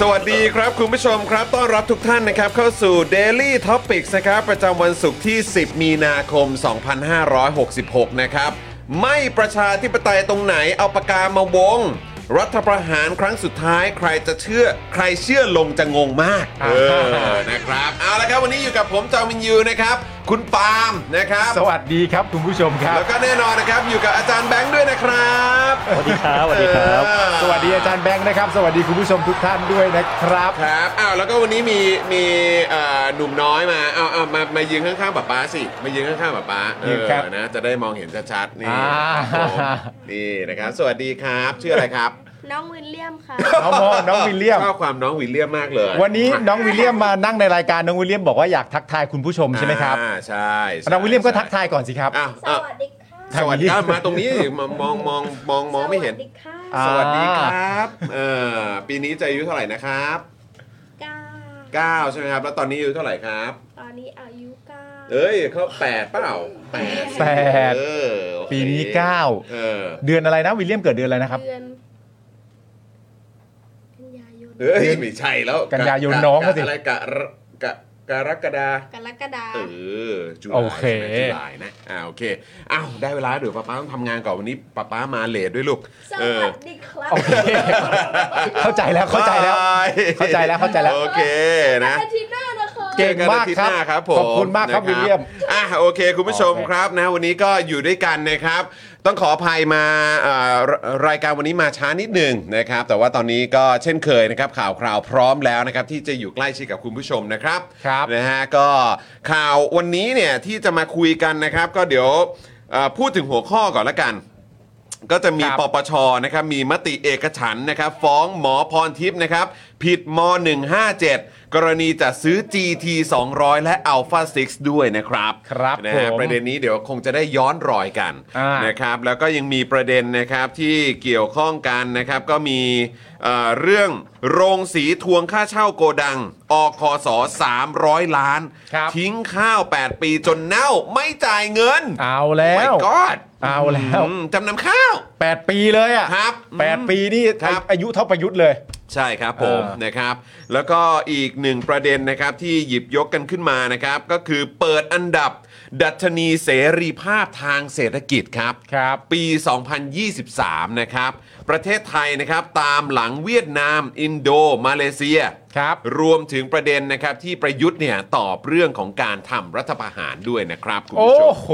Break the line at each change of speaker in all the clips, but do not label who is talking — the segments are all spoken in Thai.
สวัสดีครับคุณผู้ชมครับ ต้อนรับทุกท่านนะครับ เข้าสู่ Daily Topics นะครับ ประจำวันศุกร์ที่ 10 มีนาคม 2566 นะครับ ไม่ประชาธิปไตยตรงไหนเอาปากกามาวง รัฐประหารครั้งสุดท้าย ใครจะเชื่อ ใครเชื่อลงจะงงมาก เออ นะครับ เอาละครับ วันนี้อยู่กับผมจอมินยูนะครับ คุณปาล์มนะครับ
สวัสดีครับคุณผู้ชมครับ
แล้วก็แน่นอนนะครับ อยู่กับอาจารย์แบงค์ด้วยนะครับ
สวัสดีครับ สวัสดีครับ สวัสดีอาจารย์แบงค์นะครับ สวัสดีคุณผู้ชมทุกท่านด้วยนะครับ
ครับ อ้าว แล้วก็วันนี้มีมีเอ่อหนุ่มน้อยมา เอาเอามา มายืนข้างๆป๊าป๊าสิ มายืนข้างๆป๊าป๊าเอ
ยืน
อ
ครับ
นะ จะได้มองเห็นชัดๆ นี่
อ่า
ครับผมนี่นะครับ สวัสดีครับ ชื่ออะไรครับ
น้องวิลเลียมค่ะ
น้องมองน้องวิลเลียม
ชอบความน้องวิลเลียมมากเลย
วันนี้น้องวิลเลียมมานั่งในรายการน้องวิลเลียมบอกว่าอยากทักทายคุณผู้ชมใช่ไหมครับ
อ่าใช่ใช่
น้องวิลเลียมก็ทักทายก่อนสิครับ
อ้าว
ส
อ้าว
วัสดีค่ะ
สวัสดี
ทางนี้
อ้าวมาตรงนี้มามองมองมองมองไม่เห็น
สวัสดีค่ะ
สวัสดีค
อ่า
รับ เออ ปีนี้จะอายุเท่าไหร่นะครับ
เก้า
เก้าใช่ไหมครับ แล้วตอนนี้อายุเท่าไหร่ครับ
ตอนนี้อายุเก้า
เอ้ยเขาแปดเปล่าแปด
แปด
เออโอค
ปีนี้เก้า
เออ
เดือนอะไรนะวิลเลียมเกิดเดือนอะไรนะครับ
เดือนกันยายน
เอ้ยไม่ใช่แล้ว
กันยายน
กะ
น้องก็สิ
กะอะไรกะระกะกรกฎาก
รกฎา
เออจุลา
โอเค
ใช่ไหมจุลายนะอ่าโอเคอ้าวได้เวลาเดี๋ยวป้าป้าต้องทำงานก่อนวันนี้ป้าป้ามาเลทด้วยลูก
ส
เออ
วัสดีครับ
โอเคเข้าใจแล้วเข้าใจแล้ว
บาย
เข้าใจแล้วเข้าใจแล้ว
โอเคนะ
อาทิตย์หน้านะคะ
เก่งมากครับ
เจอนอทิตย์หน้ครับผม
ขอบคุณมากครับ
นะ
วิลเลียม
อ่ะโอเค คุณผู้ชม
โอเค
ครับนะวันนี้ก็อยู่ด้วยกันนะครับ ต้องขออภัยมาเอ่อรรายการวันนี้มาช้านิดหนึ่งนะครับ แต่ว่าตอนนี้ก็เช่นเคยนะครับ ข่าวคราวพร้อมแล้วนะครับ ที่จะอยู่ใกล้ชิดกับคุณผู้ชมนะครับ
ครับ
นะฮะก็ข่าววันนี้เนี่ยที่จะมาคุยกันนะครับ ก็เดี๋ยวเอ่อพูดถึงหัวข้อก่อนละกัน ก็จะมี
ครับ
ปปชนะครับมีมติเอกฉันท์นะครับ ฟ้องหมอพรทิพย์นะครับ ผิดม 157 กรณีจะซื้อ GT 200 และ Alpha 6 ด้วยนะครับ
ครับ
นะฮะ
ผม
ประเด็นนี้เดี๋ยวคงจะได้ย้อนรอยกัน
อ่าน
นะครับ แล้วก็ยังมีประเด็นนะครับที่เกี่ยวข้องกันนะครับ ก็มีเอ่อเรื่องโรงสีทวงค่าเช่าโกดัง อคส300 ล้าน
ครับ
ทิ้งข้าว 8 ปีจนเน่าไม่จ่ายเงิน
เอาแล้
My
ว
God
เอาแล้ว
อืมจำนำข้าว
แปดปีเลยอ่ะ
ครับ
แปดปีนี่
ครับ
อายุเท่าประยุทธ์เลย
ใช่ครับผม
เออ
นะครับ แล้วก็อีกหนึ่งประเด็นนะครับที่หยิบยกกันขึ้นมานะครับ ก็คือเปิดอันดับดัชนีเสรีภาพทางเศรษฐกิจครับ
ครับ
ปี 2023 นะครับ ประเทศไทยนะครับตามหลังเวียดนาม อินโด มาเลเซีย
ครับ
รวมถึงประเด็นนะครับที่ประยุทธ์เนี่ยตอบเรื่องของการทำรัฐประหารด้วยนะครับคุณ
โอ้
ผู้ชม
โห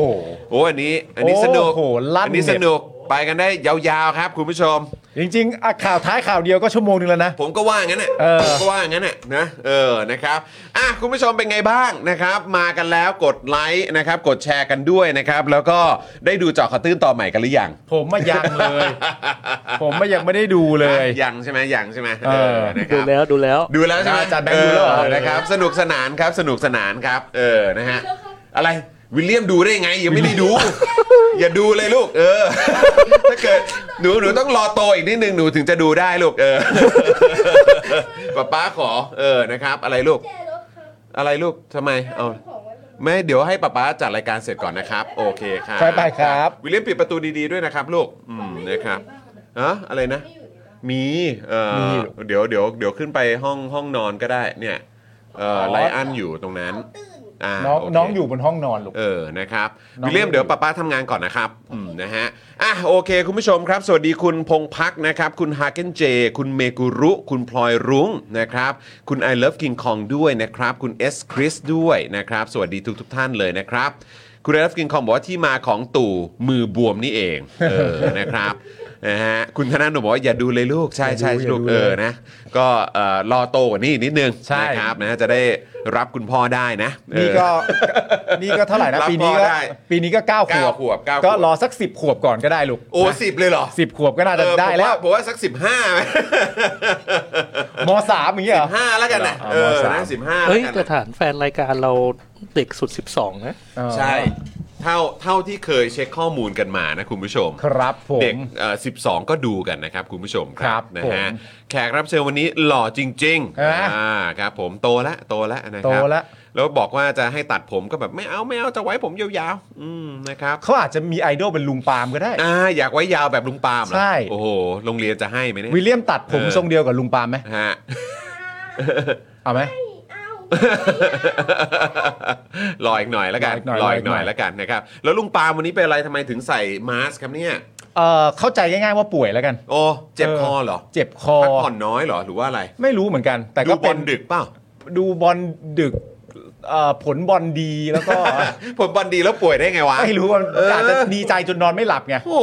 โอ้อันนี้อันนี้สนุก
โอ้โหลั่น
อันี้
เน็ต
สนุกไปกันได้ยาวๆครับคุณผู้ชม
จริงๆอ่ะข่าวท้ายข่าวเดียวก็ชั่วโมงนึงแล้วนะ
ผมก็ว่างั้นน่ะ
เออ
ผมก็ว่างั้นน่ะนะ เออ นะครับ อ่ะ คุณผู้ชมเป็นไงบ้างนะครับ มากันแล้วกดไลค์นะครับ กดแชร์กันด้วยนะครับ แล้วก็ได้ดูเจอข่าวตื้นต่อใหม่กันหรือยัง
ผมมายังเลย ผมมายังไม่ได้ดูเลย
ยังใช่ไหมยังใช่ไหม
เออ
นะค
ดู
รับ
แล้วดูแล้ว
ดูแล้วใช่ไหม
อาจารย์แบงค์ดูแล้วเหรอ
เออนะครับ สนุกสนานครับ สนุกสนานครับ เออ นะฮะ อะไร วิลเลียมดูได้ไง ยังไม่ได้ดู อย่าดูเลยลูก เออ ถ้าเกิดหนูหนูต้องรอโตอีกนิดนึงหนูถึงจะดูได้ลูกเออ ป้าป้าขอเออนะครับ อะไรลูก
เจลบครับ
อะไรลูกทำไมเอา
ของไว้บน
ไม่เดี๋ยวให้ป้าป้าจัดรายการเสร็จก่อนนะครับ โอเคครับ
ไปไปครับ
วิลเลียมปิดประตูดีๆด้วยนะครับ ลูกอืมนะครับอะอะไรนะ
ไม่อยู่ใน
มี
บ้าน
เอ่อ
มีอยู่
เดี๋ยวเดี๋ยวเดี๋ยวขึ้นไปห้องห้องนอนก็ได้เนี่ยเอ่ออไลออนอยู่ตรงนั้น
ตื่น
อ่า
น้อง
โเค
น้องอยู่บนห้องนอนลูก
เออ นะครับ
น้อง
วิลเลียม
อยู่
เดี๋ยวป้าป้าทำงานก่อนนะครับ อืม นะฮะ อ่ะ โอเค คุณผู้ชมครับ สวัสดีคุณพงพักนะครับ คุณฮาเกนเจ คุณเมกุรุ คุณพลอยรุ้ง นะครับ คุณ I love King Kong ด้วยนะครับ คุณเอสคริสด้วยนะครับ สวัสดีทุกทุกๆท่านเลยนะครับ คุณไอรัฟกินคองบอกว่าที่มาของตู่มือบวมนี่เอง เออ นะครับ นะฮะ คุณธนาโนบอกว่าอย่าดูเลยลูก ใช่ใช่
อย่าดู
ลูก
อย่าดู
เออ นะ ก็เอ่อรอโตกว่านี้อีกนิดนึง
ใช่
นะครับนะฮะจะได้รับคุณพ่อได้นะเออ
นี่ก็นี่ก็เท่าไหร่นะ
รับ
ปีนี้
พ
ก็
อได้
ปีนี้ก็9ข
เก้าว
บ
ขวบเก้าขวบ
ก็รอสัก 10 ขวบก่อนก็ได้ลูก
โอ้สิบเลยเหรอ
สิบขวบก็น่าจะ
เออ
ได้แล้
ผม
ว
ว่าผมว่าสักสิบห้าไหม
มสามอย่างเงี้ยเหรอ
ห้าแล้วกันนะ
เอา
เอ
ม
อ
สาม
นะสิบห้าแล้
เฮ้ยว
กัน
แต่
นะ
ฐานแฟนรายการเราเด็กสุด 12 นะ
เออ
ใช่เท่าเท่าที่เคยเช็คข้อมูลกันมานะคุณผู้ชม
ครับผม
เด็กเอ่อ12 ก็ดูกันนะครับ คุณผู้ชมค
ครั
รับบ นะ
ผม
ฮะแขกรับเชิญวันนี้หล่อจริง
เห็นไหม
อ่าครับผมโตแล้วโตแล้วนะครับ
โตแล้ว
แล้วบอกว่าจะให้ตัดผมก็แบบไม่เอาไม่เอาจะไว้ผมยาวๆ อืมนะครับ
เขาอาจจะมีไอดอลเป็นลุงปาล์มก็ได้
อ่าอยากไว้ยาวแบบลุงปาล์มเหรอ
ใช่
โอ้โหโรงเรียนจะให้ไหมเนี่ย
วิลเลียมตัดผมทรงเดียวกับลุงปาล์มไหม
ฮะ
เอาไหม
เอา
รออีกหน่อยแล้วกันร
ร
อ
ออี
อีกห
กห
น่
น่
อ
อย ย
แล้วกันนะครับ แล้วลุงปาล์มวันนี้เป็นอะไรทำไมถึงใส่มาสก์ครับเนี่ย
เออเข้าใจง่ายๆว่าป่วยแล้วกัน
โอ้ เจ็บคอเหรอ
เจ็บคอ
พักผ่อนน้อยเหรอหรือว่าอะไร
ไม่รู้เหมือนกัน แต่
ดู
ก็
บ
เป็
อน ลดึกเปล่า
ดูบอลดึกเอ่อผลบอลดีแล้วก็
ผมบอลดีแล้วป่วยได้ไงวะ
ไม่รู้ว่า
เอออ
อาจจะดีใจจนนอนไม่หลับไง
โอ้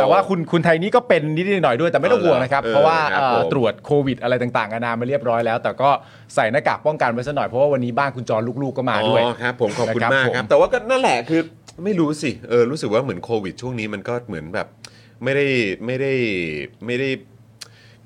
แต่ว่าคุณคุณไทยนี่ก็เป็นนิดๆหน่อยๆด้วยแต่ไม่ต้อง
เอาล่ะ
ห่วงนะครับ
เออ
เพราะว่า
ครับ
เอ่อ
ผม
ตรวจโควิด อะไรต่างๆนานามาเรียบร้อยแล้ว แต่ก็ใส่หน้ากากป้องกันไว้สักหน่อยเพราะว่าวันนี้บ้านคุณจอลูกๆก็มาด้วย
อ๋อครับผมขอบคุณ
นะครับ
มากครับ
ผม
แต่ว่าก็นั่นแหละคือไม่รู้สิเออรู้สึกว่าเหมือนโควิดช่วงนี้มันก็เหมือนแบบไม่ได้ไม่ได้ไม่ได้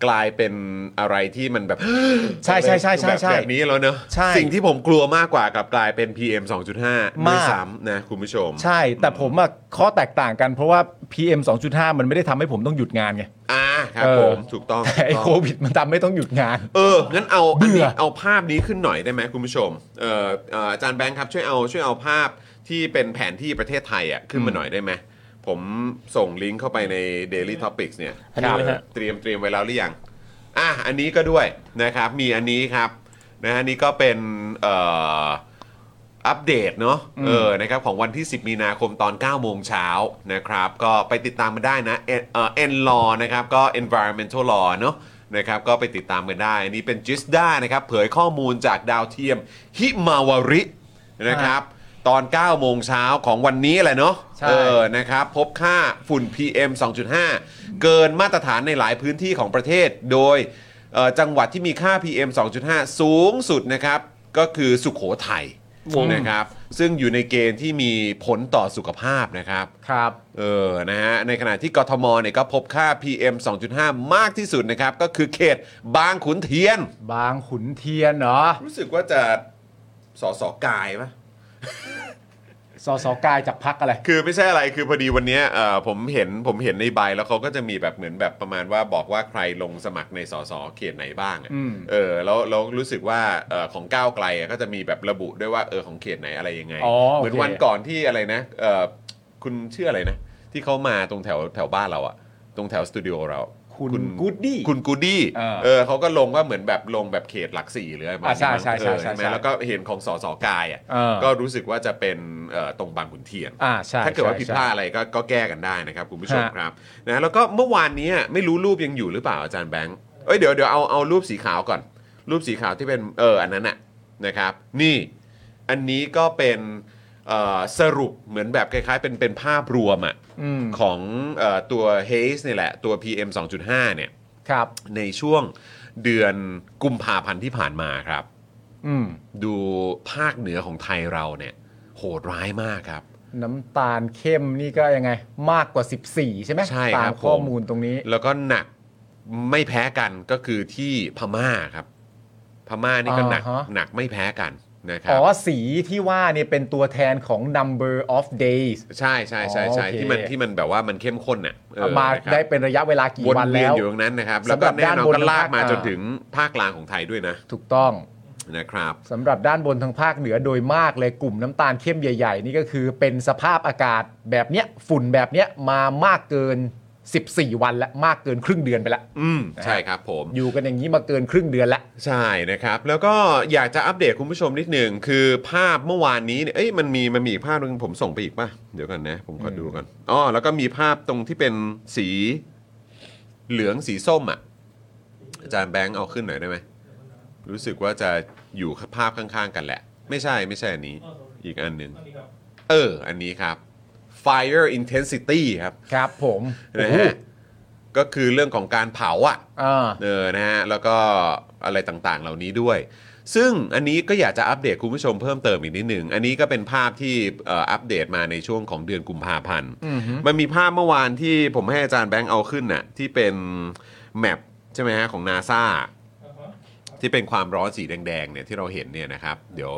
กลายเป็นอะไรที่มันแบบ
ใช่ใช่ใช่ใช่ใช่
แบบแบบนี้แล้วเนอะ
ใช่
สิ่งที่ผมกลัวมากกว่ากลับกลายเป็น PM 2.5ด้วย
มาก
ซ้ำนะคุณผู้ชม
ใช่ แต่ผมอะข้อแตกต่างกันเพราะว่า PM 2.5 มันไม่ได้ทำให้ผมต้องหยุดงานไง
อ่าครับ
เออ
ผมถูกต้อง
แต่ไอ้
ถูก
โค
ต้อง
วิดมันทำให้ต้องหยุดงาน
เอองั้นเอาน
เบื่อ
นี้เอาภาพนี้ขึ้นหน่อยได้ไหมคุณผู้ชมเออเอ่ออาจารย์แบงค์ครับช่วยเอาช่วยเอาภาพที่เป็นแผนที่ประเทศไทยอ่ะขึ้นมาหน่อยได้ไหมผมส่งลิงก์เข้าไปใน Daily Topics เนี่ย
อันนี้ไหมฮะ
เตรียมเตรียมไว้แล้วหรือยังอ่ะอันนี้ก็ด้วยนะครับมีอันนี้ครับนะฮะอันนี้ก็เป็นเอ่อ อัปเดตเนาะเออนะครับของวันที่ 10 มีนาคมตอน 9 โมงเช้านะครับ ก็ไปติดตามมาได้นะเอ็นเอ่อ็นลอ N-Law นะครับ ก็ environmental law เนาะนะครับก็ไปติดตามกันได้ นี่เป็นจิสด้านะครับ เผยข้อมูลจากดาวเทียมฮิมาวารินะครับ ตอน 9 โมงเช้าของวันนี้แหละเนาะ
ใช่
เออนะครับ พบค่าฝุ่น PM 2.5 เกินมาตรฐานในหลายพื้นที่ของประเทศ โดยเอ่อจังหวัดที่มีค่า PM 2.5 สูงสุดนะครับ ก็คือสุขโขทัย นะครับซึ่งอยู่ในเกณฑ์ที่มีผลต่อสุขภาพนะครับ
ครับ
เออนะฮะในขณะที่กทมเนี่ยก็พบค่า PM 2.5 มากที่สุดนะครับ ก็คือเขตบางขุนเทียน
บางขุนเทียนเหรอ
รู้สึกว่าจะสอสอกายปะ
สสกายจากพักอะไร
คือไม่ใช่อะไรคือพอดีวันเนี้ยเอ่อผมเห็นผมเห็นในใบแล้วเขาก็จะมีแบบเหมือนแบบประมาณว่าบอกว่าใครลงสมัครในสสเขตไหนบ้างอะ
อืม
เออแล้วเรารู้สึกว่าเอ่อของก้าวไกลอะก็จะมีแบบระบุด้วยว่าเออของเขตไหนอะไรยังไง
อ๋อ
เห
โค
มือนวันก่อนที่อะไรนะเอ่อคุณชื่ออะไรนะ ที่เขามาตรงแถวแถวบ้านเราอะตรงแถวสตูดิโอเรา
คุณกูดดี้
คุณกูดดี้
เออ
เออเขาก็ลงว่าเหมือนแบบลงแบบเขตหลักสี่หรืออะไรประมาณ
อ่ะใช่
นี้มั้ง
ใช่ใช่
เออ
ใช่
ไหม
ใช่
แล้วก็เห็นของสสกายอะ
เออ
ก็รู้สึกว่าจะเป็นเอ่อตรงบางขุนเทียน
อ่าใช่
ถ้าเกิดว่าผิด
ใช่
พลาดอะไรก็ก็แก้กันได้นะครับคุณผู้ชม
ฮะ
ครับนะแล้วก็เมื่อวานเนี้ยไม่รู้รูปยังอยู่หรือเปล่าอาจารย์แบงค์เอ้ยเดี๋ยวเดี๋ยวเอาเอารูปสีขาวก่อน รูปสีขาวที่เป็นเอออันนั้นน่ะนะครับ นี่อันนี้ก็เป็นเอ่อสรุปเหมือนแบบคล้ายๆ เป็นเป็นภาพรวมอะ
อืม
ของเออตัว h a z e นี่แหละ ตัว PM 2.5 เนี่ย
ครับ
ในช่วงเดือนกุมภาพันธ์ที่ผ่านมาครับ
อืม
ดูภาคเหนือของไทยเราเนี่ย โหดร้ายมากครับ
น้ำตาลเข้มนี่ก็ยังไง มากกว่า 14 ใช่ไหม
ใช่ค
ตา
รั
ม
บ
ข้อ
ผม
มูลตรงนี้
แล้วก็หนักไม่แพ้กันก็คือที่พม่าครับ พม่านี่ก็หนัก
อ่าฮะ
หนักไม่แพ้กัน นะครั
อ๋
บ
อสีที่ว่าเนี่ยเป็นตัวแทนของ number of days
ใช่ใช่ใช่ใช่
อ๋อโอเค
ที่มันที่มันแบบว่ามันเข้มข้นน่ะเออ
มา
นะครับ
ได้เป็นระยะเวลากี่
วน
วัน
เวียน
แล้ว
อยู่ตรงนั้นนะครับ แล้วก็
สำหรับ
แน่
ด้าน
นอน
บน
ก็ลากมา
ภาค
จนถึงภาคกลางของไทยด้วยนะ
ถูกต้อง
นะครับ
สำหรับด้านบนทางภาคเหนือโดยมากเลยกลุ่มน้ำตาลเข้มใหญ่ ๆ นี่ก็คือเป็นสภาพอากาศแบบเนี้ยฝุ่นแบบเนี้ยมามากเกิน 14 วันและมากเกินครึ่งเดือนไปละ
อืมใช่ครับผม
อยู่กันอย่างนี้มาเกินครึ่งเดือนละ
ใช่นะครับ แล้วก็อยากจะอัปเดตคุณผู้ชมนิดหนึ่งคือภาพเมื่อวานนี้เนี่ยเอ้ยมันมีมันมีอีกภาพหนึงผมส่งไปอีกป่ะ เดี๋ยวกันนะ ผมขอดูก่อนอ๋อแล้วก็มีภาพตรงที่เป็นสีเหลืองสีส้มอ่ะ อาจารย์แบงค์เอาขึ้นหน่อยได้ไหมรู้สึกว่าจะอยู่ภาพข้างๆกันแหละ ไม่ใช่ไม่ใช่อันนี้ อีกอันหนึ่งเออ อันนี้ครับ fire intensity ครับ
ครับผม
นะฮะก็คือเรื่องของการเผาอ่ะ
อ่า
เออนะฮะ แล้วก็อะไรต่างๆ เหล่านี้ด้วย ซึ่งอันนี้ก็อยากจะอัปเดตคุณผู้ชมเพิ่มเติมอีกนิดหนึ่ง อันนี้ก็เป็นภาพที่เอ่ออัปเดตมาในช่วงของเดือนกุมภาพันธ์ มันมีภาพเมื่อวานที่ผมให้อาจารย์แบงค์เอาขึ้นน่ะที่เป็นแมปใช่ไหมฮะของนาซาที่เป็นความร้อนสีแดงๆเนี่ยที่เราเห็นเนี่ยนะครับ เดี๋ยว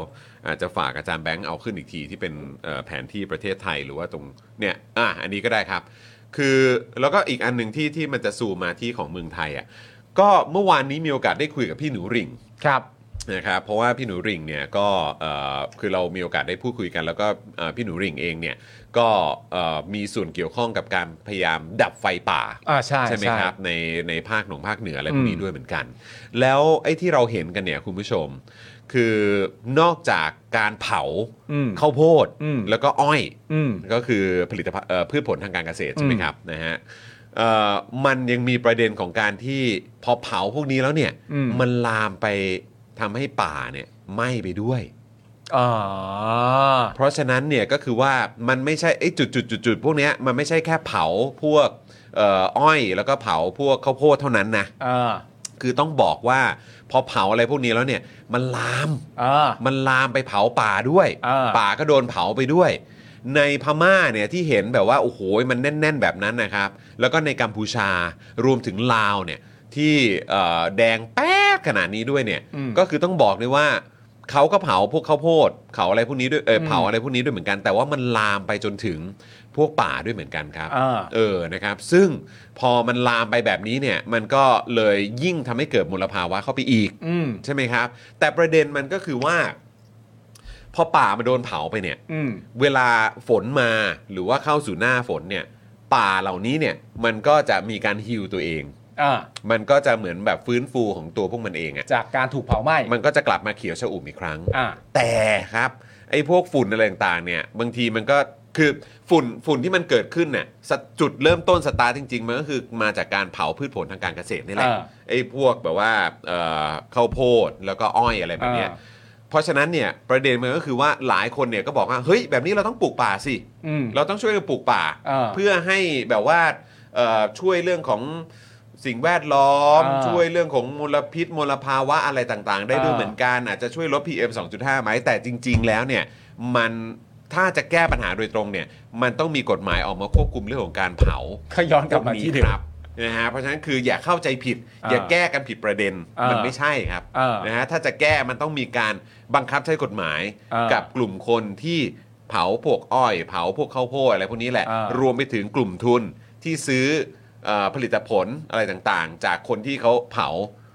อาจจะฝากอาจารย์แบงค์เอาขึ้นอีกทีที่เป็นเอ่อแผนที่ประเทศไทยหรือว่าตรงเนี่ยอ่ะอันนี้ก็ได้ครับ คือแล้วก็อีกอันหนึ่งที่ที่มันจะซูมมาที่ของเมืองไทยอ่ะก็เมื่อวานนี้มีโอกาสได้คุยกับพี่หนูหริ่ง
ครับ
นะครับเพราะว่าพี่หนูหริ่งเนี่ยก็เอ่อคือเรามีโอกาสได้พูดคุยกัน แล้วก็เอ่อพี่หนูหริ่งเองเนี่ยก็เอ่อมีส่วนเกี่ยวข้องกับการพยายามดับไฟป่า
อ่าใช่
ใช่ไหม
ใช่
ครับในในภาคหนองภาคเหนืออะไรพวกนี้
อืม
ด้วยเหมือนกัน แล้วไอ้ที่เราเห็นกันเนี่ยคุณผู้ชม คือนอกจากการเผา
อืม
ข้าวโพด
อืม
แล้วก็อ้อย
อืม
ก็คือผลิตภัณฑ์เอ่อพืชผลทางการเกษตรใช่ไหม
อืม
ครับนะฮะเอ่อมันยังมีประเด็นของการที่พอเผาพวกนี้แล้วเนี่ย
อืม
นลามไปทำให้ป่าเนี่ยไหม้ไปด้วย
อ่า
เพราะฉะนั้นเนี่ยก็คือว่ามันไม่ใช่ไอ้จุดจุดจุดจุดๆๆๆพวกเนี้ยมันไม่ใช่แค่เผาพวกเอ่ออ้อยแล้วก็เผาพวกข้าวโพดเท่านั้นนะ
อ่า
คือต้องบอกว่าพอเผาอะไรพวกนี้แล้วเนี่ยมันลาม
อ่า
มันลามไปเผาป่าด้วย
อ่า
ป่าก็โดนเผาไปด้วย ในพม่าเนี่ยที่เห็นแบบว่าโอ้โหมันแน่น ๆ แบบนั้นนะครับ แล้วก็ในกัมพูชารวมถึงลาวเนี่ยที่เอ่อแดงแป๊ดขนาดนี้ด้วยเนี่ย
อืม
ก็คือต้องบอกเลยว่าเขาก็เผาพวกข้าวโพดเผาอะไรพวกนี้ด้วยเอออ
ม
เผาอะไรพวกนี้ด้วยเหมือนกัน แต่ว่ามันลามไปจนถึงพวกป่าด้วยเหมือนกันครับ
อ่า
เออ นะครับ ซึ่งพอมันลามไปแบบนี้เนี่ยมันก็เลยยิ่งทำให้เกิดมลภาวะเข้าไปอีก
อืม
ใช่ไหมครับ แต่ประเด็นมันก็คือว่า พอป่ามันโดนเผาไปเนี่ย
อืม
เวลาฝนมาหรือว่าเข้าสู่หน้าฝนเนี่ย ป่าเหล่านี้เนี่ย มันก็จะมีการฮิวตัวเอง
อ่า
มันก็จะเหมือนแบบฟื้นฟูของตัวพวกมันเองอะ
จากการถูกเผาไหม้
มันก็จะกลับมาเขียวชอุ่มอีกครั้ง
อ่า
แต่ครับไอ้พวกฝุ่นอะไรต่างๆเนี่ยบางทีมันก็คือฝุ่นฝุ่นที่มันเกิดขึ้นเนี่ยสตจุดเริ่มต้นสตาร์ทจริงๆมันก็คือมาจากการเผาพืชผลทางการเกษตรนี่แหละ
อ่า
ไอ้พวกแบบว่าเอ่อข้าวโพดแล้วก็อ้อยอะไรแบบเนี้ย
อ่า
เพราะฉะนั้นเนี่ยประเด็นมันก็คือว่าหลายคนเนี่ยก็บอกว่าเฮ้ยแบบนี้เราต้องปลูกป่าสิ
อืม
เราต้องช่วยกันปลูกป่า
เออ
เพื่อให้แบบว่าเอ่อช่วยเรื่องของสิ่งแวดล้อม
เออ
ช่วยเรื่องของมลพิษมลภาวะอะไรต่างๆ ได้ด้วย
เออ
เหมือนกัน อาจจะช่วยลด PM 2.5 ไหมแต่จริง ๆ แล้วเนี่ยมันถ้าจะแก้ปัญหาโดยตรงเนี่ยมันต้องมีกฎหมายออกมาควบคุมเรื่องของการเผา
ขย้อนกลับมาที่เดิ
พวนี้
ม
ครับนะฮะเพราะฉะนั้นคืออย่าเข้าใจผิด
เอออย่
อาแก้กันผิดประเด็น
เออ
มันไม่ใช่ครับ
เออ
นะฮะถ้าจะแก้มันต้องมีการบังคับใช้กฎหมาย
เออ
กับ กลุ่มคนที่เผาพวกอ้อย เผาพวกข้าวโพดอะไรพวกนี้แหละ
อ่าร ร
วมไปถึงกลุ่มทุนที่ซื้อเอ่อผลิตผลอะไรต่างๆ จากคนที่เขาเผา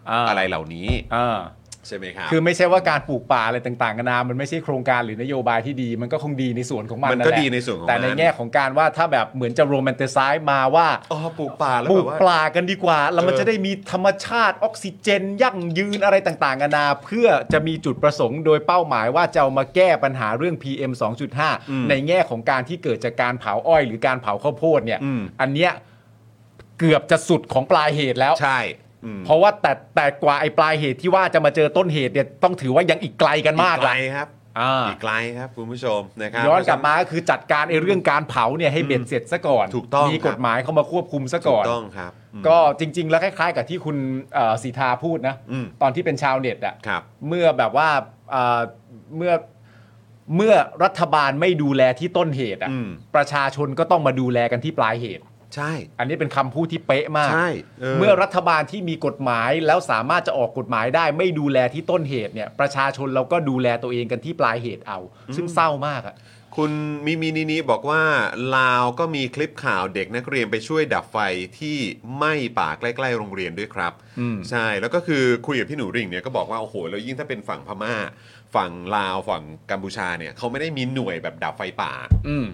อ่า
อะไรเหล่านี้
อ่า
ใช่ไหมครับ
คือไม่ใช่ว่าการปลูกป่าอะไรต่างๆกันานา มันไม่ใช่โครงการหรือนโยบายที่ดี มันก็คงดีในส่วนของมัน
มันก็
แหละ
ดีในส่วนของ
แต่ใน
มั
แง่ของการว่าถ้าแบบเหมือนจะโรแมนติไซส์มาว่า
อ๋อปลูกป่าแล้ว
ปลู
แบ
ก
บว่า
ปลากันดีกว่า แล้วมัน
เออ
จะได้มีธรรมชาติออกซิเจน ยั่งยืนอะไรต่างๆนานา เพื่อจะมีจุดประสงค์โดยเป้าหมายว่าจะเอามาแก้ปัญหาเรื่อง PM 2.5 ในแง่ของการที่เกิดจากการเผาอ้อยหรือการเผาข้าวโพดเนี่ย อันเนี้ยเกือบจะสุดของปลายเหตุแล้ว
ใช่อืม
เพราะว่าแต่แต่กว่าไอ้ปลายเหตุที่ว่าจะมาเจอต้นเหตุเนี่ยต้องถือว่ายังอีกไกลกันมาก
อีไกล
ละ
ครับ
อ่า
อีกไกลครับคุณผู้ชมนะครับ
ย้อนกลับมาก็คือจัดการไอ้เรื่องการเผาเนี่ยให้เบ็ดเสร็จซะก่อน
ถูกต้อง
มี
ครับ
กฎหมายเข้ามาควบคุมซะ
ถู
ก่
ก
อน
ต้องครับอืม
ก็จริง ๆ แล้วคล้ายๆ กับที่คุณเอ่อสีทาพูดนะ
อืม
ตอนที่เป็นชาวเน็ตอะ
ครับ
เมื่อแบบว่าเอ่อเมื่อเมื่อรัฐบาลไม่ดูแลที่ต้นเหตุอะ
อืม
ประชาชนก็ต้องมาดูแลกันที่ปลายเหตุ
ใช่
อันนี้เป็นคำพูดที่เป๊ะมาก
ใช่
เมื่อรัฐบาลที่มีกฎหมายแล้วสามารถจะออกกฎหมายได้ ไม่ดูแลที่ต้นเหตุเนี่ย ประชาชนเราก็ดูแลตัวเองกันที่ปลายเหตุเอา ซึ่งเศร้ามากอะ
คุณมิมินินิบอกว่า ลาวก็มีคลิปข่าวเด็กนักเรียนไปช่วยดับไฟที่ไหม้ป่าใกล้ๆโรงเรียนด้วยครับ
อืม
ใช่แล้วก็คือคุยกับพี่หนูริ่งเนี่ยก็บอกว่าโอ้โหแล้วยิ่งถ้าเป็นฝั่งพม่า ฝั่งลาวฝั่งกัมพูชาเนี่ยเขาไม่ได้มีหน่วยแบบดับไฟป่า
อืม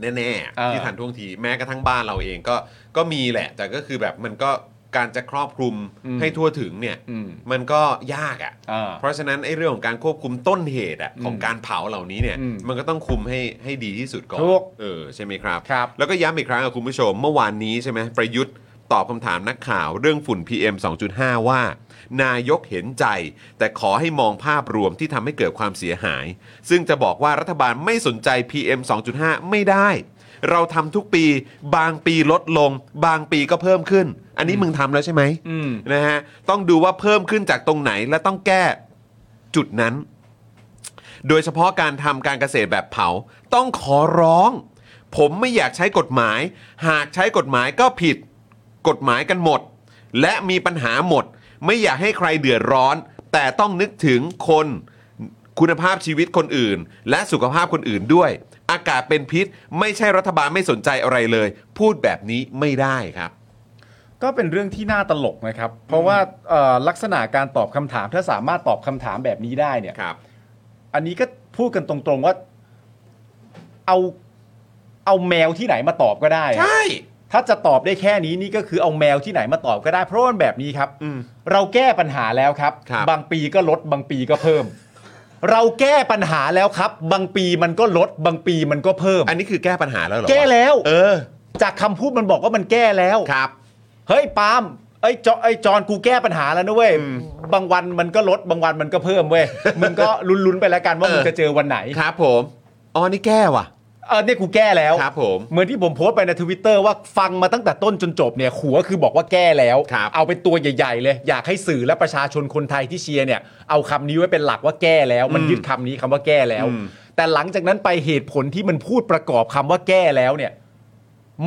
แน่
เอ
ๆ
อ
ที่ทันท่วงทีแม้กระทั่งบ้านเราเองก็ก็มีแหละ แต่ก็คือแบบมันก็การจะครอบคลุม
อืม
ให้ทั่วถึงเนี่ย
อืม
มันก็ยากอ่ะ
อ่า
เพราะฉะนั้นไอ้เรื่องของการควบคุมต้นเหตุอะของการเผาเหล่านี้เนี่ย
อืม
มันก็ต้องคุมให้ให้ดีที่สุดก่อน
ถูก
เออใช่ไหมครับ
ครับ
แล้วก็ย้ำอีกครั้งอะคุณผู้ชม เมื่อวานนี้ใช่ไหมประยุทธ์ตอบคำถามนักข่าวเรื่องฝุ่น PM 2.5 ว่า นายกเห็นใจ แต่ขอให้มองภาพรวมที่ทำให้เกิดความเสียหาย ซึ่งจะบอกว่ารัฐบาลไม่สนใจ PM 2.5 ไม่ได้ เราทำทุกปีบางปีลดลง บางปีก็เพิ่มขึ้น อันนี้มึงทำแล้วใช่ไหม
อืม
นะฮะต้องดูว่าเพิ่มขึ้นจากตรงไหนและต้องแก้ จุดนั้น โดยเฉพาะการทำการเกษตรแบบเผา ต้องขอร้อง ผมไม่อยากใช้กฎหมาย หากใช้กฎหมายก็ผิด กฎหมายกันหมด และมีปัญหาหมด ไม่อยากให้ใครเดือดร้อน แต่ต้องนึกถึงคนคุณภาพชีวิตคนอื่น และสุขภาพคนอื่นด้วย อากาศเป็นพิษ ไม่ใช่รัฐบาลไม่สนใจอะไรเลย พูดแบบนี้ไม่ได้ครับ
ก็เป็นเรื่องที่น่าตลกนะครับ เพราะว่าเอ่อลักษณะการตอบคำถามถ้าสามารถตอบคำถามแบบนี้ได้เนี่ย
ครับ
อันนี้ก็พูดกันตรงๆว่าเอาเอาแมวที่ไหนมาตอบก็ได้อะ
ใช่
ถ้าจะตอบได้แค่นี้นี่ก็คือเอาแมวที่ไหนมาตอบก็ได้ เพราะมันแบบนี้ครับ
อืม
เราแก้ปัญหาแล้วครับ
ครับ
บางปีก็ลดบางปีก็เพิ่ม เราแก้ปัญหาแล้วครับ บางปีมันก็ลด บางปีมันก็เพิ่ม
อันนี้คือแก้ปัญหาแล้วเหรอ
แก้แล้ว
เออ
จากคำพูดมันบอกว่ามันแก้แล้ว
ครับ
เฮ้ยปาล์มไอ้ยจอไอ้ยจอนกูแก้ปัญหาแล้วนะเว้ยบางวันมันก็ลดบางวันมันก็เพิ่มเว้ย มึงก็ลุ้นๆไปแล้วกันว่า
เออ
มึงจะเจอวันไหน
ครับผมอ๋อนี่แก้ว่ะ
เออเนี่ยกูแก้แล้ว
ครับผม
เหมือนที่ผมโพสต์ไปในทวิตเตอร์ว่าฟังมาตั้งแต่ต้นจนจบเนี่ยหัวคือบอกว่าแก้แล้ว
ครับ
เอาเป็นตัวใหญ่ๆ เลย อยากให้สื่อและประชาชนคนไทยที่เชียร์เนี่ยเอาคำนี้ไว้เป็นหลักว่าแก้แล้ว มันยึดคำนี้คำว่าแก้แล้ว แต่หลังจากนั้นไปเหตุผลที่มันพูดประกอบคำว่าแก้แล้วเนี่ย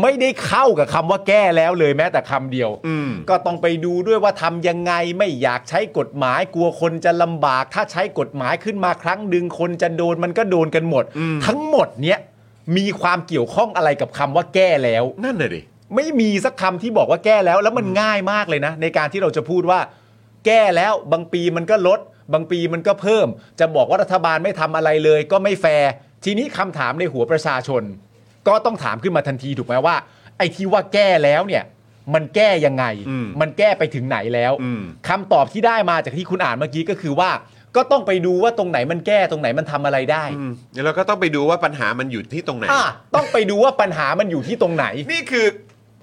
ไม่ได้เข้ากับคำว่าแก้แล้วเลยแม้แต่คำเดียว
อืม
ก็ต้องไปดูด้วยว่าทำยังไงไม่อยากใช้กฎหมายกลัวคนจะลำบาก ถ้าใช้กฎหมายขึ้นมาครั้งหนึ่งคนจะโดนมันก็โดนกันหมด
อืม
ทั้งหมดเนี้ยมีความเกี่ยวข้องอะไรกับคำว่าแก้แล้ว
นั่นน่ะดิ
ไม่มีสักคำที่บอกว่าแก้แล้ว แล้วมันง่ายมากเลยนะ ในการที่เราจะพูดว่า แก้แล้วบางปีมันก็ลด บางปีมันก็เพิ่ม จะบอกว่ารัฐบาลไม่ทำอะไรเลย ก็ไม่แฟร์ทีนี้คำถามในหัวประชาชน ก็ต้องถามขึ้นมาทันทีถูกไหมว่า ไอ้ที่ว่าแก้แล้วเนี่ย มันแก้ยังไง
อืม
มันแก้ไปถึงไหนแล้ว
อืม
คำตอบที่ได้มาจากที่คุณอ่านเมื่อกี้ก็คือว่า ก็ต้องไปดูว่าตรงไหนมันแก้ตรงไหนมันทำอะไรได้
อืมแล้วก็ต้องไปดูว่าปัญหามันอยู่ที่ตรงไหน
อ่ะต้องไปดูว่าปัญหามันอยู่ที่ตรงไหน
นี่คือ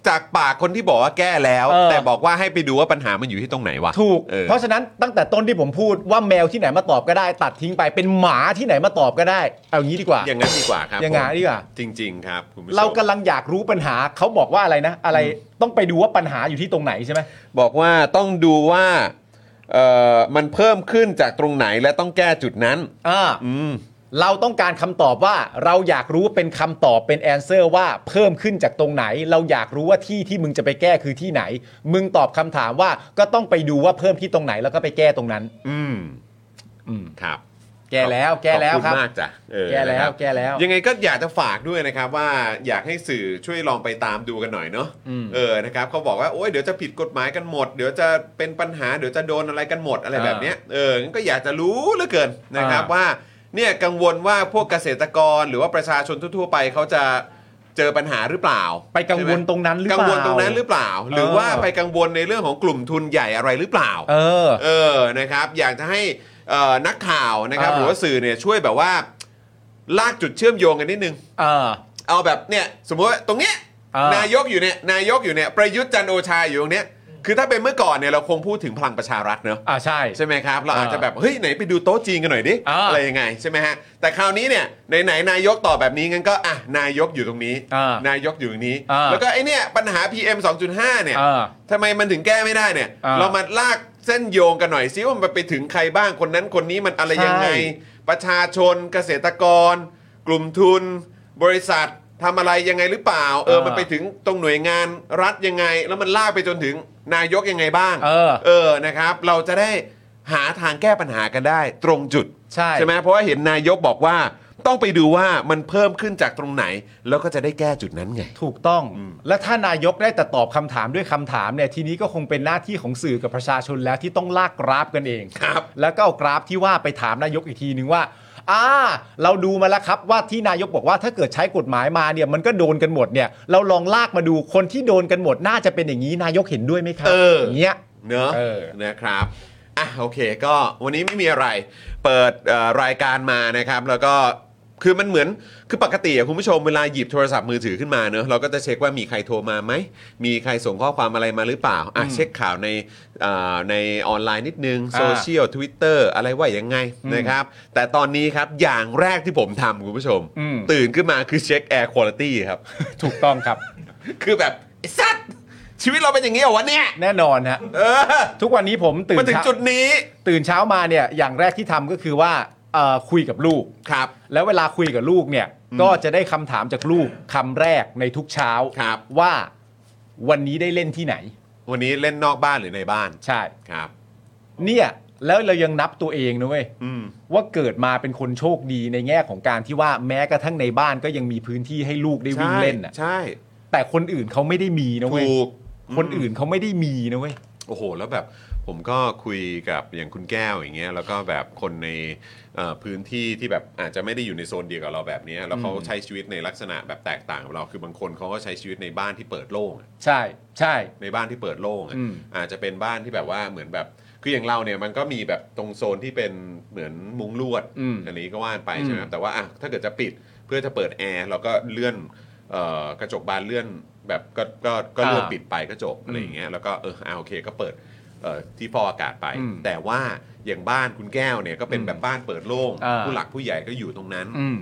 จากปากคนที่บอกว่าแก้แล้ว
เออ
แต่บอกว่าให้ไปดูว่าปัญหามันอยู่ที่ตรงไหนวะ
ถูก
ออ
เพราะฉะนั้นตั้งแต่ต้นที่ผมพูดว่าแมวที่ไหนมาตอบก็ได้ ตัดทิ้งไปเป็นหมาที่ไหนมาตอบก็ได้ เอางี้ดีกว่า
อย่างนั้นดีกว่าครับ
อย่างนั้น
ผม
ดีกว่า
จริง ๆ ครับคุณผู้ชม
เรากำลังอยากรู้ปัญหาเขาบอกว่าอะไรนะ อะไรต้องไปดูว่าปัญหาอยู่ที่ตรงไหนใช่ไหม
บอกว่าต้องดูว่าเอ่อมันเพิ่มขึ้นจากตรงไหนและต้องแก้จุดนั้น
อ่า
อืม
เราต้องการคำตอบว่าเราอยากรู้เป็นคำตอบเป็นแอนเซอร์ว่าเพิ่มขึ้นจากตรงไหน เราอยากรู้ว่าที่ที่มึงจะไปแก้คือที่ไหน มึงตอบคำถามว่าก็ต้องไปดูว่าเพิ่มที่ตรงไหนแล้วก็ไปแก้ตรงนั้น
อืม
อืม
ครับ
แก้แล้วแก้แล้ว
ขอบ
ค
คุ
รับ
ณมากจ้ะเออ
แก้แล้
นะคว รับ
แก้แล้ว
ยังไงก็อยากจะฝากด้วยนะครับว่าอยากให้สื่อช่วยลองไปตามดูกันหน่อยเนาะ
อืม
เออนะครับเขาบอกว่าโอ๊ยเดี๋ยวจะผิดกฎหมายกันหมด เดี๋ยวจะเป็นปัญหาเดี๋ยวจะโดนอะไรกันหมดอะไร
อ่า
แบบเนี้ยเอองั้นก็อยากจะรู้เหลือเกินนะครับ
อ่า
ว่าเนี่ยกังวลว่าพวกเกษตรกรหรือว่าประชาชนทั่ว ๆ ไปเขาจะเจอปัญหาหรือเปล่า
ไปกังวล
ใช่ไหม
ตรงนั้นหรือเป
กั
ล่า
งวลตรงนั้นหรือเปล่า หรือ
เออ
ว่าไปกังวลในเรื่องของกลุ่มทุนใหญ่อะไรหรือเปล่า
เออ
เออ นะครับ อยากจะให้เอ่อนักข่าวนะครับ
เออ
หรือว่าสื่อเนี่ยช่วยแบบว่าลากจุดเชื่อมโยงกันนิดนึง
เออ
เอาแบบเนี่ยสมมติว่าตรงเนี้ย
เออน
ายกอยู่เนี่ยนายกอยู่เนี่ยประยุทธ์จันทร์โอชาอยู่ตรงเนี้ยคือถ้าเป็นเมื่อก่อนเนี่ยเราคงพูดถึงพลังประชารัฐเนอะ
อ่าใช่
ใช่ไหมครับ เรา
เอออ
อาจจะแบบเฮ้ยไหนไปดูโต๊ะจีนกันหน่อยดิ
เอออ
อะไรยังไงใช่ไหมฮะแต่คราวนี้เนี่ยไหนไหนๆนายกตอบแบบนี้งั้นก็อ่ะนายกอยู่ตรงนี้
เออน
ายกอยู่ตรงนี้
เออ
แล้วก็ไอเนี่ยปัญหา PM 2.5เนี่ย
เออ
ทำไมมันถึงแก้ไม่ได้เนี่ย
อ่า
เรามาลากเส้นโยงกันหน่อยซิว่ามันไปถึงใครบ้างคนนั้นคนนี้มันอะไรยังไง
ใช่
ประชาชนเกษตรกร กลุ่มทุน บริษัท ทำอะไรยังไงหรือเปล่า เออ
เออ
มันไปถึงตรงหน่วยงานรัฐยังไง แล้วมันลากไปจนถึงนายกยังไงบ้าง
เออ
นะครับ เราจะได้หาทางแก้ปัญหากันได้ ตรงจุด
ใช่
ไหมเพราะว่าเห็นนายกบอกว่า ต้องไปดูว่ามันเพิ่มขึ้นจากตรงไหน แล้วก็จะได้แก้จุดนั้นไง
ถูกต้อง และถ้านายกได้แต่ตอบคำถามด้วยคำถามเนี่ยทีนี้ก็คงเป็นหน้าที่ของสื่อกับประชาชนแล้วที่ต้องลากกราฟกันเอง
ครับ
แล้วก็เอากราฟที่ว่าไปถามนายกอีกทีนึงว่าอ่าเราดูมาแล้วครับว่าที่นายกบอกว่าถ้าเกิดใช้กฎหมายมาเนี่ยมันก็โดนกันหมดเนี่ย เราลองลากมาดูคนที่โดนกันหมดน่าจะเป็นอย่างนี้นายกเห็นด้วยไหมครั
เออ
ย่างเงี้ย
เนอะ
เออ
นะครับอ่ะโอเค ก็วันนี้ไม่มีอะไรเปิดเอ่อรายการมานะครับ แล้วก็คือมันเหมือนคือปกติอะคุณผู้ชมเวลาหยิบโทรศัพท์มือถือขึ้นมาเนอะเราก็จะเช็คว่ามีใครโทรมาไหมมีใครส่งข้อความอะไรมาหรือเปล่าอ่ะเช็คข่าวในเอ่อในออนไลน์นิดนึง
อ่า
โซเชียลทวิตเตอร์อะไรว่ายังไงนะครับแต่ตอนนี้ครับอย่างแรกที่ผมทำคุณผู้ชม ตื่นขึ้นมาคือเช็คแอร์คุณ i t y ครับ
ถูกต้อง ครับ
คือแบบไอ้สัตว์ชีวิตเราเป็นอย่างนี้เหรอวะเนี่ย
แน่นอนฮะ
เออ
ทุกวันนี้ผมตื่น
มาถึง
เช้า
จุดนี้
ตื่นเช้ามาเนี่ยอย่างแรกที่ทำก็คือว่าเอ่อคุยกับลูก
ครับ
แล้วเวลาคุยกับลูกเนี่ยก็จะได้คำถามจากลูกคำแรกในทุกเช้า
ครับ
ว่าวันนี้ได้เล่นที่ไหน
วันนี้เล่นนอกบ้านหรือในบ้าน
ใช่
ครับ
เนี่ยแล้วเรายังนับตัวเองนะเว้ย
อืม
ว่าเกิดมาเป็นคนโชคดีในแง่ของการที่ว่าแม้กระทั่งในบ้านก็ยังมีพื้นที่ให้ลูกได้วิ่งเล่นอ่ะ
ใช่
แต่คนอื่นเขาไม่ได้มีนะเว้ย
ถูก
คนอื่นเขาไม่ได้มีนะเว้ย
โอ้โห แล้วแบบผมก็คุยกับอย่างคุณแก้วอย่างเงี้ย แล้วก็แบบคนในเอ่อพื้นที่ที่แบบอาจจะไม่ได้อยู่ในโซนเดียวกับเราแบบเนี้ยแล้วเขาใช้ชีวิตในลักษณะแบบแตกต่างกับเรา คือบางคนเขาก็ใช้ชีวิตในบ้านที่เปิดโล่งอะ
ใช่ใช่
ในบ้านที่เปิดโล่งอะ
อืม
อาจจะเป็นบ้านที่แบบว่าเหมือนแบบ คืออย่างเราเนี่ยมันก็มีแบบตรงโซนที่เป็นเหมือนมุ้งลวด
อืม
อันนี้ก็ว่าไป
อืม
ใช่ไหมแต่ว่าอ่ะถ้าเกิดจะปิดเพื่อจะเปิดแอร์เราก็เลื่อนเอ่อกระจกบานเลื่อนแบบก็ก็ก็เลื่อน
อ่า
ปิดไปก็จบอะไรอย่างเงี้ยแล้วก็เอออ่ะโอเคก็เปิดเอ่อที่ฟอกอากาศไป
อืม
แต่ว่าอย่างบ้านคุณแก้วเนี่ยก็เป็น
อืม
แบบบ้านเปิดโล่ง
อ่า
ผู้หลักผู้ใหญ่ก็อยู่ตรงนั้น
อืม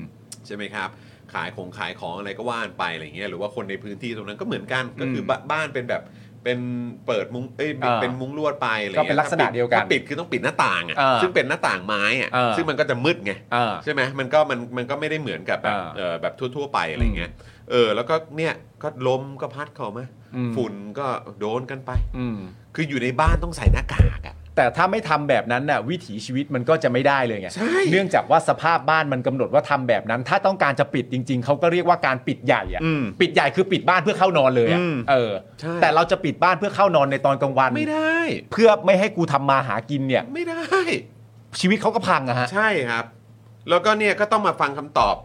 ใช่ไหมครับ ขายของขายของอะไรก็ว่านไปอะไรเงี้ยหรือว่าคนในพื้นที่ตรงนั้นก็เหมือนกันก็คือ
ม
บบ้านเป็นแบบเป็นเปิดมุ้งเอ้ยเป็น
อ่า
เป็นมุ้งลวดไปอะไร
ก็
งี้ย
เป็นลักษณะ
ถ้าปิ
เดียวกัน
ถ้าปิดคือต้องปิดหน้าต่างอ่ะ
อ่า
ซึ่งเป็นหน้าต่างไม้อ่ะ
อ่า
ซึ่งมันก็จะมืดไง
อ่า
ใช่ไหมมันก็มันมันก็ไม่ได้เหมือนกับแบบ
อ่า
เออแบบทั่ว ๆ ไปอะไรเงี้ยเออแล้วก็เนี่ยก็ลมก็พัดเข้ามา
อืม
ฝุ่นก็โดนกันไป
อืม
คืออยู่ในบ้านต้องใส่หน้ากากอ่ะ
แต่ถ้าไม่ทำแบบนั้นน่ะวิถีชีวิตมันก็จะไม่ได้เลยไง
ใช่
เนื่องจากว่าสภาพบ้านมันกำหนดว่าทำแบบนั้น ถ้าต้องการจะปิดจริง ๆ เขาก็เรียกว่าการปิดใหญ่อะ
อืม
ปิดใหญ่คือปิดบ้านเพื่อเข้านอนเลยอะ
อืม
เออ
ใช่
แต่เราจะปิดบ้านเพื่อเข้านอนในตอนกลางวัน
ไม่ได้
เพื่อไม่ให้กูทำมาหากินเนี่ย
ไม่ได้
ชีวิตเขาก็พังอะฮะ
ใช่ครับ แล้วก็เนี่ยก็ต้องมาฟังคำตอบ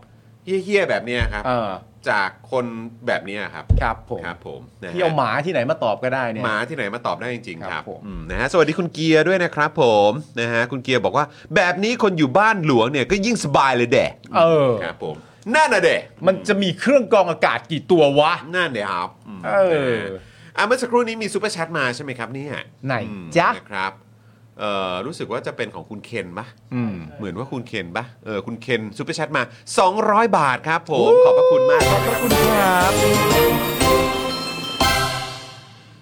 เฮี้ยๆแบบเนี้ยครับ
เออ
จากคนแบบเนี้ยครับ
ครับผม
ครับผมนะฮะ
ที่เอาหมาที่ไหนมาตอบก็ได้เนี่ย
หมาที่ไหนมาตอบได้จริงๆค
ครั
รับบ
ผม
อืมนะฮะสวัสดีคุณเกียร์ด้วยนะครับผมนะฮะคุณเกียร์บอกว่า แบบนี้คนอยู่บ้านหลวงเนี่ยก็ยิ่งสบายเลยแดะ
เออ
ครับผมนั่นน่ะเดะ
มันจะมีเครื่องกรองอากาศกี่ตัววะ
นั่นเดะครับม
เออ
นะฮะอ่ะเมื่อสักครู่นี้มีซูเปอร์แชทมาใช่ไหมครับเนี่ย
ไหน
อืม
จ๊ะ
นะครับเอ่อรู้สึกว่าจะเป็นของคุณเคนปะ
อืม
เหมือนว่าคุณเคนปะเออคุณเคนซูเปอร์แชทมา 200 บาทครับผมขอบพระคุณมากขอบพระคุณครับ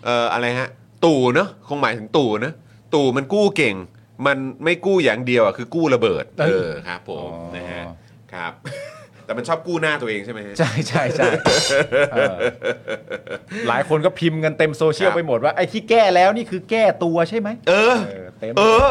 เอ่ออะไรฮะ ตู่เนอะคงหมายถึงตู่เนอะตู่มันกู้เก่ง มันไม่กู้อย่างเดียวอ่ะคือกู้ระเบิด
เอ้
เอย อครับผม
อ๋อ
นะฮะครับ แต่มันชอบกู้หน้าตัวเองใช่ไหมฮะ
ใช่ใช่ใช่เออหลายคนก็พิมพ์กันเต็มโซเชียล
ครับ
ไปหมดว่าไอ้ที่แก้แล้วนี่คือแก้ตัวใช่ไหม
เออ
เออเต็ม
เออ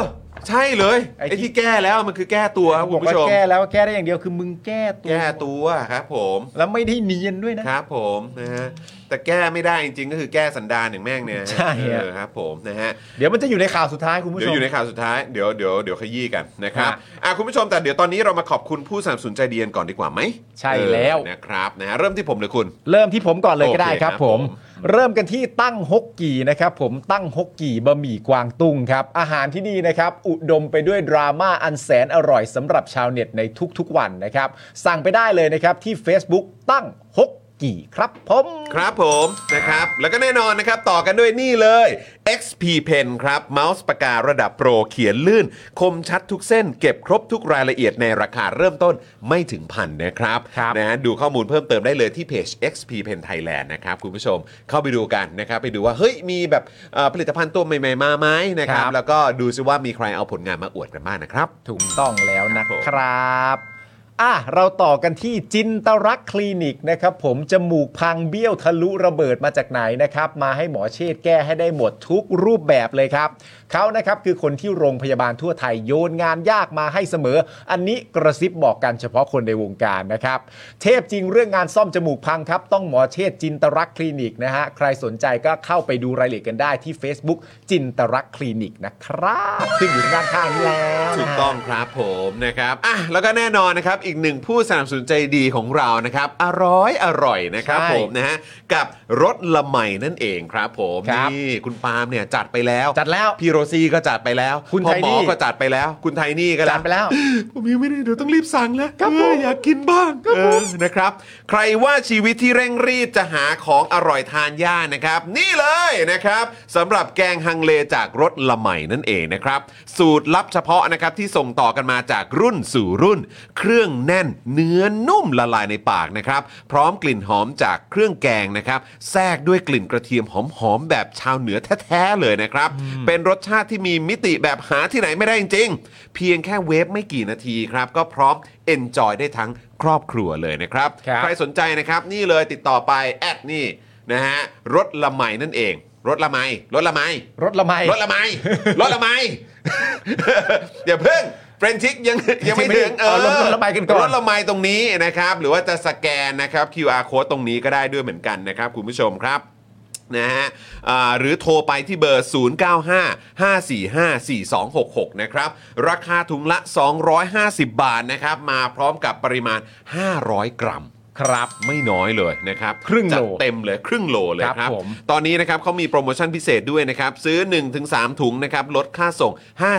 ใช่เลย
ไอ้ที่
ไอ้ที่แก้แล้วมันคือแก้ตัวครับ
บ
คุณ
อกว่า
ผู้ชม
แก้แล้วแก้ได้อย่างเดียวคือมึงแก้ตัว
แก้ตัวครับผม
แล้วไม่ได้เนียนด้วยนะ
ครับผมนะฮะแต่แก้ไม่ได้จริงๆก็คือแก้สันดานอย่างแม่งเนี่ย
ใช่ฮะ
เออครับผมนะฮะ
เดี๋ยวมันจะอยู่ในข่าวสุดท้ายคุณผู้ช
เดี๋ย
ม
วอยู่ในข่าวสุดท้าย เดี๋ยวเดี๋ยวเดี๋ยวขยี้กันนะครับ
ฮะ
อ่ะคุณผู้ชมแต่เดี๋ยวตอนนี้เรามาขอบคุณผู้สนับสนุนใจดีกันก่อนดีกว่าไหม
ใช่แล้ว
เออนะครับนะฮะเริ่มที่ผมหรือคุณ
เริ่มที่ผมก่อนเลยก็ได้
โอเค
ครับผม
ครับผ
เริ่มกันที่ตั้งฮกกี่นะครับผมตั้งฮกกี่บะหมี่กวางตุ้งครับอาหารที่นี่นะครับอุดมไปด้วยดราม่าอันแสนอร่อยสำหรับชาวเน็ตในทุกๆวันนะครับสั่งไปได้เลยนะครับที่ Facebook ตั้งฮกกี่ครับผม
ครับผมนะครับแล้วก็แน่นอนนะครับต่อกันด้วยนี่เลย XP Pen ครับเมาส์ปากการะดับโปรเขียนลื่น คมชัดทุกเส้น เก็บครบทุกรายละเอียดในราคาเริ่มต้นไม่ถึงพันนะครับ
ครับ
นะฮะดูข้อมูลเพิ่มเติมได้เลยที่เพจ XP Pen Thailand นะครับคุณผู้ชมเข้าไปดูกันนะครับไปดูว่าเฮ้ยมีแบบเอ่อผลิตภัณฑ์ตัวใหม่ ๆ มาไหมนะครับแล้วก็ดูซิว่ามีใครเอาผลงานมาอวดกันบ้างนะครับ
ถูกต้องแล้วนะครับ อ่ะเราต่อกันที่จินตรักษณ์คลินิกนะครับผมจมูกพังเบี้ยวทะลุระเบิดมาจากไหนนะครับ มาให้หมอเชษฐ์แก้ให้ได้หมดทุกรูปแบบเลยครับ เขานะครับคือคนที่โรงพยาบาลทั่วไทยโยนงานยากมาให้เสมอ อันนี้กระซิบบอกกันเฉพาะคนในวงการนะครับ เทพจริงเรื่องงานซ่อมจมูกพังครับ ต้องหมอเชษฐ์จินตรักษณ์คลินิกนะฮะใครสนใจก็เข้าไปดูรายละเอียดกันได้ที่ Facebook จินตรักษณ์คลินิกนะครับขึ้นอยู่ด้านข้างนี้แล้วนะฮะ
ถูกต้องครับผมนะครับอ่ะแล้วก็แน่นอนนะครับอีกหนึ่งผู้สนับสนุนใจดีของเรานะครับ อร่อยอร่อยนะครับ
ใช่
ผมนะฮะกับรถละไหมนั่นเองครับผม
ครับ
นี่คุณปาล์มเนี่ยจัดไปแล้ว
จัดแล้ว
พี่โรซี่ก็จัดไปแล้ว
คุณ
พ่อ
ไท
หมอ
นี่
ก็จัดไปแล้ว คุณไทนี่ก็
จัดไปแล้ว
ผมยังไม่ได้เดี๋ยวต้องรีบสั่งแล้วเอออยากกินบ้างเออนะครับ ใครว่าชีวิตที่เร่งรีบจะหาของอร่อยทานยากนะครับ นี่เลยนะครับสำหรับแกงฮังเลจากรสละไหมนั่นเองนะครับ สูตรลับเฉพาะนะครับที่ส่งต่อกันมาจากรุ่นสู่รุ่น เครื่องแน่นเนื้อนุ่มละลายในปากนะครับ พร้อมกลิ่นหอมจากเครื่องแกงนะครับแทรกด้วยกลิ่นกระเทียมหอมๆแบบชาวเหนือแท้ๆเลยนะครับ เป็นรสชาติที่มีมิติแบบหาที่ไหนไม่ได้จริงๆ เพียงแค่เวฟไม่กี่นาทีครับ ก็พร้อม enjoy ได้ทั้งครอบครัวเลยนะครับ
ครับ
ใครสนใจนะครับ นี่เลยติดต่อไปแอดนี่นะฮะรถละไหมนั่นเอง รถละไหมรถละไหม
รถละไม
รถละไหมรถละไหม อย่าเพิ่งเฟรนชิกยังยังไม่ถึง
เอารถรถละไหมกันก่อน
รถละไหมตรงนี้นะครับ หรือว่าจะสแกนนะครับ QR code ตรงนี้ก็ได้ด้วยเหมือนกันนะครับ คุณผู้ชมครับนะฮะอ่าหรือโทรไปที่เบอร์ 0955454266 นะครับ ราคาถุงละ 250 บาทนะครับ มาพร้อมกับปริมาณ 500 กรัม
ครับ
ไม่น้อยเลยนะครับ
ครึ่งโล
จัดเต็มเลยครึ่งโลเลยค
ครั
รับบ
ผม
ตอนนี้นะครับเขามีโปรโมชั่นพิเศษด้วยนะครับ ซื้อ 1-3 ถุงนะครับลดค่าส่ง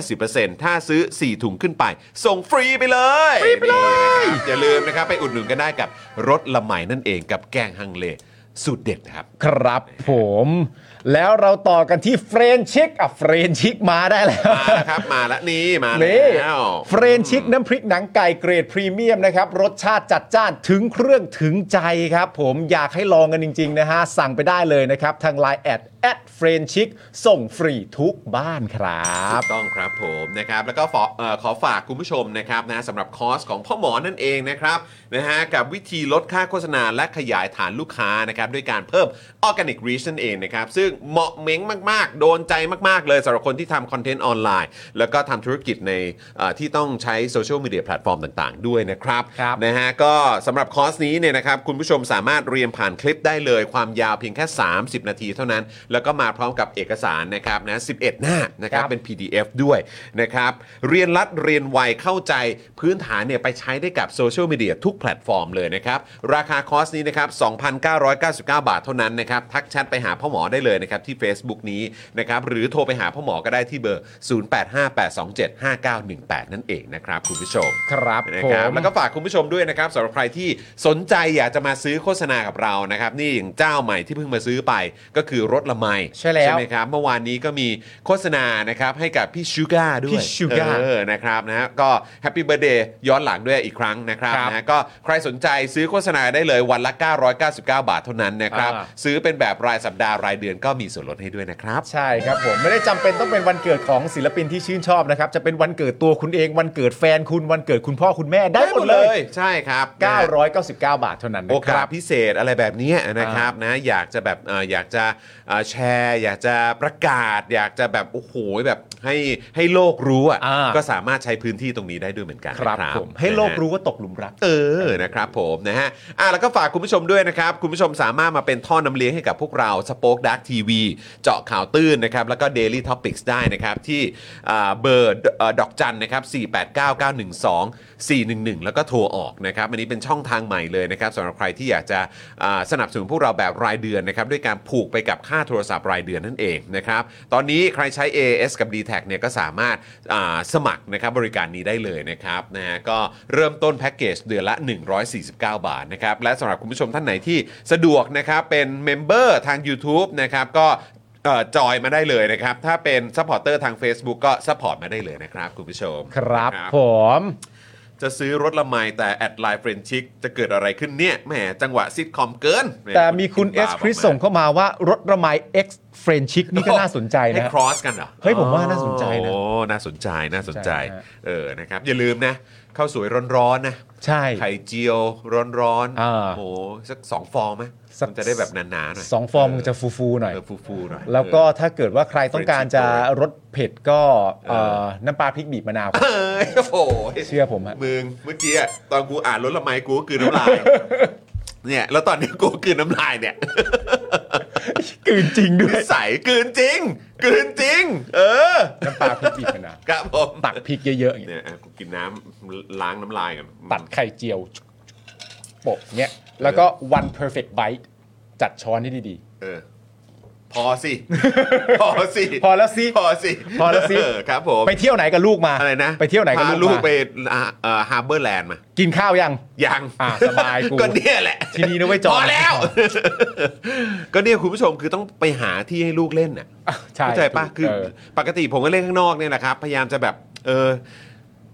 50%ถ้าซื้อ 4 ถุงขึ้นไป ส่งฟรีไปเลยฟรีไปเลยอย่าลืมนะครับไปอุดหนุนกันได้กับรถละไหมนั่นเองกับแกงฮังเลสูตรเด็ดครับ
ครับผม แล้วเราต่อกันที่เฟรนชิกอ่ะเฟรนชิกมาได้แล้ว
มาแล้วครับมาแล้วนี่มาแล
นี่
้ว
เฟรนชิกน้ำพริกหนังไก่เกรดพรีเมียมนะครับ รสชาติจัดจ้านถึงเครื่องถึงใจครับ ผมอยากให้ลองกันจริง ๆ นะฮะ สั่งไปได้เลยนะครับ ทาง Line แอดแอดเฟรนชิกส่งฟรีทุกบ้านครับ
ถูกต้องครับผมนะครับแล้วก็ขอเอ่อขอฝากคุณผู้ชมนะครับนะสำหรับคอร์สของพ่อหมอนั่นเองนะครับนะฮะกับวิธีลดค่าโฆษณาและขยายฐานลูกค้านะครับด้วยการเพิ่มออร์แกนิกรีชนั่นเองนะครับซึ่งเหมาะเม้งมากๆ โดนใจมากๆ เลยสำหรับคนที่ทำคอนเทนต์ออนไลน์ แล้วก็ทำธุรกิจในเอ่อที่ต้องใช้โซเชียลมีเดียแพลตฟอร์มต่างๆ ด้วยนะครับ
ครับ
นะฮะก็สำหรับคอร์สนี้เนี่ยนะครับคุณผู้ชมสามารถเรียนผ่านคลิปได้เลยความยาวเพียงแค่ 30 นาทีเท่านั้น แล้วก็มาพร้อมกับเอกสารนะครับนะ11 หน้านะครับ
ครับ
เป็น PDF ด้วยนะครับ เรียนรัดเรียนไวเข้าใจพื้นฐานเนี่ยไปใช้ได้กับโซเชียลมีเดียทุกแพลตฟอร์มเลยนะครับ ราคาคอร์สนี้นะครับ 2,999 บาทเท่านั้นนะครับ ทักแชทไปหาพ่อหมอได้เลยนะครับ ที่ Facebook นี้นะครับ หรือโทรไปหาพ่อหมอก็ได้ที่เบอร์ 0858275918 นั่นเองนะครับ คุณผู้ชม
ครับ
นะ
ผ
ครับ
ม
แล้วก็ฝากคุณผู้ชมด้วยนะครับสำหรับใครที่สนใจอยากจะมาซื้อโฆษณากับเรานะครับ นี่อย่างเจ้าใหม่ที่เพิ่งมาซื้อไปก็คือรถละไม
ใช่แล้ว
ใช่ไหมครับเมื่อวานนี้ก็มีโฆษณานะครับให้กับพี่ชูกาด้วย
พี่ Sugar
เออนะครับนะฮะก็แฮปปี้เบ t ร์ a เดย์ย้อนหลังด้วยอีกครั้งนะครับ
ครับ
นะฮะก็ใครสนใจซื้อโฆษณาได้เลยวันละ 999 บาทเท่านั้นนะครับ
อ่า
ซื้อเป็นแบบรายสัปดาห์รายเดือนก็มีส่วนลดให้ด้วยนะครับ
ใช่ครับผมไม่ได้จำเป็นต้องเป็นวันเกิดของศิลปินที่ชื่นชอบนะครับจะเป็นวันเกิดตัวคุณเองวันเกิดแฟนคุณวันเกิดคุณพ่อคุณแม่ได้หมดเลย
ใช่ครับนะฮะ
999 บาทเท่านั้น
โอ
นะค
กา
รั
ส
บ
พิเศษอะไรแบบนี้นะครับนะอยากจะแบบเอ่ออยากจะเอ่อแชร์ อยากจะประกาศ อยากจะแบบโอ้โหแบบให้ให้โลกรู้อ่ะ
อ่า
ก็สามารถใช้พื้นที่ตรงนี้ได้ด้วยเหมือนกัน
ครับ
นะ
ผม ให้โลก
นะฮะ
รู้ว่าตกหลุมรัก
เออ นะครับผมนะฮะ อ่ะแล้วก็ฝากคุณผู้ชมด้วยนะครับ คุณผู้ชมสามารถมาเป็นท่อนำเลี้ยงให้กับพวกเราสป็อคดักทีวีเจาะข่าวตื้นนะครับ แล้วก็ Daily Topics ได้นะครับ ที่อ่าเบอร์เอ่อดอกจันนะครับ 489912411 แล้วก็โทรออกนะครับ อันนี้เป็นช่องทางใหม่เลยนะครับสำหรับใครที่อยากจะอ่าสนับสนุนพวกเราแบบรายเดือนนะครับ ด้วยการผูกไปกับค่าโทรศัพท์รายเดือนนั่นเองนะครับ ตอนนี้ใครใช้ AS กับ d t แทเนี่ยก็สามารถอ่าสมัครนะครับบริการนี้ได้เลยนะครับนะฮะก็เริ่มต้นแพ็กเกจเดือนละ 149 บาทนะครับ และสำหรับคุณผู้ชมท่านไหนที่สะดวกนะครับ เป็นเมมเบอร์ทาง YouTube นะครับก็เอ่อจอยมาได้เลยนะครับ ถ้าเป็นซัพพอร์เตอร์ทาง Facebook ก็ซัพพอร์ตมาได้เลยนะครับ คุณผู้ชม
ครับ
นะ
ผม
จะซื้อรถละไมแต่แอดไลน์เฟรนชิกจะเกิดอะไรขึ้นเนี่ยแหมจังหวะซิทคอมเกินห
แต่มีคุณเอส
บ้า
คริส
บก
ส่งเข้ามาว่ารถระไม X เฟรนชิกนี่ก็น่าสนใจ
ให้
นะ
ครอสกันเหรอ
เฮ้ยผมว่าน่าสนใจนะ
โอ้น่าสนใจน่าสนใจ
ใช่ฮะ
เออนะครับ อย่าลืมนะข้าวสวยร้อนๆนะ
ใช่
ไข่เจียวร้อน
อ่า
โอ้โหสักสองฟองไหม
สัก
มันจะได้แบบหนาๆหน่อย
สองฟองมันจะฟูๆหน่อย
เออฟูๆหน่อย
แล้วก็ถ้าเกิดว่าใครต้องการจะ
French fry
รสเผ็ดก็
เออ
เอ่อน้ำปลาพริกบีบมะนาว
เอ้ยโอ้โห
เชื่อผมฮะ
มึงเมื่อกี้อะตอนกูอ่านรถละไมกูก็กลืนน้ำลาย เนี่ยแล้วตอนนี้กูก็กลืนน้ำลาย เนี่ย
กลืนจริงด้
นิ
วย
สัยกลืนจริงกลืนจริง เออ
น้ำปลาพริกบีบมะนาว
ครับผม
ตักพริกเยอะๆอย่างเงี้ย
เนี่ยอ่ะกูกินน้ำล้างน้ำลายกัน
ตัดไข่เจียวโปะเงี้ยแล้วก็ one perfect bite จัดช้อนให้ดี
เออพอ สิ พอสิ
ๆ พอแล้วสิ
พอสิ
พอแล้วสิ
เครับผม
ไปเที่ยวไหนกับลูกมา
อะไรนะ
ไปเที่ยวไหนกับ
พา
ลู
ลู
ก
ก
มา
ไปฮาร์เบอร์แลนด์มา
กินข้าวยัง
ยัง
อ่ะสบายกู
ก็เนี่ยแหละ
ทีนี้นะเว้ยจอห์
พ
น
อ แล้ว ก็เนี่ยคุณผู้ชมคือต้องไปหาที่ให้ลูกเล่นน่ะ
ใช่
เข้าใจปะ
ถูก
คือ
เ
ปกติผมก็เล่นข้างนอกเนี่ยแหละครับ พยายามจะแบบ เออ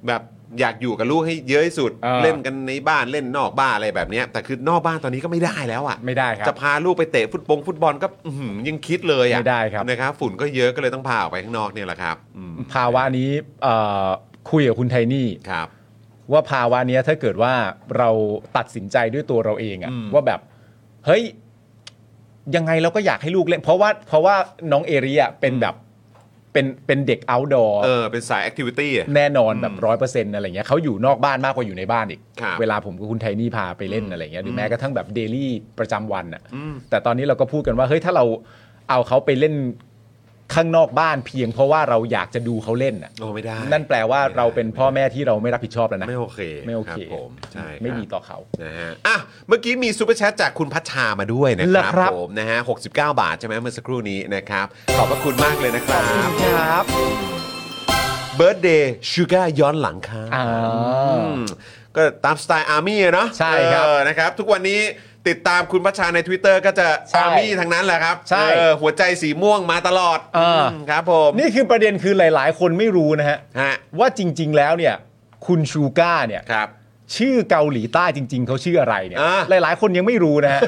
แบบอยากอยู่กับลูกให้เยอะที่สุด
เออ
เล่นกันในบ้านเล่นนอกบ้านอะไรแบบเนี้ยแต่คือนอกบ้านตอนนี้ก็ไม่ได้แล้วอ่ะ
ไม่ได้ครับ
จะพาลูกไปเตะฟุตบงฟุตบอลก็อื้อหือยังคิดเลยอ่ะ
ไม่ได้ครับ
นะครับ ฝุ่นก็เยอะก็เลยต้องพาออกไปข้างนอกเนี่ยแหละครับอืม
ภาวะนี้เอ่อคุยกับคุณไทนี่
ครับ
ว่าภาวะเนี้ยถ้าเกิดว่าเราตัดสินใจด้วยตัวเราเองอะ
อืม
ว่าแบบ เฮ้ย ยังไงเราก็อยากให้ลูกเล่น เพราะว่าเพราะว่าน้องเอริอะเป็นแบบเป็นเป็นเด็ก outdoor
เออเป็นสายแอคทิวิตี้อ่ะ
แน่นอนแบ
อื
บ
ม
ร้อยเปอร์เซ็นต์อะไรเงี้ยเขาอยู่นอกบ้านมากกว่าอยู่ในบ้านอีก
ครับ
เวลาผมกับคุณไทนี่พาไปเล่นอะไรเงี้ยหรือแม้กระทั่งแบบเดลี่ประจำวันอะ
อืม
แต่ตอนนี้เราก็พูดกันว่าเฮ้ยถ้าเราเอาเขาไปเล่นข้างนอกบ้านเพียงเพราะว่าเราอยากจะดูเขาเล่นอะ
โอ้ไม่ได้
นั่นแปลว่าเราเป็นพ่อแม่ที่เราไม่รับผิดชอบแล้วนะ
ไม่โอเค
ไม่โอ
ค
เค
รับผมใช่
ไม่
ครับ
ดีต่อเขา
นะฮะ อ่ะ เมื่อกี้มีซูเปอร์แชทจากคุณพัชชามาด้วยนะค
เหร
รั
อบ ครับ
ผมนะฮะ 69 บาทใช่ไหมเมื่อสักครู่นี้นะครับ ขอบพระคุณมากเลยนะครับ
ครับ
เบิร์ดเดย์ชูการ์ย้อนหลังค่ะ
อ่า
อืมก็ตามสไตล์อาร์มี่เนาะ
ใช่ครับ
เออนะครับ ทุกวันนี้ติดตามคุณพัชชาใน Twitter ก็จะ
ใช่
อาร์มี่ทั้งนั้นแหละครับ
ใช่
เออหัวใจสีม่วงมาตลอด
เอออื
มครับผม
นี่คือประเด็นคือหลาย ๆ คนไม่รู้นะฮะ
ฮะ
ว่าจริง ๆ แล้วเนี่ย คุณชูก้าเนี่ย
ครับ
ชื่อเกาหลีใต้จริง ๆ เขาชื่ออะไรเนี่ย
อ่า
หลาย ๆ คนยังไม่รู้นะ ฮะ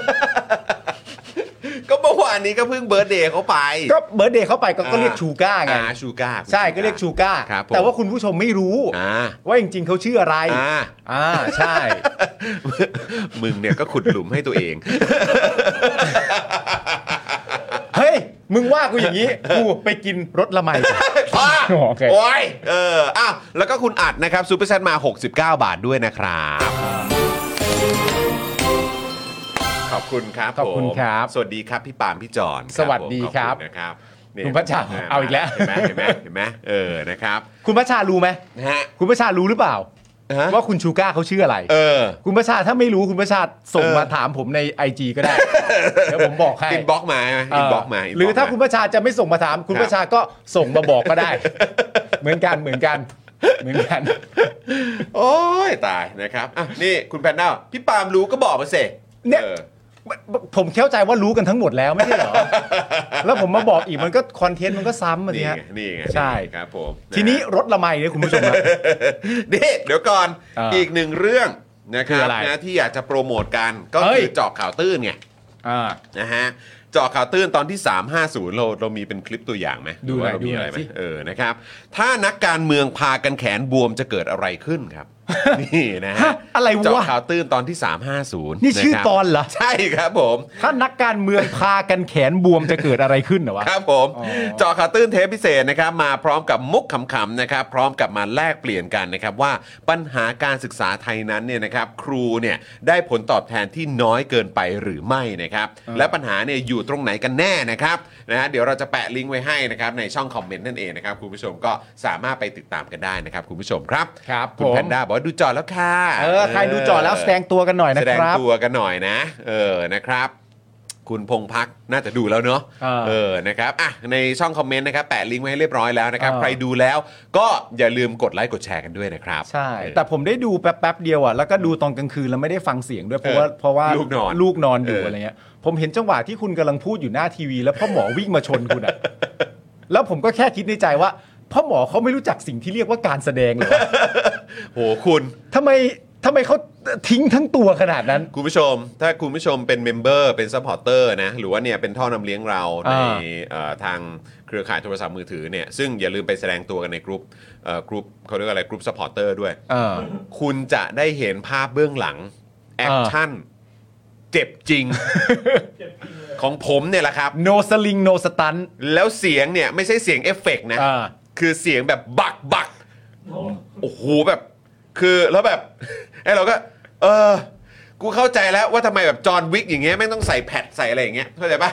ก็เมื่อวานนี้ก็เพิ่งเบิร์ดเดย์เขาไป
ก็เบิร์ดเดย์เขาไปก็ก็เรียกชูก้าไง
อ่าชูการ์
ใช่ก็เรียกชูก้า
ครับผม
แต่ว่าคุณผู้ชมไม่รู้
อ่า
ว่าจริง ๆ เขาชื่ออะไร
อ่า
อ่าใช่
มึงเนี่ยก็ขุดหลุมให้ตัวเอง
เฮ้ย มึงว่ากูอย่างนี้ กูไปกินรส ละไม
อ่ะ
โอเค
โอ้ยเอออ่ะแล้วก็คุณอัดนะครับซูเปอร์แชทมา 69 บาทด้วยนะครับ ขอบคุณครับ
ขอบคุณ
ผม
ครับ
สวัสดีครับพี่ปาล์มพี่จอน
สวัสดีครับ
ผมขอณนะครับนี่
คุณพระเจ้าเอาอีกแล้ว
เห็นไหมเห็นไหมเห็นไหมเออนะครับ
คุณประชารู้ไหม
นะฮะ
คุณประชารู้หรือเปล่า
ฮะ
ว่าคุณชูก้าเขาชื่ออะไร
เออ
คุณประชาถ้าไม่รู้คุณประชาส่ง
เออ
มาถามผมใน IG ก็ได้ เดี๋ยวผมบอกให้
อินบ็อกมาใช่ไหม
เ
อินบ็อกมา inbox
หรือถ้าคุณประชาจะไม่ส่งมาถาม คุณ
ครับ
ประชาก็ส่งมาบอกก็ได้ เหมือนกันเหมือนกัน เหมือนกัน
โอ้ยตายนะครับอ่ะนี่คุณแพนด้าพี่ปาล์มรู้ก็บอกมาสิ
เนี่ย
ออ
ผมเข้าใจว่ารู้กันทั้งหมดแล้วไม่ใช่เหรอ แล้วผมมาบอกอีกมันก็คอนเทนต์มันก็ซ้ำอ่ะ
นี่
ที
ไง
ฮะ
นี่ไง
ใช่
นี่ไงครับผม
ทีนี้รถละไมเนี่ยคุณผู้ชมครับ
นี่เดี๋ยวก่อน
เอออี
อีกหนึ่งเรื่องนะค
คือ
รับ
อะไร
นะที่อยากจะโปรโมทกันก็
เฮ้
คื
ย
อเจาะข่าวตื้นไง
อ่า
นะฮะเจาะข่าวตื้นตอนที่ 350 เราเรามีเป็นคลิปตัวอย่างไหม
ดูหน่
ว่า
อย
เรามีอะไร
ดูหน่อย
ไหม
สิ
เออนะครับถ้านักการเมืองพากันแขนบวมจะเกิดอะไรขึ้น ครับ นี่นะ
ฮะ
ฮะ
อะไร
เจาะ
วะ
ข่าวตื้นตอนที่ 350
นี่ชื่อะ
ครับ
ตอนเหรอ
ใช่ครับผม
ถ้านักการเมืองพากันแขนบวมจะเกิดอะไรขึ้นเหรอวะ
ครับผม เจอข่าวตื้นเทปพิเศษนะครับ มาพร้อมกับมุกขำๆนะครับพร้อมกับมาแลกเปลี่ยนกันนะครับว่าปัญหาการศึกษาไทยนั้นเนี่ยนะครับครูเนี่ยได้ผลตอบแทนที่น้อยเกินไปหรือไม่นะครับและปัญหาเนี่ยอยู่ตรงไหนกันแน่นะครับนะฮะเดี๋ยวเราจะแปะลิงก์ไว้ให้นะครับในช่องคอมเมนต์นั่นเองนะครับคุณผู้ชมก็สามารถไปติดตามกันได้นะครับคุณผู้ชมครับ
ครับ
คุณ
ผม
แพนด้าบอกว่าดูจอแล้วค่ะ
เออใครดูจอแล้วแสดงตัวกันหน่อยนะ
แสดง
ครับ
ตัวกันหน่อยนะ เออนะครับ คุณพงพักน่าจะดูแล้วเนาะ
อ่า
เออนะครับอ่ะในช่องคอมเมนต์นะครับแปะลิงก์ไว้ให้เรียบร้อยแล้วนะครับ
อ่า
ใครดูแล้วก็อย่าลืมกดไลค์กดแชร์กันด้วยนะครับ
ใช่
เออ
แต่ผมได้ดูแป๊บๆเดียวอ่ะแล้วก็ดูตอนกลางคืนแล้วไม่ได้ฟังเสียงด้วย เพราะว่า
เออ
เพราะว่า
ลูกนอน
ลูกนอนอยู่
เอออ
อะไรเงี้ยผมเห็นจังหวะที่ คุณกำลังพูดอยู่หน้าทีวี แล้วพ่อหมอวิ่งมาชนคุณอ่ะ แล้วผมก็แค่คิดในใจว่า พ่อหมอเขาไม่รู้จักสิ่งที่เรียกว่าการแสดงเลยวะ
โหคุณ
ทำไมทำไมเขาทิ้งทั้งตัวขนาดนั้น
คุณผู้ชม ถ้าคุณผู้ชมเป็นเมมเบอร์เป็นซัพพอร์เตอร์นะ หรือว่าเนี่ยเป็นท่อนำเลี้ยงเราใน
อ่า
เอ่อทางเครือข่ายโทรศัพท์มือถือเนี่ย ซึ่งอย่าลืมไปแสดงตัวกันในกรุ๊ปเอ่อกรุ๊ปเขาเรียกว่าอะไรกรุ๊ปซัพพอร์เตอร์ด้วย
เออ
คุณจะได้เห็นภาพเบื้องหลัง แอคชั่น เจ็บจริง ของผมเนี่ยแหละครับ
no sling no stun
แล้วเสียงเนี่ย ไม่ใช่เสียงเอฟเฟกต์นะ
อ่า
คือเสียงแบบบักบักโอ้โหแบบ คือแล้วแบบ ไอ้เราก็ เออ กูเข้าใจแล้วว่าทำไมแบบจอห์นวิกอย่างเงี้ยไม่งต้องใส่แพดใส่อะไรอย่างเงี้ยเข้าใจปะ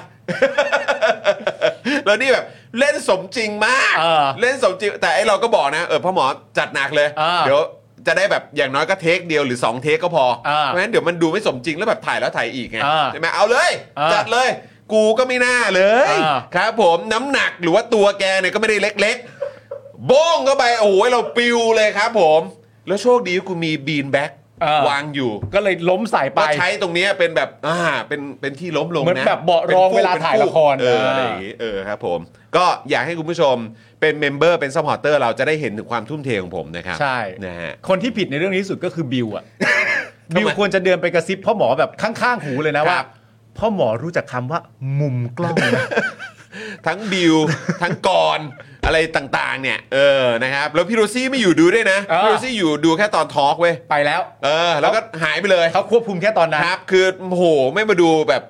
แล้วนี่แบบเล่นสมจริงมาก
เออ
ล่นสมจริง แต่ไอ้เราก็บอกนะเออพ่อหมอจัดหนักเลย
เออ
ยวจะได้แบบอย่างน้อยก็เทคเดียวหรือสองเทคก็พอ
เออ
เพราะฉะนั้นเดี๋ยวมันดูไม่สมจริงแล้วแบบถ่ายแล้วถ่ายอีกไง
เออ
ใช่ไหมเอาเลย
เออ
จัดเลย กูก็ไม่น่าเลย
เออ
ครับผมน้ำหนักหรือว่าตัวแกเนี่ยก็ไม่ได้เล็กๆ โบ้งเข้าไปโอ้ยเราปิวเลยครับผม แล้วโชคดีว่ากูมีบีนแบ็ก
เออ
วางอยู่
ก็เลยล้มใส่ไป
ก็ใช้ตรงเนี้ยเป็นแบบอ่าเป็นเป็นที่ล้มลงนะ
เหมือนแบบเบาะรอง
ป็นฟูก
เวลาถ่ายละคร
เป็นฟูกเอออะไร
อ่า
อย่างงี้เออครับผม ก็อยากให้คุณผู้ชมเป็นเมมเบอร์เป็นซัพพอร์เตอร์เราจะได้เห็นถึงความทุ่มเทของผมนะครับ
ใช่
นะฮะ
คนที่ผิดในเรื่องนี้ที่สุดก็คือบิวอะ
ทำไม
บิวควรจะเดินไปกระซิบพ่อหมอแบบข้างๆหูเลยนะ
ครับ
ว่า พ่อหมอรู้จักคำว่ามุมกล้อง ไหม
ทั้งบิว ทั้งกรอะไรต่างๆ เนี่ยเออนะครับแล้วพี่โรซี่ไม่อยู่ดูด้วยนะ
เออ
พี่โรซี่อยู่ดูแค่ตอนทอล์กเว้ย
ไปแล้ว
เออแล้วก็หายไปเลย
เขาควบคุมแค่ตอนนั้น
ครับคือโอ้โหไม่มาดูแบบ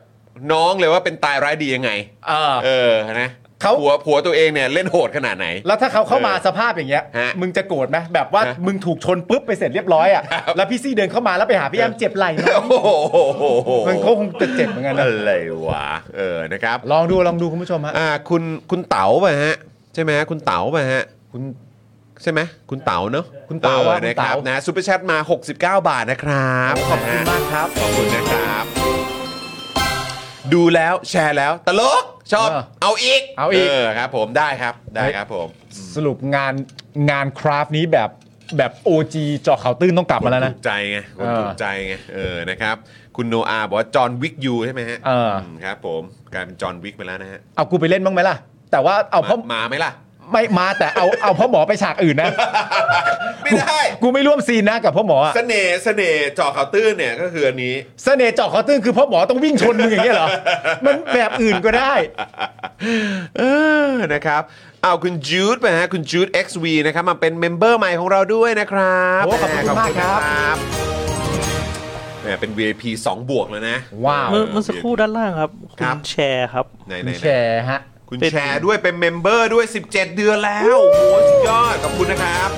น้องเลยว่าเป็นตายร้ายดียังไง
เออ
เออนะ
เขา
ผัวผัวตัวเองเนี่ยเล่นโหดขนาดไหน
แล้วถ้าเขาเข้ามา
เออ
สภาพอย่างเงี้ย
ฮะ
มึงจะโกรธไหมแบบว่า
ฮะ
มึงถูกชนปุ๊บไปเสร็จเรียบร้อยอะแล้วพี่ซี่เดินเข้ามาแล้วไปหาพี่แอมเจ็บไหล่นะ
โอ้โห
มันก็คงจะเจ็บเหมือนกันนะ
อะไรวะเออนะครับ
ลองดูลองดูคุณผู้ชมฮะ
อ่าคุณคุณเต๋าป่ะฮะ ใช่ไหมฮะคุณเต๋าป่ะฮะ
คุณ
ใช่ไหมคุณเต๋าเนอะ
คุณเต๋า
ออ
ว่าคุณ
นะครับ
เต๋า
นะซูเปอร์แชทมา 69 บาทนะครับ
ขอบคุณมากครับ
ขอบคุณนะครับ ดูแล้วแชร์แล้วตลกชอบ
เออ
เอาอีก
เอาอีก
ครับผมได้ครับได้ครับผม
สรุปงานงานคราฟต์นี้แบบแบบ OG เจอข่าวตื้นต้องกลับมาแล้วนะ
ถูกใจไงคน
เออ
ถูกใจไงเออนะครับ คุณโนอาบอกว่าจอห์นวิกยูใช่ไหมฮะ
เอออื
มครับผมกลายเป็นจอห์นวิกไปแล้วนะฮะ
เอากูไปเล่นบ้างไหมล่ะ แต่ว่าเอาพ่อ
มามาไหมล่ะ
ไม่มาแต่เอาเอาพ่อหมอไปฉากอื่น นะ
ไม่ได้
กูไม่ร่วมซีนนะกับพ่อหมออะ
เสน่ห์เสน่ห์เจอข่าวตื้นเนี่ยก็คืออันนี้
เสน่ห์เจาะคอตื้นคือพ่อหมอต้องวิ่งชนมึงอย่างเงี้ยเหรอ มันแบบอื่นก็ได้
เออนะครับเอาคุณจูดไปฮะคุณจูด XV นะครับมาเป็นเมมเบอร์ใหม่ของเราด้วยนะครับ
โอ้ขอบคุณมากครับ
ขอณแหมเป็น VIP 2 บวกแล้วนะ
ว้าว
เมื่อเมื่อสักครู่ด้านล่างครับ
ค
คุ
รับ
ณแชร์ครับ
ไหนไหน
แชร์ฮะ
คุณ
เป็น
แชร์ด้วยเป็นเมมเบอร์ด้วย 17 เดือนแล้ว โอ้โหสุดยอด ขอบคุณนะครับ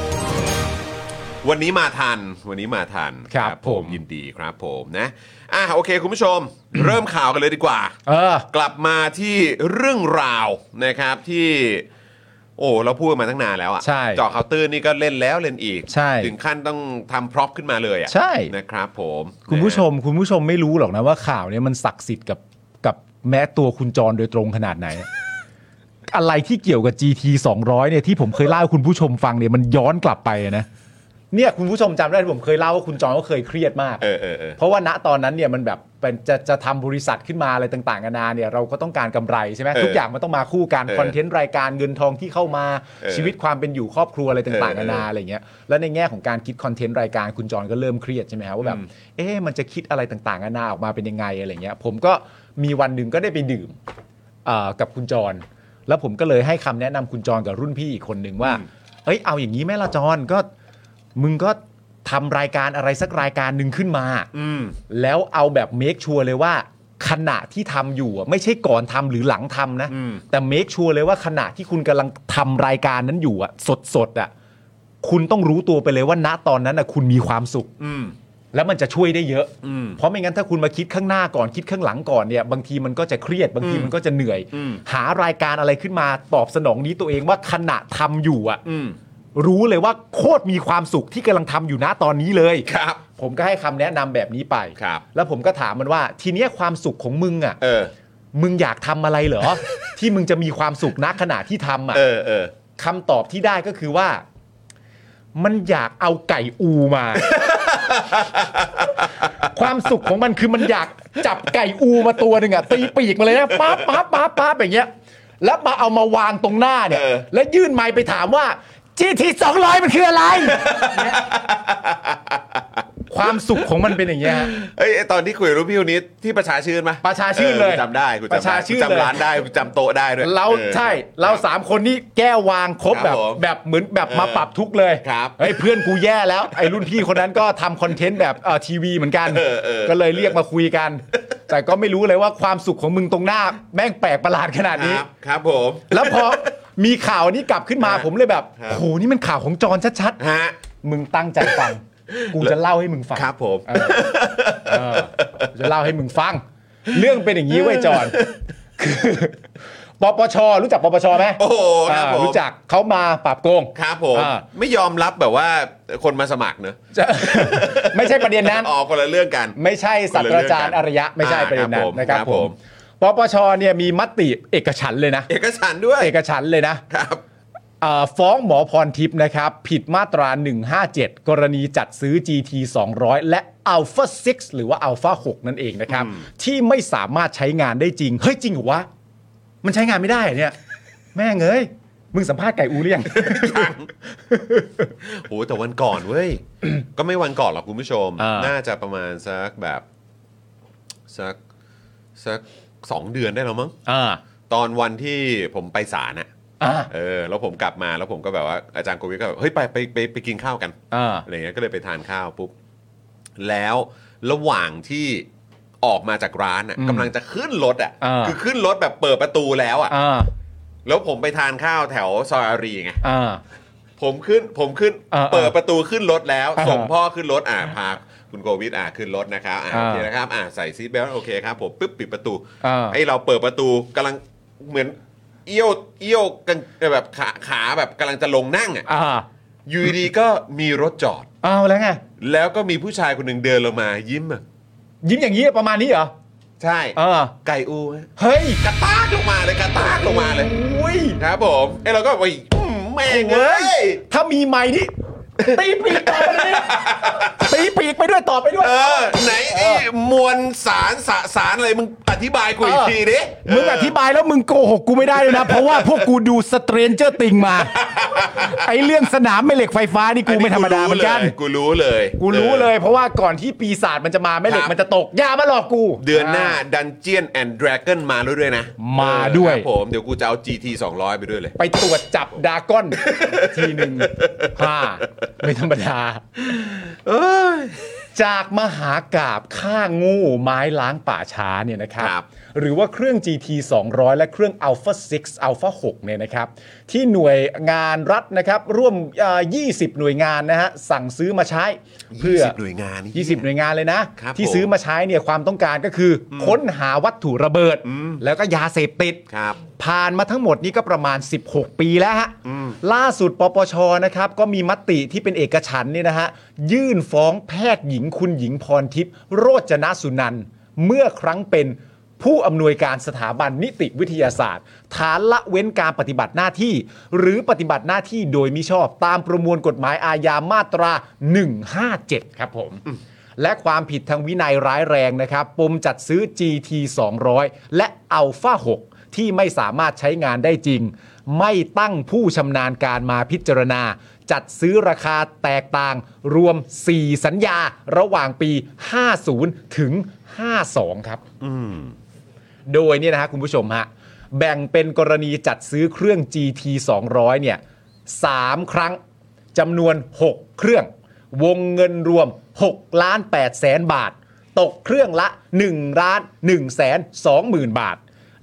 วันนี้มาทัน วันนี้มาทัน
ครับผม
ยินดีครับผมนะอ่ะโอเค คุณผู้ชม เริ่มข่าวกันเลยดีกว่า
เออ
กลับมาที่เรื่องราวนะครับที่ โอ้เราพูดกันมาตั้งนานแล้วอะ
ใช่
เจาะเคาน์เตอร์นี่ก็เล่นแล้วเล่นอีก
ใช่
ถึงขั้นต้องทำพร็อพขึ้นมาเลยอะ
ใช่
นะครับผม
คุณผู้ชม คุณผู้ชมไม่รู้หรอกนะว่าข่าวเนี้ยมันศักดิ์สิทธิ์กับกับแม้ตัวคุณจรโดยตรงขนาด ไหน อะไรที่เกี่ยวกับ GT 200 เนี่ยที่ผมเคยเล่าให้คุณผู้ชมฟังเนี่ยมันย้อนกลับไปนะเนี่ยคุณผู้ชมจำได้ที่ผมเคยเล่าว่าคุณจรก็เคยเครียดมาก
เออเออเออ
เพราะว่าณตอนนั้นเนี่ยมันแบบเป็นจะจะทำบริษัทขึ้นมาอะไรต่างๆกันานาเนี่ยเราก็ต้องการกำไรใช่ไหม
เออ
ทุกอย่างมันต้องมาคู่กัน
เออ
คอนเทนต์รายการเงินทองที่เข้ามา
เออ
ชีวิตความเป็นอยู่ครอบครัวอะไรต่างๆ
เออ
กั
เอน อ
นานาอะไรเงี้ยแล้วในแง่ของการคิดคอนเทนต์รายการคุณจรก็เริ่มเครียดใช่ไหมฮะว่าแบบเอ๊ะมันจะคิดอะไรต่างๆกันานาออกมาเป็นยังไงอะไรเงี้ยผมก็มีวันหนึ่งก็ได้ไปดื่มเอ่อกับคุณจร แล้วผมก็เลยให้คำแนะนำคุณจรกับรุ่นพี่อีกคนหนึ่งว่า
อืม
เอ้ยเอาอย่างนี้ไหมล่ะจรก็มึงก็ทำรายการอะไรสักรายการหนึ่งขึ้นมา
อืม
แล้วเอาแบบเมคชัวร์เลยว่าขณะที่ทำอยู่อะไม่ใช่ก่อนทำหรือหลังทำนะ
อืม
แต่เมคชัวร์เลยว่าขณะที่คุณกำลังทำรายการนั้นอยู่อะสดสดๆอะคุณต้องรู้ตัวไปเลยว่าณตอนนั้นอะคุณมีความสุข
อืม
แล้วมันจะช่วยได้เยอะ
อืม
เพราะไม่งั้นถ้าคุณมาคิดข้างหน้าก่อนคิดข้างหลังก่อนเนี่ย บางทีมันก็จะเครียดบางทีมันก็จะเหนื่อย
อืม
หารายการอะไรขึ้นมาตอบสนองนี้ตัวเองว่าขณะทำอยู่อะ
อืม
รู้เลยว่าโคตรมีความสุขที่กำลังทำอยู่ณตอนนี้เลย
ครับ
ผมก็ให้คำแนะนำแบบนี้ไป
ครับ
แล้วผมก็ถามมันว่า ทีเนี้ยความสุขของมึงอะ่ะ
เออ
มึงอยากทำอะไรเหรอ ที่มึงจะมีความสุขณขณะที่ทำ
เอ
อะ่ะ
อเออ
คำตอบที่ได้ก็คือว่า มันอยากเอาไก่อูมา ความสุขของมันคือมันอยากจับไก่อูมาตัวหนึ่งอะ่ะตีปีกมาเลยนะป๊าบป๊าบป๊าบป๊าบอย่างเงี้ย แล้วมาเอามาวางตรงหน้าเนี่ย
เออ
แล้วยื่นไมค์ไปถามว่า GT 200 มันคืออะไร ความสุขของมันเป็นอย่างเงี้ยฮะ
เอ้ยไอ้ตอนที่คุยกับรุ่นพี่คนนี้ที่ประชาชื่นปะ
ประชาชื่นเลย
ออกูจำได้กูจำได้
ประชาชื่น
กู
เลย
จำร้านได้กูจำโต๊ะได้ด้วย
เรา
ออ
ใช่เราสามคนนี่แก้วางครบ
ครับ
แบบ
ผม
แบบเหมือนแบบ
เออ
มาปรับทุกข์เลย
ครับ
เฮ้ยเพื่อนกูแย่แล้ว ไอ้รุ่นพี่คนนั้นก็ ทำคอนเทนต์แบบเอ่อทีวีเหมือนกัน
เออเออ
ก็เลยเรียกมาคุยกัน แต่ก็ไม่รู้เลยว่าความสุขของมึงตรงหน้า แม่งแปลกประหลาดขนาด
ค
นี้
รับครับผม
แล้วพอมีข่าวนี้กลับขึ้นมา
ฮะ
ผมเลยแบบ
ครับ
โหนี่มันข่าวของจรชัด
ฮะ
ๆ มึงตั้งใจฟัง กูจะเล่าให้มึงฟัง
ครับผม
เออเออจะเล่าให้มึงฟัง เรื่องเป็นอย่างนี้เว้ยจอนคือปปช รู้จักปปชไหม
โอ้โหครับผม
อ่ารู้จักเขามาปราบโกง
ครับผม
อ่า
ไม่ยอมรับแบบว่าคนมาสมัครเนอะ
จะไม่ใช่ประเด็นนั้น
ออกคนละเรื่องกัน
ไม่ใช่ศาสตราจารย์อารยะ ไม่ใช่ประเด็นนั้น
อ่า
นะ
ค
ค
รั
รั
บบ ผ
ผม มปปชเนี่ยมีมติเอกฉันท์เลยนะ
เอกฉันท์ด้วย
เอกฉันท์เลยนะครับ เอ่อฟ้องหมอพรทิพย์นะครับ ผิดมาตรา 157 กรณีจัดซื้อ GT 200 และ Alpha 6 หรือว่า Alpha 6 นั่นเองนะครับ ที่ไม่สามารถใช้งานได้จริง เฮ้ย จริงเหรอวะ มันใช้งานไม่ได้เหรอเนี่ย แม่งเอ้ย มึงสัมภาษณ์ไก่อูหรือยัง
โหแต่วันก่อนเว้ย ก็ไม่วันก่อนหรอกคุณผู้ชม
อ่า
น่าจะประมาณสักแบบสักสักสองเดือนได้แล้วมั้ง
อ่า
ตอนวันที่ผมไปศาลน่ะ
อ่า
เออ แล้วผมกลับมาแล้วผมก็แบบว่าอาจารย์โควิดก็แบบเฮ้ยไปไปไปไปกินข้าวกัน
อ่า
อะไรเงี้ยก็เลยไปทานข้าวปุ๊บ แล้วระหว่างที่ออกมาจากร้านอ่ะ
อืม
กำลังจะขึ้นรถอ่ะ
อ่า
คือขึ้นรถแบบเปิดประตูแล้วอ่ะ
อ่า
แล้วผมไปทานข้าวแถวซอยอารีไง
อ่า
ผมขึ้นผมขึ้น
อ่า
เปิดประตูขึ้นรถแล้ว
อ่า
ส่งพ่อขึ้นรถอ่าพาคุณโกวิทอ่าขึ้นรถนะครับอ่า
อ่า
โอเคนะครับอ่าใส่ซีทเบลต์โอเคครับผมปึ๊บปิดประตู
อ่า
ไอเราเปิดประตูกำลังเหมือนเอี้ยวเอี้ยวกันแบบขาขาแบบกำลังจะลงนั่งอ่ะ
อ่า
อยู่ดีๆก็มีรถจอด
เอาแล้วไง
แล้วก็มีผู้ชายคนหนึ่งเดินลงมายิ้มอะ
ยิ้มอย่างนี้ประมาณนี้เหรอ
ใช่
อ่า
ไก่อูฮะ
เฮ้ย
กระตากลงมาเลยกระตากลงมาเลย
อุ้ย
ครับผมไอ้เราก็ไปอื้อแม่งเอ้ย
ถ้ามีไม้นี่ ตีปีกต่อไปเลย ตีปีกไปด้วยตอบไปด้วย
เออไหนไอ้มวลสารสสารอะไรมึงอธิบายกูอีก
เออ
ทีดิ
มึงอธิบายแล้วมึงโกหกกูไม่ได้เลยนะ เพราะว่าพวกกูดูสเตรนเจอร์ติงมา ไอเรื่องสนามแม่เหล็กไฟฟ้านี่กูไม่ธรรมดาเหมือนกัน
กูรู้เลย
กูรู้เลย เพราะว่าก่อนที่ปีศาจมันจะมาแม่เหล็กมันจะตก อย่ามาหลอกกู
เดือนหน้าดันเจียนแอนด์ดราก้อนมาแล้วด้วยนะ
มาด้วย
เออครับผมเดี๋ยวกูจะเอา GT 200 ไปด้วยเลย
ไปตรวจจับดราก้อน ที หนึ่งฮ่าไม่ธรรมดา จากมหากาบฆ่าโงูไม้ล้างป่าช้าเนี่ยนะครับ
ครับ
หรือว่าเครื่อง GT 200 และเครื่อง Alpha 6 Alpha 6เนี่ยนะครับ ที่หน่วยงานรัฐนะครับ ร่วมเอ่อ20 หน่วยงานนะฮะ สั่งซื้อมาใช้เพื่อ
20หน่วยงานนี่
20 หน่วยงานเลยนะ
ครับ
ที่
ผม
ซื้อมาใช้เนี่ยความต้องการก็คืออค้นหาวัตถุระเบิด แล้วก็ยาเสพติด
ครับ
ผ่านมาทั้งหมดนี้ก็ประมาณ 16 ปีแล้วฮะล่าสุดปปชนะครับ ก็มีมติที่เป็นเอกฉันท์เนี่ยนะฮะ ยื่นฟ้องแพทย์หญิงคุณหญิงพรทิพย์โรจนสุนันท์เมื่อครั้งเป็นผู้อำนวยการสถาบันนิติวิทยาศาสตร์ ฐานละเว้นการปฏิบัติหน้าที่ หรือปฏิบัติหน้าที่โดยมิชอบตามประมวลกฎหมายอาญามาตรา 157 ครับผม และความผิดทางวินัยร้ายแรงนะครับ ปมจัดซื้อ GT 200 และ Alpha 6 ที่ไม่สามารถใช้งานได้จริง ไม่ตั้งผู้ชำนาญการมาพิจารณา จัดซื้อราคาแตกต่าง รวม 4 สัญญาระหว่างปี 50 ถึง 52 ครับ โดยเนี่ยนะฮะคุณผู้ชมฮะแบ่งเป็นกรณีจัดซื้อเครื่อง GT 200เนี่ยสามครั้งจำนวน 6 เครื่อง วงเงินรวม6ล้าน8แสนบาท ตกเครื่องละ1ล้าน1แสน2หมื่นบาท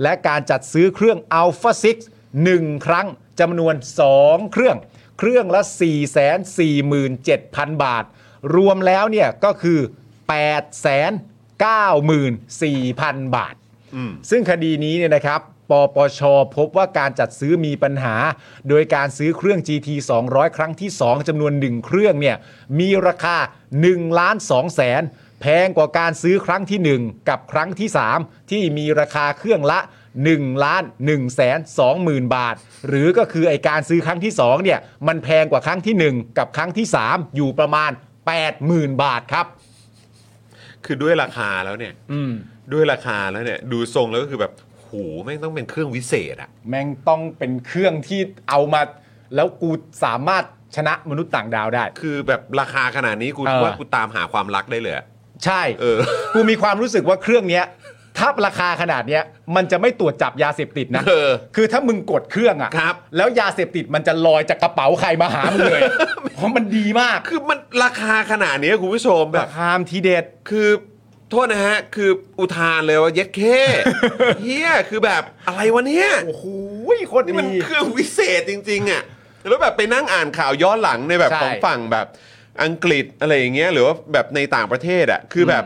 และการจัดซื้อเครื่อง Alpha 6 1 ครั้งจำนวน 2 เครื่อง เครื่องละ 4 4 7 0 0 0 บาท รวมแล้วเนี่ยก็คือ 8 9 4 0 0 0 บาท ซึ่งคดีนี้เนี่ยนะครับ ปปช พบว่าการจัดซื้อมีปัญหา โดยการซื้อเครื่อง GT 200 ครั้งที่ 2จำนวน 1 เครื่องเนี่ย มีราคา1ล้าน2แสนแพงกว่าการซื้อครั้งที่ 1 กับครั้งที่ 3 ที่มีราคาเครื่องละ 1 ล้าน1แสน2หมื่นบาท หรือก็คือไอการซื้อครั้งที่ 2 เนี่ย มันแพงกว่าครั้งที่ 1 กับครั้งที่ 3 อยู่ประมาณ 80,000 บาทครับ
คือด้วยราคาแล้วเนี่ย
อืม
ด้วยราคาแล้วเนี่ย ดูทรงแล้วก็คือแบบโห โหแม่งต้องเป็นเครื่องวิเศษอะ
แม่งต้องเป็นเครื่องที่เอามา แล้วกูสามารถชนะมนุษย์ต่างดาวได้
คือแบบราคาขนาดนี้กู
เออ
ว่ากูตามหาความรักได้เลยอะ
ใช่
เออ
กูมีความรู้สึกว่าเครื่องเนี้ย ถ้าราคาขนาดเนี้ย มันจะไม่ตรวจจับยาเสพติดนะ
เออ
คือถ้ามึงกดเครื่อง
ครั
อะ่ะ
บ
แล้วยาเสพติดมันจะลอยจากกระเป๋าใครมาหามึงเลย เพราะมันดีมาก
คือมันราคาขนาดนี้คุณผู้ชมแบ
รา
บ
คามนทีเด็ด
คือโทษนะฮะ คืออุทานเลยว่าเย็ ดเค เฮียคือแบบอะไรวะเนี่ย
โอ้โหโคตร
นี่มัน
ดี
เครื่องวิเศษจริงๆอ่ะแล้วแบบไปนั่งอ่านข่าวย้อนหลังในแบบ
ใช่
ของฝั่งแบบอังกฤษอะไรอย่างเงี้ยหรือว่าแบบในต่างประเทศอ่ะคือแบบ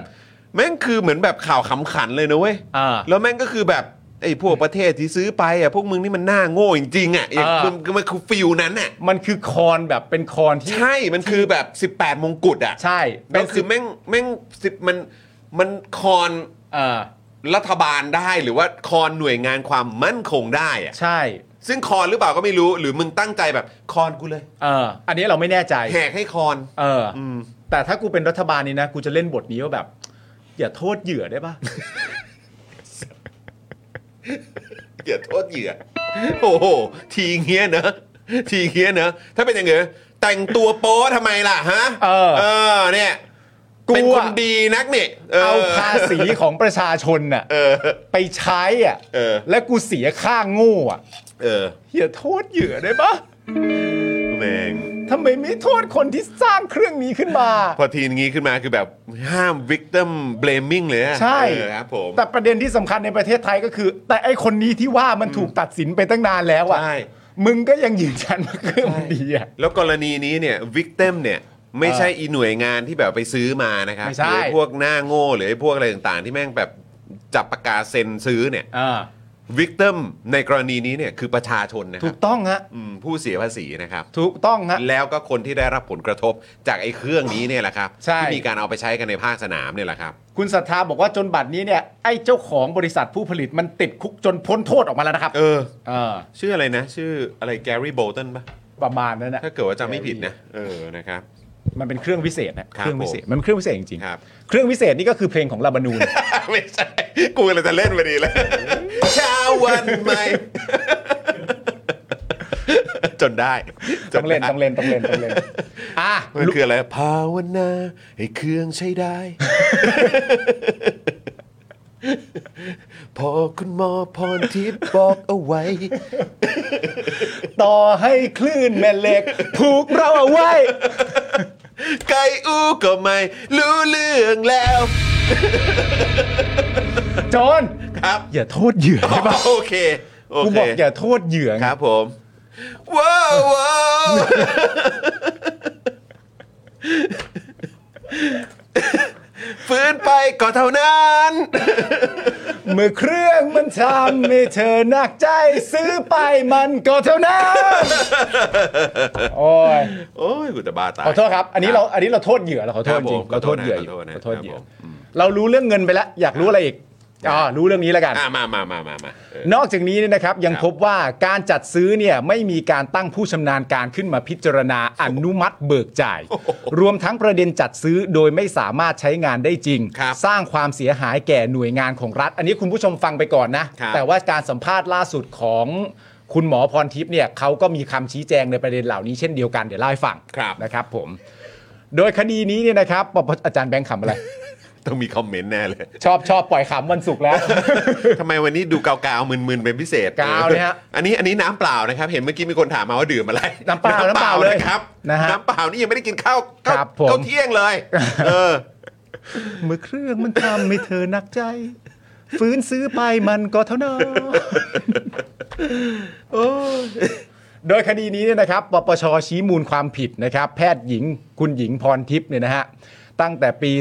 แม่งคือเหมือนแบบข่าวขำขันเลยนะเว้ย
อ่า
แล้วแม่งก็คือแบบไอ้พวกประเทศที่ซื้อไปอ่ะพวกมึงนี่มันหน้าโง่จริงๆอ่ะอย่าง
อ่ามั
มันมันคือฟิลนั้นอ่ะ
มันคือคอนแบบเป็นคอนที่
ใช่มันคือแบบ 18 มงกุฎอ่ะ
ใช่
แม่
เป็
ง
น
คื
คือ อ
แม่งแม่งสิบมันมันคอน
เออ
รัฐบาลได้หรือว่าคอนหน่วยงานความมั่นคงได้อะ
ใช่
ซึ่งคอนหรือเปล่าก็ไม่รู้หรือมึงตั้งใจแบบคอนกูเลย
เอออันนี้เราไม่แน่ใจ
แหกให้คอน
เอออ
อืม
แต่ถ้ากูเป็นรัฐบาลนี้นะ กูจะเล่นบทนี้ว่าแบบ อย่าโทษเหยื่อได้ปะ
เหยื่อโทษเหยื่อโอ้โห ทีเงี้ยเนอะทีเงี้ยเนอะถ้าเป็นอย่างเงี้ยแต่งตัวโป๊ทำไมล่ะฮะ
เออ
เออเนี่ย
กูอะ
เป็นคนดีนักเนี่ย
เอาภาษีของประชาชนน่ะ
เออ
ไปใช้อ่ะ
เออ
และกูเสียค่าโง่อ่ะ
เออ
อย่าโทษเหยื่อได้ปะ
แม่ง
ทำไมไม่โทษคนที่สร้างเครื่องนี้ขึ้นมา
พอทีนี้ขึ้นมาคือแบบห้าม victim blaming เลยอะ
ใช่
เออครับผม
แต่ประเด็นที่สำคัญในประเทศไทยก็คือ แต่ไอคนนี้ที่ว่ามันถูกตัดสินไปตั้งนานแล้วอ่ะ
ใช่
มึงก็ยังยืนยันว่าเครื่องมันดีอ่ะ
แล้วกรณีนี้เนี่ยวิกเตมเนี่ยไม่ใช่อีหน่วยงานที่แบบไปซื้อมานะครับ
ไม่
ห
ใช่
รือพวกหน้าโง่หรือไอ้พวกอะไรต่างๆ ที่แม่งแบบจับปากกาเซ็นซื้อเนี่ย
อ่า
วิกเตมในกรณีนี้เนี่ยคือประชาชนนะค
ถู
รับ
กต้องฮะ
อืมผู้เสียภาษีนะครับ
ถูกต้องฮะ
แล้วก็คนที่ได้รับผลกระทบจากไอ้เครื่องนี้เนี่ยแหละครับ
ใช่
ที่มีการเอาไปใช้กันในภาคสนามเนี่ยแหละครับ
คุณศรัทธาบอกว่าจนบัดนี้เนี่ยไอ้เจ้าของบริษัทผู้ผลิตมันติดคุกจนพ้นโทษออกมาแล้วนะครับ
เออ
เออ
ชื่ออะไรนะ ชื่ออะไรแกรี่โบลตันปะ
ประมาณนั้นนะ
ถ้าเกิดว่าจำไม่ผิดนะเออนะครับ
มันเป็นเครื่องวิเศษนะครับ เครื่วิเศษมันเป็นเครื่องวิเศษจริง
ครับ
ๆเครื่องวิเศษนี่ก็คือเพลงของลาบา นูน
ไม่ใช่ กูเลยจะเล่นพอดี เลยเช้าวันใหม่ จนได้จ
ต้องเล่น
ได้
ต้องเล่นต้องเล่นต้องเล่นอ่ะ
มัน
ลูก
คืออะไรภาวนาให้เครื่องใช้ได้ พอคุณหมอพรทิพย์บอกเอาไว้
ต่อให้คลื่นแม่เหล็กผูกเราเอาไว้
ไก่อูก็ไม่รู้เรื่องแล้ว
โจน
ครับ
อย่าโทษเหยื่อได้ปะ
โอเค โอ
กู
เค
บอกอย่าโทษเหยื่อไง
ครับผมว้าวว้าว ฟื้นไปก็เท่านั้น
เมื่อเครื่องมันทำให้เธอหนักใจซื้อไปมันก็เท่า นั้นโอ้ย
โอ้ยกูจะบ้าตาย
ขอโทษครับ อันนี้เราอันนี้เราโทษเหยื่อเราขอโทษ
ครับ
จริ
ผ
ง
ม
เราโทษเหยื่อ
ขอโทษนะ
ขอโทษเหยื่
ค
อ
รับผม
เรารู้เรื่องเงินไปแล้ว อยากรู้อะไรอีกอ่ารู้เรื่องนี้แล้วกัน
อ่ะมามามามามาเออ
นอกจากนี้เนี่ยนะครับยังพบว่าการจัดซื้อเนี่ยไม่มีการตั้งผู้ชำนาญการขึ้นมาพิจารณาอนุมัติเบิกจ่าย รวมทั้งประเด็นจัดซื้อโดยไม่สามารถใช้งานได้จริง
ครับ
สร้างความเสียหายแก่หน่วยงานของรัฐ อันนี้คุณผู้ชมฟังไปก่อนนะ
ครับ
แต่ว่าการสัมภาษณ์ล่าสุดของคุณหมอพรทิพย์เนี่ยเขาก็มีคำชี้แจงในประเด็นเหล่านี้เช่นเดียวกันเดี๋ยวเล่าให้ฟังนะครับ ผม โดยคดีนี้เนี่ยนะครับปปอาจารย์แบงค์ขำอะไร
ต้องมีคอมเมนต์แน่เลย
ชอบชอบปล่อยขำวันศุกร์แล้ว
ทำไมวันนี้ดูกาวๆมึนๆเป็นพิเศษ
กาวเนี่ยฮะ
อันนี้อันนี้น้ำเปล่านะครับ เห็นเมื่อกี้มีคนถามมาว่าดื่มอะไร
น้ำเปล่าน้ำเปล่าเลย
นะครับ
นะฮะ
น้ำเปล่านี่ยังไม่ได้กินข้าวข้าว
ครับผม
ข้าวเที่ยงเลย เออ
เมื่อเครื่องมันทำให้เธอหนักใจ ฟื้นซื้อไปมันก็เท่านั้นโอ้ยโดยคดีนี้เนี่ยนะครับปปชชี้มูลความผิดนะครับ แพทย์หญิงคุณหญิงพรทิพย์เนี่ยนะฮะ ตั้งแต่ปี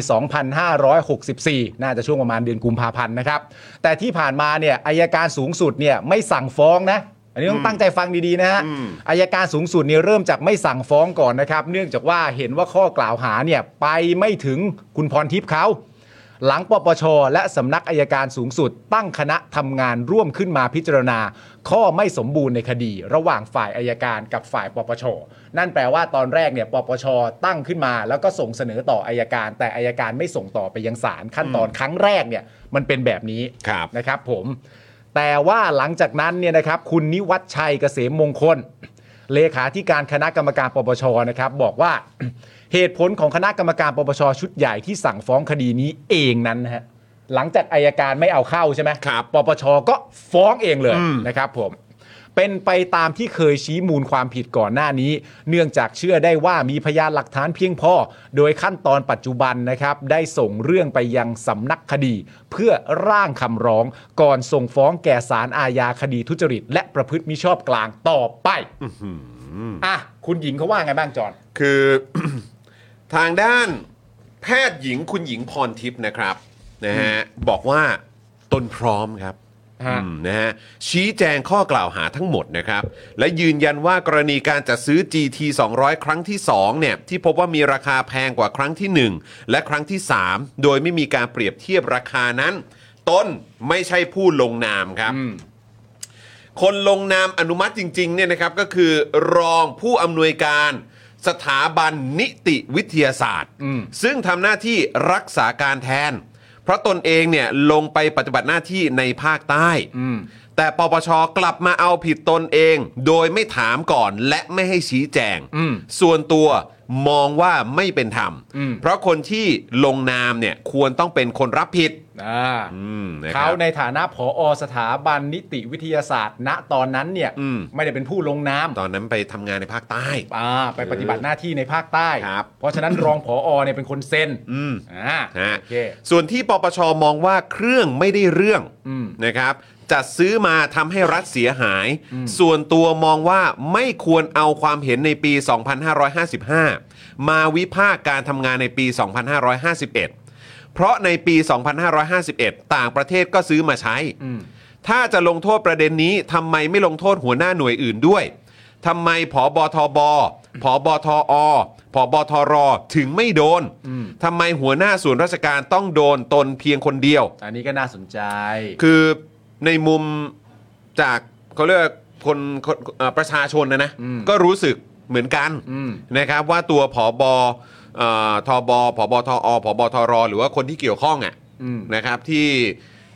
2564 น่าจะช่วงประมาณเดือนกุมภาพันธ์นะครับ แต่ที่ผ่านมาเนี่ยอายการสูงสุดเนี่ยไม่สั่งฟ้องนะ อันนี้ต้องตั้งใจฟังดีๆนะฮะ อายการสูงสุดเนี่ยเริ่มจากไม่สั่งฟ้องก่อนนะครับ เนื่องจากว่าเห็นว่าข้อกล่าวหาเนี่ยไปไม่ถึงคุณพรทิพย์เขา หลังปปช และสำนักอายการสูงสุด ตั้งคณะทำงานร่วมขึ้นมาพิจารณา ข้อไม่สมบูรณ์ในคดี ระหว่างฝ่ายอายการกับฝ่ายปปช นั่นแปลว่าตอนแรกเนี่ยปปช ตั้งขึ้นมา แล้วก็ส่งเสนอต่ออายการ แต่อายการไม่ส่งต่อไปยังศาลขั้นตอนครั้งแรกเนี่ยมันเป็นแบบนี้
ครับ
นะครับผม แต่ว่าหลังจากนั้นเนี่ยนะครับคุณนิวัฒชัยเกษมมงคล เลขาธิการคณะกรรมการปปชนะครับบอกว่า เหตุผลของคณะกรรมการปปชชุดใหญ่ที่สั่งฟ้องคดีนี้เองนั้นนะฮะหลังจากอายการไม่เอาเข้าใช่ไหม
ครับ
ปปชก็ฟ้องเองเลยนะครับผม เป็นไปตามที่เคยชี้มูลความผิดก่อนหน้านี้ เนื่องจากเชื่อได้ว่ามีพยานหลักฐานเพียงพอ โดยขั้นตอนปัจจุบันนะครับ ได้ส่งเรื่องไปยังสำนักคดี เพื่อร่างคำร้องก่อนส่งฟ้องแก่ศาลอาญาคดีทุจริต และประพฤติมิชอบกลางต่อไปอ่ะคุณหญิงเขาว่าไงบ้างจอน
คือ ทางด้านแพทย์หญิงคุณหญิงพรทิพย์นะครับนะฮะบอกว่าตนพร้อมครับ
ฮะ
อืมนะฮะชี้แจงข้อกล่าวหาทั้งหมดนะครับ และยืนยันว่ากรณีการจัดซื้อ GT 200 ครั้งที่2เนี่ยที่พบว่ามีราคาแพงกว่าครั้งทีหนึ่1 และครั้งที่ 3 โดยไม่มีการเปรียบเทียบราคานั้น ตนไม่ใช่ผู้ลงนามครับ คนลงนามอนุมัติจริงๆเนี่ยนะครับก็คือรองผู้อำนวยการสถาบันนิติวิทยาศาสตร์ ซึ่งทำหน้าที่รักษาการแทน เพราะตนเองเนี่ยลงไปปฏิบัติหน้าที่ในภาคใต้ แต่ปปชกลับมาเอาผิดตนเอง โดยไม่ถามก่อนและไม่ให้ชี้แจง ส่วนตัวมองว่าไม่เป็นธรรม เพราะคนที่ลงนามเนี่ยควรต้องเป็นคนรับผิด
อ่า
อืมนะค
เขา
รับ
ในฐานะผอสถาบันนิติวิทยาศาสตร์ ณตอนนั้นเนี่ย
อืม
ไม่ได้เป็นผู้ลงนาม
ตอนนั้นไปทำงานในภาคใต้
อ่าไปปฏิบัติหน้าที่ในภาคใต้
ครับ
เพราะฉะนั้นรองผอเนี่ยเป็นคนเซ็น
อืม
อ่า
ฮะ
โอเค
ส่วนที่ปปชมองว่าเครื่องไม่ได้เรื่อง
อืม
นะครับจัดซื้อมาทำให้รัฐเสียหาย ส่วนตัวมองว่าไม่ควรเอาความเห็นในปี 2555 มาวิพากษ์การทำงานในปี 2551 เพราะในปี 2551 ต่างประเทศก็ซื้อมาใช้ ถ้าจะลงโทษประเด็นนี้ทำไมไม่ลงโทษหัวหน้าหน่วยอื่นด้วยทำไมผอบอทบผอบอทอผอบอทรถึงไม่โดนทำไมหัวหน้าส่วนราชการต้องโดนตนเพียงคนเดียว
อันนี้ก็น่าสนใจ
คือในมุมจากเขาเรียกว่าคนคนเอ่อประชาชนนะนะ
อืม
ก็รู้สึกเหมือนกัน
อืม
นะครับว่าตัวผอบเออทบผบทอผบทรหรือว่าคนที่เกี่ยวข้องอ่ะ
ม
นะครับที่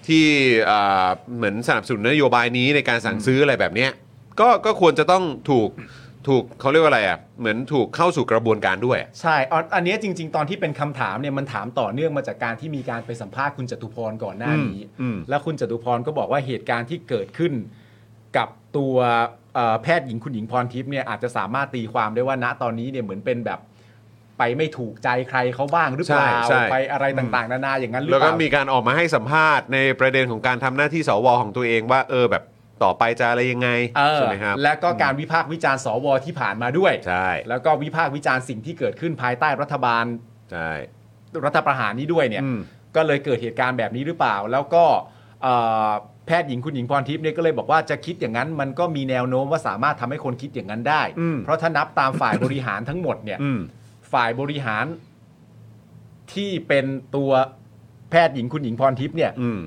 ที่เอ่อเหมือนสนับสนุนนโยบายนี้ในการสั่งซื้ออะไรแบบเนี้ยก็ก็ควรจะต้องถูกถูกเขาเรียกว่าอะไรอ่ะเหมือนถูกเข้าสู่กระบวนการด้วย
ใช่อันอันเนี้ยจริง ๆ ตอนที่เป็นคำถามเนี่ยมันถามต่อเนื่องมาจากการที่มีการไปสัมภาษณ์คุณจตุพรก่อนหน้านี้
อืมอืม
แล้วคุณจตุพรก็บอกว่าเหตุการณ์ที่เกิดขึ้น กับตัวเอ่อแพทย์หญิงคุณหญิงพรทิพย์เนี่ยอาจจะสามารถตีความได้ว่าณตอนนี้เนี่ยเหมือนเป็นแบบไปไม่ถูกใจใครเขาบ้างหรือเปล่า
ใช่ใช่
ไปอะไรต่างๆนานาอย่างนั้นหรือ
แล้ว
เป
ก็
ล่า
มีการออกมาให้สัมภาษณ์ในประเด็นของการทำหน้าที่สวของตัวเองว่าเออแบบต่อไปจะอะไรยังไง
เออ
ใช่ไหมครับ
และก็การวิพากษ์วิจารณ์สวที่ผ่านมาด้วย
ใช่
แล้วก็วิพากษ์วิจารณ์สิ่งที่เกิดขึ้นภายใต้รัฐบาล
ใช่
รัฐประหารนี้ด้วยเนี่ย
อืม
ก็เลยเกิดเหตุการณ์แบบนี้หรือเปล่า แล้วก็เอ่อแพทย์หญิงคุณหญิงพรทิพย์เนี่ยก็เลยบอกว่าจะคิดอย่างนั้นมันก็มีแนวโน้มว่าสามารถทำให้คนคิดอย่างนั้นได้
อืม
เพราะถ้านับตามฝ่ายบริหารทั้งหมดเนี่ย
อืม
ฝ่ายบริหารที่เป็นตัวแพทย์หญิงคุณหญิงพรทิพย์เนี่ย
อืม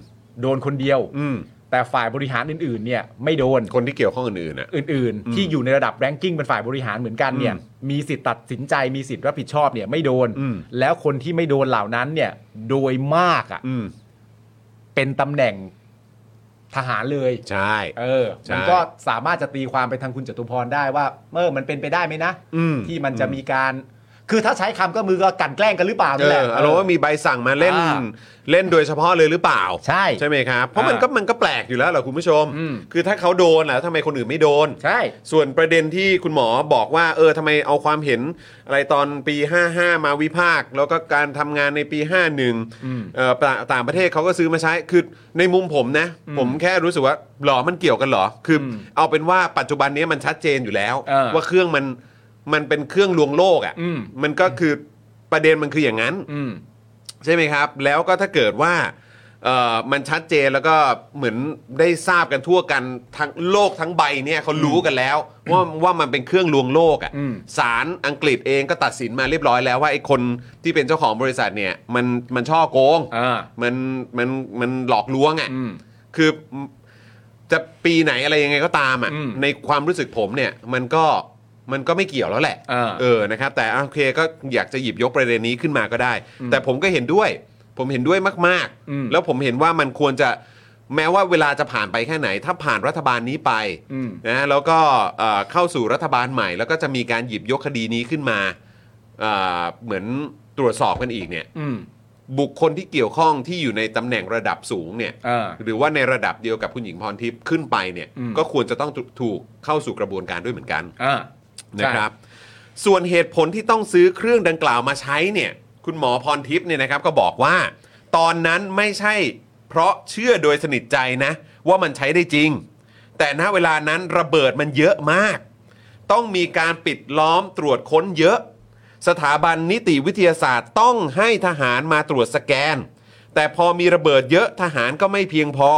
โดนคนเดียว
อืม
แต่ฝ่ายบริหารอื่น ๆ เนี่ยไม่โดน
คนที่เกี่ยวข้องอื่นๆอ่ะ
อื่น
อืม
ๆ ที่อยู่ในระดับแรงกิ้งเป็นฝ่ายบริหารเหมือนกันเนี่ยมีสิทธิ์ตัดสินใจมีสิทธิ์รับผิดชอบเนี่ยไม่โดน
อืม
แล้วคนที่ไม่โดนเหล่านั้นเนี่ยโดยมากอ่ะ
อืม
เป็นตำแหน่งทหารเลย
ใช่
เออ
ใช่
มันก็สามารถจะตีความไปทางคุณจตุพรได้ว่าเมื่อมันเป็นไปได้ไหมนะ
อืม
ที่มันจะมีการ คือถ้าใช้คำก็มือก็กลันแกล้งกันหรือเปล่า
เอ
นั่นแหละ
ออารมณ์ว่ามีใบสั่งมาเล่น
อ่า
เล่นโดยเฉพาะเลยหรือเปล่า
ใช่
ใช่ไหมครับ เพราะมัน
อ่า
ก็มันก็แปลกอยู่แล้วเหรอคุณผู้ชม
อืม
คือถ้าเขาโดนล่ะทำไมคนอื่นไม่โดน
ใช่
ส่วนประเด็นที่คุณหมอบอกว่า เออทำไมเอาความเห็นอะไรตอนปี 55 มาวิพากษ์แล้วก็การทำงานในปี
อืม
51เอ่อต่างต่างประเทศเขาก็ซื้อมาใช้ คือในมุมผมนะ ผมแค่รู้สึกว่าหรอมันเกี่ยวกันเหรอ คืออ
ม
เอาเป็นว่าปัจจุบันนี้มันชัดเจนอยู่แล้ว
เออ
ว่าเครื่องมันมันเป็นเครื่องลวงโลกอะ่ะ
อืม
มันก็คือประเด็นมันคืออย่างนั้น
อืม
ใช่ไหมครับ แล้วก็ถ้าเกิดว่าเอ่อมันชัดเจนแล้วก็เหมือนได้ทราบกันทั่วกันทั้งโลกทั้งใบเนี่ยเขารู้กันแล้ว ว่าว่ามันเป็นเครื่องลวงโลก
อืม
อะ่ะศาลอังกฤษเองก็ตัดสินมาเรียบร้อยแล้วว่าไอ้คนที่เป็นเจ้าของบริษัทเนี่ยมันมันช่อโกง
อ่า
มันมันมันหลอกลวงอ่ะ
อืม
คือจะปีไหนอะไรยังไงก็ตามอ่ะ
อืม
ในความรู้สึกผมเนี่ยมันก็มันก็ไม่เกี่ยวแล้วแหละ
อ่า
เออ นะครับ แต่อ่ะโอเค ก็อยากจะหยิบยกประเด็นนี้ขึ้นมาก็ได้ แต่ผมก็เห็นด้วย ผมเห็นด้วยมาก
อืม
ๆ แล้วผมเห็นว่ามันควรจะ แม้ว่าเวลาจะผ่านไปแค่ไหน ถ้าผ่านรัฐบาลนี้ไป
อืม
นะแล้วก็เอ่อเข้าสู่รัฐบาลใหม่ แล้วก็จะมีการหยิบยกคดีนี้ขึ้นมาเอ่อเหมือนตรวจสอบกันอีกเนี่ย
อืม
บุคคลที่เกี่ยวข้องที่อยู่ในตำแหน่งระดับสูงเนี่ย
อ่า
หรือว่าในระดับเดียวกับคุณหญิงพรทิพย์ขึ้นไปเนี่ย
อืม
ก็ควรจะต้องถูกเข้าสู่กระบวนการด้วยเหมือนกัน
อ่า
นะครับส่วนเหตุผลที่ต้องซื้อเครื่องดังกล่าวมาใช้เนี่ยคุณหมอพรทิพย์เนี่ยนะครับก็บอกว่า ตอนนั้นไม่ใช่เพราะเชื่อโดยสนิทใจนะ ว่ามันใช้ได้จริง แต่ณเวลานั้นระเบิดมันเยอะมาก ต้องมีการปิดล้อมตรวจค้นเยอะ สถาบันนิติวิทยาศาสตร์ต้องให้ทหารมาตรวจสแกน แต่พอมีระเบิดเยอะทหารก็ไม่เพียงพอ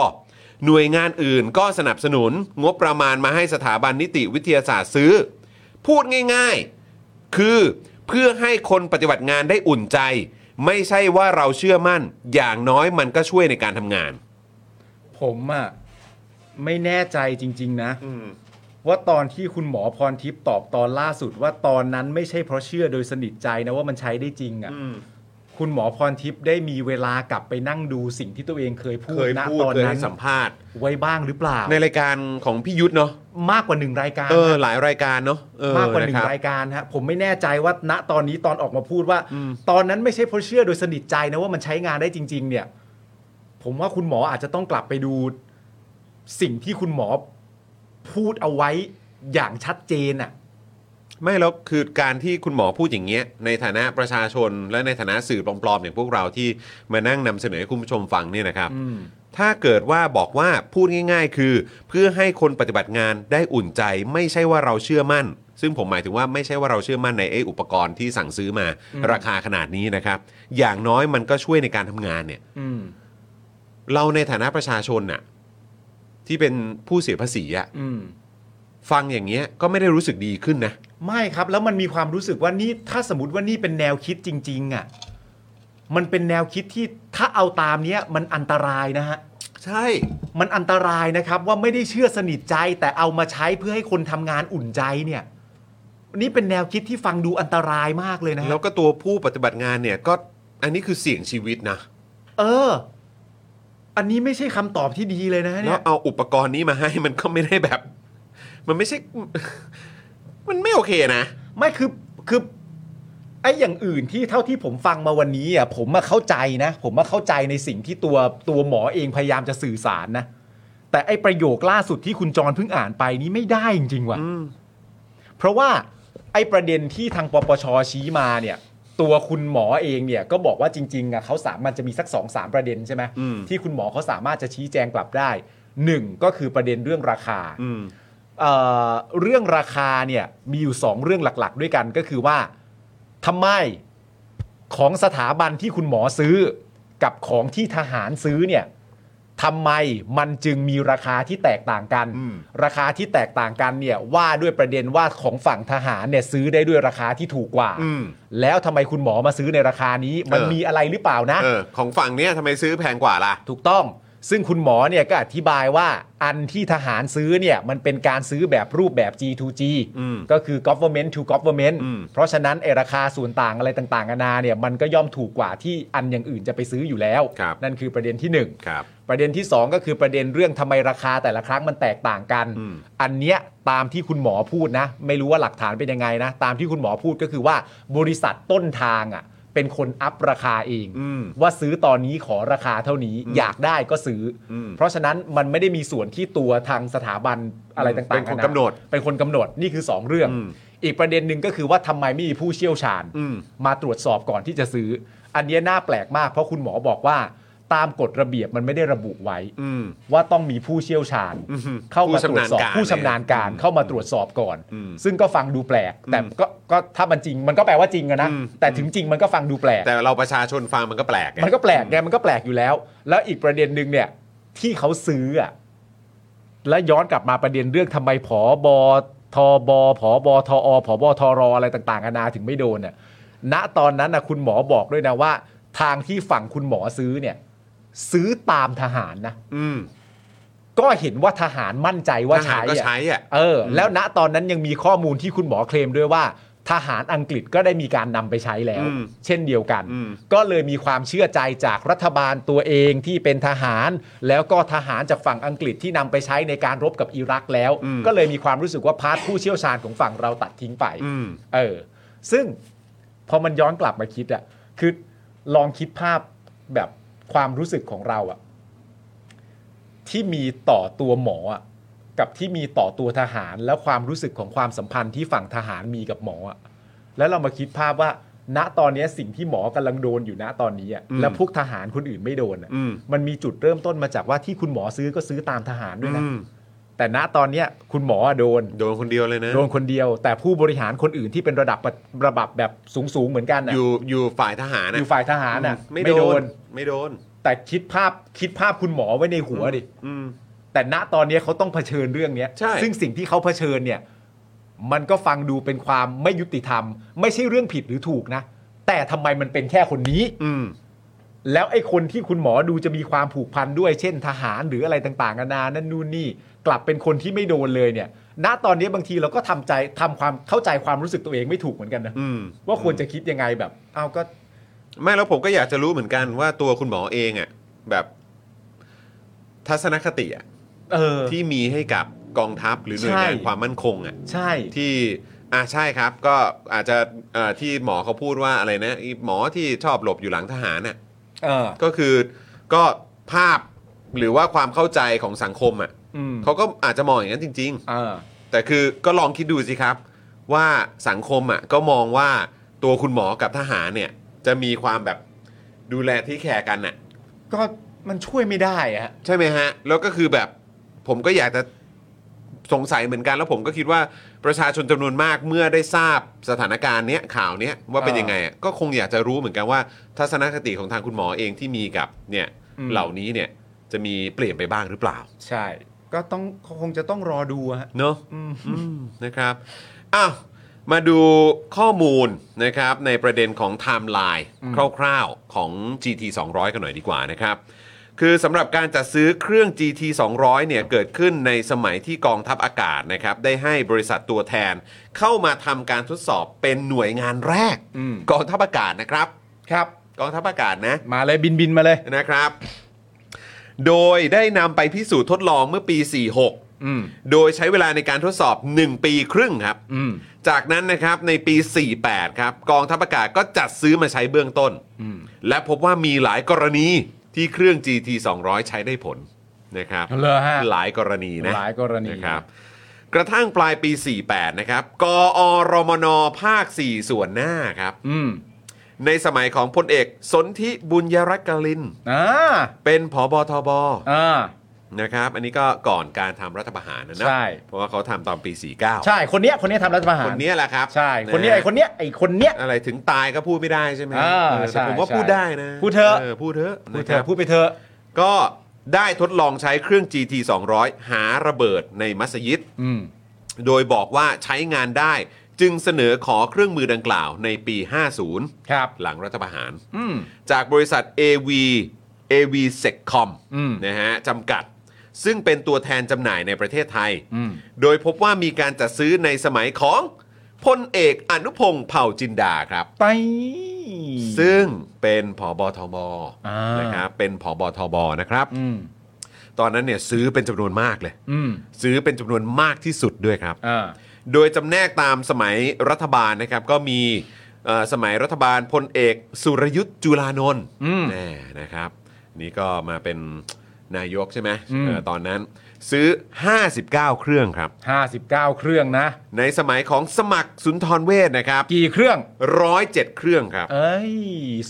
หน่วยงานอื่นก็สนับสนุนงบประมาณมาให้สถาบันนิติวิทยาศาสตร์ซื้อ พูดง่ายๆ คือเพื่อให้คนปฏิบัติงานได้อุ่นใจ ไม่ใช่ว่าเราเชื่อมั่น อย่างน้อยมันก็ช่วยในการทำงาน
ผมอะไม่แน่ใจจริง ๆ นะ ว่าตอนที่คุณหมอพรทิพย์ตอบตอนล่าสุดว่าตอนนั้นไม่ใช่เพราะเชื่อโดยสนิทใจนะว่ามันใช้ได้จริงอะคุณหมอพรทิพย์ได้มีเวลากลับไปนั่งดูสิ่งที่ตัวเองเคยพู
เค
ด
ย
ณ
พูด
ตอน
เคย
นั้
ให้
น
สัมภาษณ์
ไว้บ้างหรือเปล่า
ในรายการของพี่ยุทธเนาะ
มากกว่าหนึ่งรายการ
เออ
นะ
หลายรายการเนาะเออ
มากกว่าหนึ่
ะค
ง
บ
รายการฮะผมไม่แน่ใจว่าณตอนนี้ตอนออกมาพูดว่า ตอนนั้นไม่ใช่เพราะเชื่อโดยสนิทใจนะว่ามันใช้งานได้จริง ๆ เนี่ย ผมว่าคุณหมออาจจะต้องกลับไปดูสิ่งที่คุณหมอพูดเอาไว้อย่างชัดเจนอ่ะ
ไม่แล้วคือการที่คุณหมอพูดอย่างเงี้ยในฐานะประชาชน และในฐานะสื่อปลอมๆอย่างพวกเราที่มานั่งนำเสนอให้คุณผู้ชมฟังเนี่ยนะครับ ถ้าเกิดว่าบอกว่าพูดง่าย ๆ คือ เพื่อให้คนปฏิบัติงานได้อุ่นใจ ไม่ใช่ว่าเราเชื่อมั่น ซึ่งผมหมายถึงว่าไม่ใช่ว่าเราเชื่อมั่นในไอ้อุปกรณ์ที่สั่งซื้อมาราคาขนาดนี้นะครับ อย่างน้อยมันก็ช่วยในการทำงานเนี่ย
อืม
เราในฐานะประชาชนน่ะที่เป็นผู้เสียภาษีอะ
อืม
ฟังอย่างเงี้ยก็ไม่ได้รู้สึกดีขึ้นนะ
ไม่ครับ แล้วมันมีความรู้สึกว่านี่ถ้าสมมติว่านี่เป็นแนวคิดจริง ๆ อ่ะ มันเป็นแนวคิดที่ถ้าเอาตามเนี้ย มันอันตรายนะฮะ
ใช่
มันอันตรายนะครับว่าไม่ได้เชื่อสนิทใจแต่เอามาใช้เพื่อให้คนทำงานอุ่นใจเนี่ยนี่เป็นแนวคิดที่ฟังดูอันตรายมากเลยนะฮะ
แล้วก็ตัวผู้ปฏิบัติงานเนี่ยก็อันนี้คือเสี่ยงชีวิตนะ
เออ อันนี้ไม่ใช่คำตอบที่ดีเลยนะฮะ
แล้
เนี่
วยเอาอุปกรณ์นี้มาให้มันก็ไม่ได้แบบ มันไม่ใช่ มันไม่โอเคนะ
ไม่คือคือไอ้อย่างอื่นที่เท่าที่ผมฟังมาวันนี้อ่ะผมมาเข้าใจนะ ผมมาเข้าใจในสิ่งที่ตัวตัวหมอเองพยายามจะสื่อสารนะ แต่ไอ้ประโยคล่าสุดที่คุณจรเพิ่งอ่านไปนี่ไม่ได้จริงๆว่ะ
อืม
เพราะว่าไอ้ประเด็นที่ทางปปชชี้มาเนี่ย ตัวคุณหมอเองเนี่ยก็บอกว่าจริงๆอ่ะเขาสามารถจะมีสัก2อสามประเด็นใช่ไหมที่คุณหมอเขาสามารถจะชี้แจงกลับได้หนึ่งก็คือประเด็นเรื่องราคา
อืม
เอ่อเรื่องราคาเนี่ยมีอยู่ 2 เรื่องหลักๆ ด้วยกันก็คือว่าทำไมของสถาบันที่คุณหมอซื้อ กับของที่ทหารซื้อเนี่ยทำไมมันจึงมีราคาที่แตกต่างกัน ราคาที่แตกต่างกันเนี่ยว่าด้วยประเด็นว่าของฝั่งทหารเนี่ยซื้อได้ด้วยราคาที่ถูกกว่า
อืม
แล้วทำไมคุณหมอมาซื้อในราคานี้ มัน
เออ
มีอะไรหรือเปล่านะ
เออ ของฝั่งเนี้ยทำไมซื้อแพงกว่าล่ะ
ถูกต้อง ซึ่งคุณหมอเนี่ยก็อธิบายว่าอันที่ทหารซื้อเนี่ยมันเป็นการซื้อแบบรูปแบบ G2G
อืม
ก็คือ government to government
อืม
เพราะฉะนั้นไอราคาส่วนต่างอะไรต่างๆนานาเนี่ยมันก็ย่อมถูกกว่าที่อันอย่างอื่นจะไปซื้ออยู่แล้ว นั่นคือประเด็นที่หนึ่ง
ครับ
ประเด็นที่ 2 ก็คือประเด็นเรื่องทำไมราคาแต่ละครั้งมันแตกต่างกัน
อืม
อันเนี้ยตามที่คุณหมอพูดนะ ไม่รู้ว่าหลักฐานเป็นยังไงนะ ตามที่คุณหมอพูดก็คือว่าบริษัทต้นทางอ่ะเป็นคนอัพราคาเอง
อืม
ว่าซื้อตอนนี้ขอราคาเท่านี้อยากได้ก็ซื้ออ
ม
เพราะฉะนั้นมันไม่ได้มีส่วนที่ตัวทางสถาบันอะไร
อืม
ต่างๆ
เป็นค
าก
นาำหนด
เป็นคนกำหนดนี่คือ 2 เรื่อง
อืม
อีกประเด็นหนึ่งก็คือว่าทำไมไม่มีผู้เชี่ยวชาญ
อืม
มาตรวจสอบก่อนที่จะซื้อ อันเนี้ยน่าแปลกมาก เพราะคุณหมอบอกว่า ตามกฎระเบียบมันไม่ได้ระบุไว้
อืม
ว่าต้องมีผู้เชี่ยวชาญ
อือฮึ
เข้ามาตรวจสอบ
ผู้
ผู้
ชำนา
ชำนา
ญ
ญ
กา
การรเข้ามาตรวจสอบก่อน
อืม
ซึ่งก็ฟังดูแปลก แต่
อืม
ก็ก็ถ้ามันจริงมันก็แปลว่าจริงอะนะ
อืม
แต่ถึงจริงมันก็ฟังดูแปลก
แต่เราประชาชนฟังมันก็แปลกไง
มันก็แปลกไงมันก็แปลกอยู่แล้ว แล้วอีกประเด็นหนึ่งเนี่ย ที่เขาซื้ออะและย้อนกลับมาประเด็นเรื่องทำไมผอบอทอบอผอบอทอผอบอทอรออะไรต่างๆนานาถึงไม่โดนเนี่ยณตอนนั้นนะคุณหมอบอกด้วยนะว่า ทางที่ฝั่งคุณหมอซื้อเนี่ย ซื้อตามทหารนะ
อืม
ก็เห็นว่าทหารมั่นใจว่า
ทหาร
ใช้
ก็
อะ
ใช้อ่ะ
เออแล้วณตอนนั้นยังมีข้อมูลที่คุณหมอเคลมด้วยว่า ท ทหารอังกฤษก็ได้มีการนำไปใช้แล้ว
อืม
เช่นเดียวกัน
อืม
ก็เลยมีความเชื่อใจจากรัฐบาลตัวเองที่เป็นทหาร แล้วก็ทหารจากฝั่งอังกฤษที่นำไปใช้ในการรบกับอิรักแล้ว ก็เลยมีความรู้สึกว่าพาร์ทผู้เชี่ยวชาญของฝั่งเราตัดทิ้งไป
อืม
เออ ซึ่งพอมันย้อนกลับมาคิดอะคือลองคิดภาพแบบความรู้สึกของเราอะที่มีต่อตัวหมออะกับที่มีต่อตัวทหาร แล้วความรู้สึกของความสัมพันธ์ที่ฝั่งทหารมีกับหมออะแล้วเรามาคิดภาพว่า ณตอนเนี้ยสิ่งที่หมอกำลังโดนอยู่ณตอนนี้อะ
อืม
แล้วพวกทหารคนอื่นไม่โดนอะ
อืม
มันมีจุดเริ่มต้นมาจากว่าที่คุณหมอซื้อก็ซื้อตามทหารด้วยนะ
อืม
แต่ณตอนเนี้ยคุณหมออะโดน
โดนคนเดียวเลยนะ
โดนคนเดียวแต่ผู้บริหารคนอื่นที่เป็นระดับระบับแบบสูง ๆ เหมือนกันนะ
อยู่อยู่ฝ่ายทหาร
อ
นะ
ยู่ฝ่ายทหารน่ะ
ไม่โดน ไม่โดน
แต่คิดภาพคิดภาพคุณหมอไว้ในหัวดิ
อืม
แต่ณตอนนี้เขาต้องเผชิญเรื่องเนี้ย
ใช่
ซึ่งสิ่งที่เขาเผชิญเนี่ย มันก็ฟังดูเป็นความไม่ยุติธรรม ไม่ใช่เรื่องผิดหรือถูกนะ แต่ทำไมมันเป็นแค่คนนี้
อืม
แล้วไอ้คนที่คุณหมอดูจะมีความผูกพันด้วย เช่นทหารหรืออะไรต่างๆนานานั่นนู่นนี่ กลับเป็นคนที่ไม่โดนเลยเนี่ย ณตอนนี้บางทีเราก็ทำใจทำความเข้าใจความรู้สึกตัวเองไม่ถูกเหมือนกันนะ
อืม
ว่าควรจะคิดยังไงแบบ เอาก็
ไม่แล้วผมก็อยากจะรู้เหมือนกันว่าตัวคุณหมอเองอ่ะแบบทัศนคติอ่ะ
เออ
ที่มีให้กับกองทัพหรือหน่วยงานความมั่นคงอ่ะ
ใช่
ที่อ่าใช่ครับก็อาจจะเอ่อที่หมอเขาพูดว่าอะไรนะอีหมอที่ชอบหลบอยู่หลังทหารน่ะ
เออ
ก็คือก็ภาพหรือว่าความเข้าใจของสังคมอ่ะ
อืม
เขาก็อาจจะมองอย่างนั้นจริง
เออ
ๆ แต่คือก็ลองคิดดูสิครับ ว่าสังคมอ่ะก็มองว่าตัวคุณหมอกับทหารเนี่ยจะมีความแบบดูแลที่แคร์กันน่ะ
ก็มันช่วยไม่ได้อะฮะ
ใช่ไหมฮะ แล้วก็คือแบบผมก็อยากจะสงสัยเหมือนกัน แล้วผมก็คิดว่าประชาชนจำนวนมากเมื่อได้ทราบสถานการณ์เนี้ยข่าวเนี้ยว่าเป็น
อ่า
ยังไงอ่ะก็คงอยากจะรู้เหมือนกันว่า ทัศนคติของทางคุณหมอเองที่มีกับเนี่ย
อืม
เหล่านี้เนี่ยจะมีเปลี่ยนไปบ้างหรือเปล่า
ใช่ ก็ต้องคงจะต้องรอดูอะฮะ
เนอะ
อืม
อืมนะครับอ้าวมาดูข้อมูลนะครับในประเด็นของไทม์ไลน์คร่าวๆของ GT 200 กันหน่อยดีกว่านะครับ คือสำหรับการจัดซื้อเครื่อง GT 200เนี่ยเกิดขึ้นในสมัยที่กองทัพอากาศนะครับ ได้ให้บริษัทตัวแทนเข้ามาทำการทดสอบเป็นหน่วยงานแรก
อืม
กองทัพอากาศนะครับ
ครับ
กองทัพอากาศนะ
มาเลยบินบินมาเลย
นะครับ โดยได้นำไปพิสูจน์ทดลองเมื่อปี 46
อืม
โดยใช้เวลาในการทดสอบ 1 ปีครึ่งครับ
อืม
จากนั้นนะครับในปี 48 ครับ กองทัพอากาศก็จัดซื้อมาใช้เบื้องต้น
อืม
และพบว่ามีหลายกรณีที่เครื่อง GT 200 ใช้ได้ผลนะครับ
เหรอฮะ
หลายกรณีนะ
หลายกรณี
นะครับ กระทั่งปลายปี 48 นะครับ กอรมนภาค 4 ส่วนหน้าครับ
อืม
ในสมัยของพลเอกสนธิบุญยรักกลิน
อ่า
เป็นผบทบ
อ่า
นะครับ อันนี้ก็ก่อนการทำรัฐประหารนะนะ
ใช่
เพราะว่าเขาทำตอนปี 49
ใช่ คนเนี้ย คนเนี้ยทำรัฐประหาร
คนเนี้ยแหละครับ
ใช่
ะ
คนเนี้ยไอคนเนี้ย ไอคนเนี้ย
อะไรถึงตายก็พูดไม่ได้ใช่ไหม
อ่า
เออ
ใช่
แต่ผมว่า
ใช่
พูดได้นะ
พูดเถอะ
พูดเถอะ
พูด
นะ
เถ
ครั
อะ
บ
พูดไปเถอะ
ก็ได้ทดลองใช้เครื่อง GT 200 หาระเบิดในมัสยิด
อืม
โดยบอกว่าใช้งานได้ จึงเสนอขอเครื่องมือดังกล่าวในปี 50
ครับ
หลังรัฐประหาร
อืม
จากบริษัท AV AV Seccom
อืม
นะฮะจำกัด ซึ่งเป็นตัวแทนจำหน่ายในประเทศไทย
อืม
โดยพบว่ามีการจัดซื้อในสมัยของพลเอกอนุพงศ์เผ่าจินดาครับ
ไป
ซึ่งเป็นผอบอทบ
อ่าน
นะครับเป็นผอบอทบนะครับ
อืม
ตอนนั้นเนี่ยซื้อเป็นจำนวนมากเลย
อืม
ซื้อเป็นจำนวนมากที่สุดด้วยครับ
อ่า
โดยจำแนกตามสมัยรัฐบาลนะครับก็มีเอ่อสมัยรัฐบาลพลเอกสุรยุทธ์จุลานนท์
อืม
แน่นะครับ นี่ก็มาเป็นนายกใช่ไหม
อืม
เออตอนนั้นซื้อ 59 เครื่องครับ
ห้าสิบเก้าเครื่องนะ
ในสมัยของสมัครสุนทรเวชนะครับ
กี่เครื่อง
107 เครื่องครับ
เอ้ย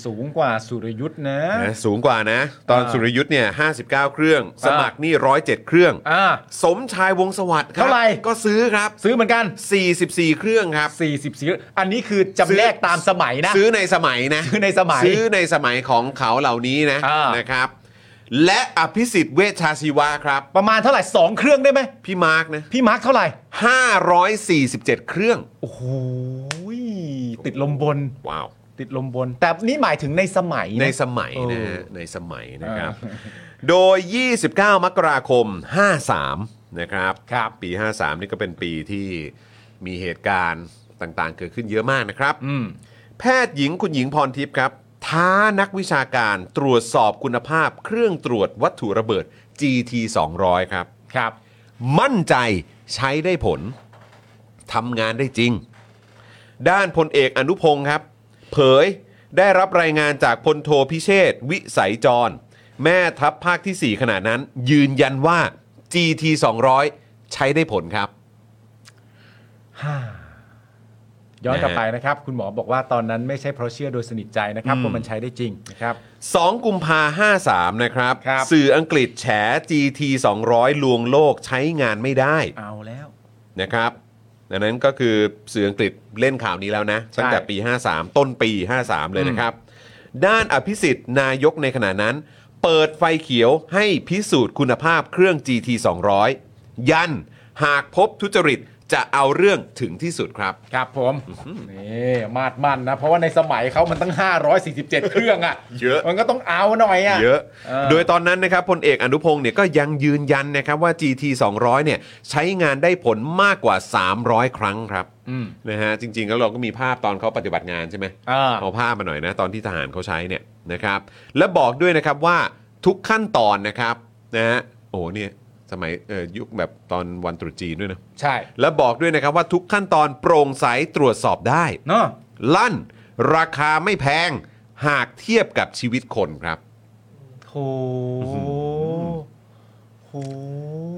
สูงกว่าสุรยุทธ์นะ
นะสูงกว่านะ ตอน
อ่า
สุรยุทธ์เนี่ย59 เครื่อง
อ่า
สมัครนี่ 107 เครื่อง
อ่า
สมชายวงศ์สวัสดิ์ครั
เท่าไหร่
ก็ซื้อครับ
ซื้อเหมือนกัน
44 เครื่องครับ
40ซื้ออันนี้คือจำแนกตามสมัยนะ
ซื้อในสมัยนะ
ซื้อในสมัย
ซื้อในสมัยของเขาเหล่านี้นะ
อ่าน
นะครับ และอภิสิทธิ์เวชชาชีวะครับ
ประมาณเท่าไหร่ 2 เครื่องได้ไหม
พี่มาร์กนะ
พี่มาร์คเท่าไหร่
547 เครื่อง
โอ้โหยติดลมบน
ว้าว
ติดลมบน แต่นี่หมายถึงในสมัยะ
ในสมัยนะฮะในสมัยนะครับ โดย 29 มกราคม 53 นะครับ
ครับ
ปี 53 นี่ก็เป็นปีที่มีเหตุการณ์ ต่างๆ เกิดขึ้นเยอะมากนะครับ
อืม
แพทย์หญิงคุณหญิงพรทิพย์ครับ ท้านักวิชาการตรวจสอบคุณภาพ เครื่องตรวจวัตถุระเบิด GT 200ครับ
ครับ
มั่นใจใช้ได้ผลทำงานได้จริง ด้านพลเอกอนุพงศ์ครับ เผยได้รับรายงานจากพลโทพิเชษฐ์วิสัยจร แม่ทัพภาคที่ 4 ขณะนั้น ยืนยันว่า GT 200 ใช้ได้ผลครับ
ย้อนกลับ
นะฮะ
ไปนะครับ คุณหมอบอกว่าตอนนั้นไม่ใช่เพราะเชื่อโดยสนิทใจนะครับเพราะมันใช้ได้จริงนะครับ
2 กุมภา53 นะครับ
ครับ
สื่ออังกฤษแฉ GT 200 ลวงโลกใช้งานไม่ได้
เอาแล้ว
นะครับดังนั้นก็คือสื่ออังกฤษเล่นข่าวนี้แล้วนะ
ใช่
ตั้งแต่ปี 53 ต้นปี 53 เลยนะครับ ด้านอภิสิทธิ์นายกในขณะนั้น เปิดไฟเขียวให้พิสูจน์คุณภาพเครื่อง GT 200 ยันหากพบทุจริตจะเอาเรื่องถึงที่สุดครับ
ครับผมนี่มาดมันนะ เพราะว่าในสมัยเขามันตั้ง 547 เครื่องอ่ะ
เยอะ
มันก็ต้องเอาหน่อยอ่ะ
เยอะ
เออ
โดยตอนนั้นนะครับพลเอกอนุพงศ์เนี่ยก็ยังยืนยันนะครับว่า GT 200 เนี่ยใช้งานได้ผลมากกว่า 300 ครั้งครับ
อืม
นะฮะจริง ๆ แล้วเราก็มีภาพตอนเขาปฏิบัติงานใช่ไหม
อ่า
เอาภาพมาหน่อยนะ ตอนที่ทหารเขาใช้เนี่ยนะครับ และบอกด้วยนะครับว่าทุกขั้นตอนนะครับนะฮะโอ้โหเนี่ยสมัยเอ่อยุคแบบตอนวันตรุษจีนด้วยนะ
ใช่
และบอกด้วยนะครับว่าทุกขั้นตอนโปร่งใสตรวจสอบได้
เนาะ
ลั่น ราคาไม่แพงหากเทียบกับชีวิตคนครับ
โหโห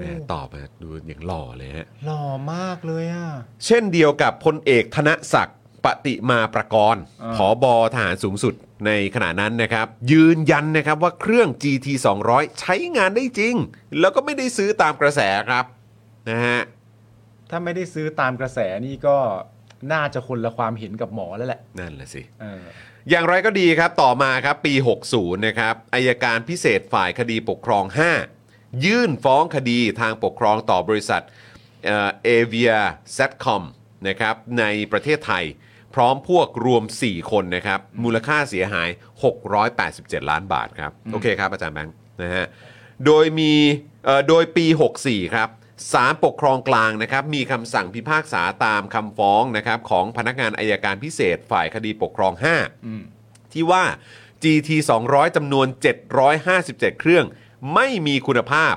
แหมตอบมาดูอย่างหล่อเลยฮะ
หล่อมากเลยอ่ะ
เช่นเดียวกับพลเอกธนศักดิ์ปฏิมาประกรณ์
อ่า
ผอบอทหารสูงสุดในขณะนั้นนะครับ ยืนยันนะครับว่าเครื่อง GT 200 ใช้งานได้จริง แล้วก็ไม่ได้ซื้อตามกระแสครับนะฮะ
ถ้าไม่ได้ซื้อตามกระแสนี่ก็น่าจะคนละความเห็นกับหมอแล้วแหละ
นั่นแหละสิ
เออ
อย่างไรก็ดีครับต่อมาครับปี 60 นะครับอายการพิเศษฝ่ายคดีปกครอง 5 ยื่นฟ้องคดีทางปกครองต่อบริษัทเอ่อเวียแซดคอมนะครับในประเทศไทย พร้อมพวกรวม 4 คนนะครับ มูลค่าเสียหาย 687 ล้านบาทครับ โอเคครับ อาจารย์แบงค์นะฮะโดยมีเอ่อโดยปี 64 ครับ ศาลปกครองกลางนะครับมีคำสั่งพิพากษาตามคำฟ้องนะครับของพนักงานอายการพิเศษฝ่ายคดีปกครอง 5 ที่ว่า GT 200 จำนวน 757 เครื่อง ไม่มีคุณภาพ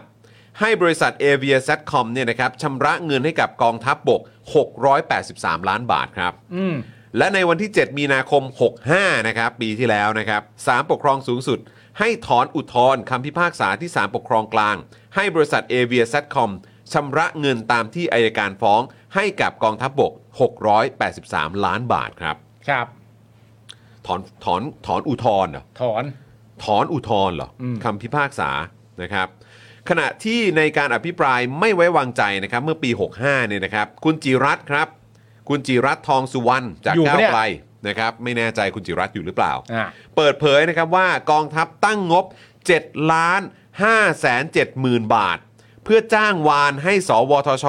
ให้บริษัท a v i a s a t c o m เนี่ยนะครับชำระเงินให้กับกองทัพบบก 683 ล้านบาทครับ
อืม
และในวันที่ 7 มีนาคม 65 นะครับ ปีที่แล้วนะครับศาลปกครองสูงสุด ให้ถอนอุทธรณ์คำพิพากษาที่ศาลปกครองกลาง ให้บริษัท a v i a s a t c o m ชำระเงินตามที่อายการฟ้อง ให้กับกองทัพบบก 683 ล้านบาทครับ
ครับ
ถอนถอนถอนอุทธรณ์เหรอ
ถอน
ถอนอุทธรณ์เหรออคำพิพากษานะครับ ขณะที่ในการอภิปรายไม่ไว้วางใจนะครับ เมื่อปี 65 เนี่ยนะครับ คุณจิรัตน์ครับ คุณจิรัตน์ทองสุวรรณจาก
อยู่ปะ
ก้าว
เนี่ย
ไกลนะครับ ไม่แน่ใจคุณจิรัตน์อยู่หรือเปล่า
อ่า
เปิดเผยนะครับว่ากองทัพตั้งงบ 7 ล้าน5แสน7หมื่นบาท เพื่อจ้างวานให้สวทช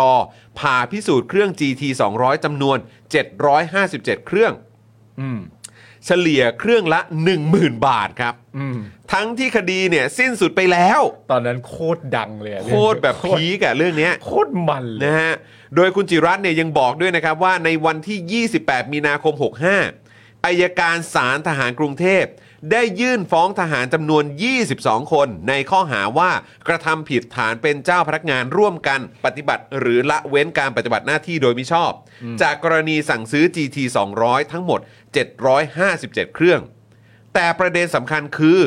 ผ่าพิสูจน์เครื่อง GT 200จำนวน 757 เครื่อง
อืม
เฉลี่ยเครื่องละ 10,000 บาทครับ
อืม
ทั้งที่คดีเนี่ยสิ้นสุดไปแล้ว
ตอนนั้นโคตรดังเลยอะ
โคตรแบบพีกอะเรื่องเนี้ย
โคตรมันเลย
นะฮะโดยคุณจิรัตน์เนี่ยยังบอกด้วยนะครับว่าในวันที่ 28 มีนาคม 65อายการศาลทหารกรุงเทพ ได้ยื่นฟ้องทหารจำนวน 22 คน ในข้อหาว่ากระทำผิดฐานเป็นเจ้าพนักงานร่วมกันปฏิบัติ หรือละเว้นการปฏิบัติหน้าที่โดยมิชอบ จากกรณีสั่งซื้อ GT 200 ทั้งหมด 757 เครื่อง แต่ประเด็นสำคัญคือ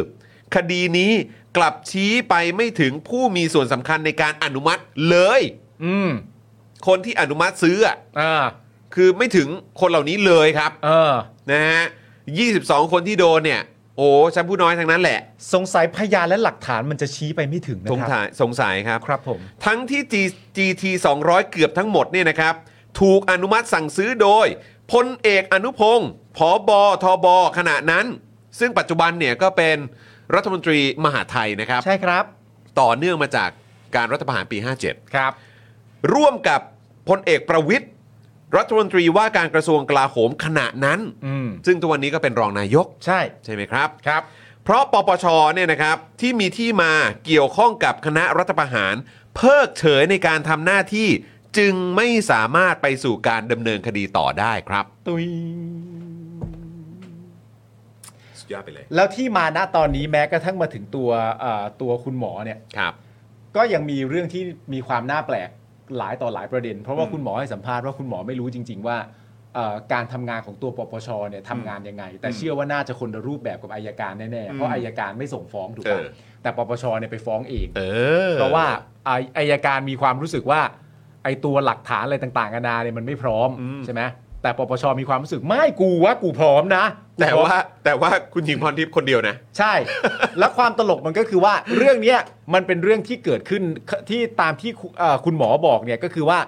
คดีนี้กลับชี้ไปไม่ถึงผู้มีส่วนสำคัญในการอนุมัติเลย
อืม
คนที่อนุมัติซื้ออะ
อ่า
คือไม่ถึงคนเหล่านี้เลยครับ
เออ
นะฮะ22 คนที่โดนเนี่ย โอ้ชั้นผู้น้อยทั้งนั้นแหละ
สงสัยพยานและหลักฐานมันจะชี้ไปไม่ถึงนะ
สง
ครั
สัยสงสัยครับ
ครับผม
ทั้งที่ G- GT 200 เกือบทั้งหมดเนี่ยนะครับ ถูกอนุมัติสั่งซื้อโดยพลเอกอนุพงศ์ผอบอทบขณะนั้น ซึ่งปัจจุบันเนี่ยก็เป็นรัฐมนตรีมหาดไทยนะครับ
ใช่ครับ
ต่อเนื่องมาจากการรัฐประหารปี
ครับ
57 ร่วมกับพลเอกประวิทย์รัฐมนตรีว่าการกระทรวงกลาโหมขณะนั้น
อืม
ซึ่งทุกวันนี้ก็เป็นรองนายก
ใช่
ใช่ไหมครับ
ครับ
เพราะปปชเนี่ยนะครับที่มีที่มาเกี่ยวข้องกับคณะรัฐประหาร เพิกเฉยในการทำหน้าที่ จึงไม่สามารถไปสู่การดำเนินคดีต่อได้ครับ
ตุย
สุดยอดไปเลย
แล้วที่มาณตอนนี้แม้กระทั่งมาถึงตัวเอ่อตัวคุณหมอเนี่ย
ครับ
ก็ยังมีเรื่องที่มีความน่าแปลกหลายต่อหลายประเด็น เพราะว่าคุณหมอให้สัมภาษณ์ว่าคุณหมอไม่รู้จริง ๆ ว่าเอ่อการทำงานของตัวปปชเนี่ยทำงานยังไง แต่เชื่อว่าน่าจะคนละรูปแบบกับอายการแน่ๆเพราะอายการไม่ส่งฟ้องถูก
เอ
ป่ะ
อ
แต่ปปชเนี่ยไปฟ้องเอง
เออ
เพราะว่าอายอายการมีความรู้สึกว่า ไอตัวหลักฐานอะไรต่างๆนานาเนี่ยมันไม่พร้อม
อืม
ใช่ไหมแต่ปปชมีความรู้สึกไม่กูว่ากูพร้อมนะกู
แต่
พร้อม
ว่าแต่ว่าคุณหญิงพรทิพย์คนเดียวนะ
ใช่ แล้วความตลกมันก็คือว่าเรื่องเนี้ยมันเป็นเรื่องที่เกิดขึ้นที่ตามที่คุเอ่อคุณหมอบอกเนี่ยก็คือว่า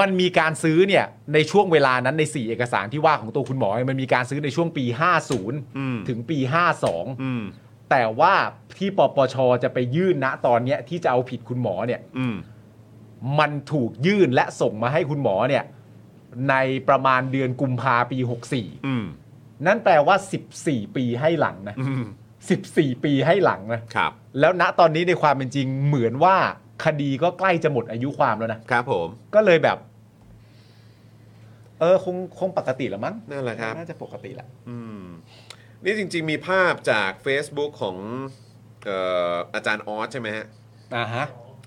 มันมีการซื้อเนี่ยในช่วงเวลานั้นใน 4 เอกสารที่ว่าของตัวคุณหมอเนี่ยมันมีการซื้อในช่วงปี
อืม
50 ถึงปี
อืม
52 แต่ว่าที่ปปชจะไปยื่นณตอนเนี้ยที่จะเอาผิดคุณหมอเนี่ย
อืม
มันถูกยื่นและส่งมาให้คุณหมอเนี่ย ในประมาณเดือนกุมภาปี 64
อืม
นั่นแปลว่า 14 ปีให้หลังนะ
อืม
14 ปีให้หลังนะ
ครับ
แล้วณตอนนี้ในความเป็นจริงเหมือนว่าคดีก็ใกล้จะหมดอายุความแล้วนะ
ครับผม
ก็เลยแบบ เออคงคงปกติละมั้ง
นั่นแหละครับ
น่าจะปกติละ
อืม นี่จริง ๆ มีภาพจาก Facebook ของเอ่ออาจารย์ออสใช่ไหมฮะ
อ่าฮะ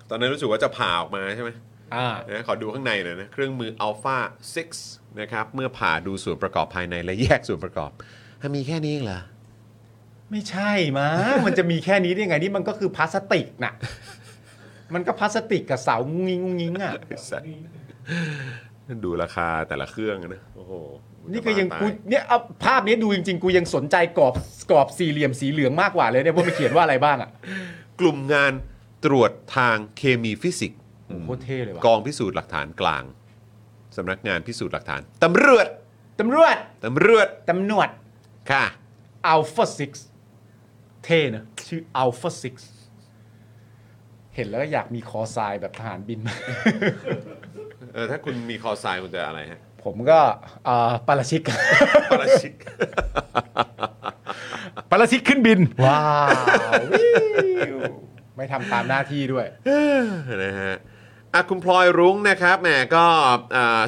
ตอนนั้นรู้สึกว่าจะผ่าออกมาใช่ไหม
อ่า
นะขอดูข้างในหน่อยนะ เครื่องมือ Alpha 6 นะครับ เมื่อผ่าดูส่วนประกอบภายในและแยกส่วนประกอบฮะมีแค่นี้เองเหรอ
ไม่ใช่มั้ง มันจะมีแค่นี้ได้ไง นี่มันก็คือพลาสติกน่ะ มันก็พลาสติกกับเสางุ้งงิ้งงุ้งงิ้งอ่ะ
ไอ้สัสดูราคาแต่ละเครื่องอะนะโอ้โห
นี่ก็ยัง
จะบ้า
กู
ตาย
เนี่ยเอาภาพนี้ดูจริงๆ กูยังสนใจกรอบกรอบสี่เหลี่ยมสีเหลืองมากกว่าเลยเนี่ยว่ามันเขียนว่าอะไรบ้างอ่ะ
กลุ่มงานตรวจทางเคมีฟิสิกส์
โอ้โหโคตรเท่เลยว่ะ
กองพิสูจน์หลักฐานกลางสำนักงานพิสูจน์หลักฐานตำรวจ
ตำรวจ
ตำรวจ
ตำรวจ
ค่ะ
อัลฟาซิกเท่นะชื่ออัลฟาซิกเห็นแล้วอยากมีคอทรายแบบทหารบิน
เออถ้าคุณมีคอไซายคุณจะอะไรฮะ
ผมก็เอ่อปาราชิก
ปาราชิก
ปาราชิกขึ้นบิน ว้าววิว ไม่ทำตามหน้าที่ด้วย
นะฮะอ่ะคุณพลอยรุ้งนะครับแหมก็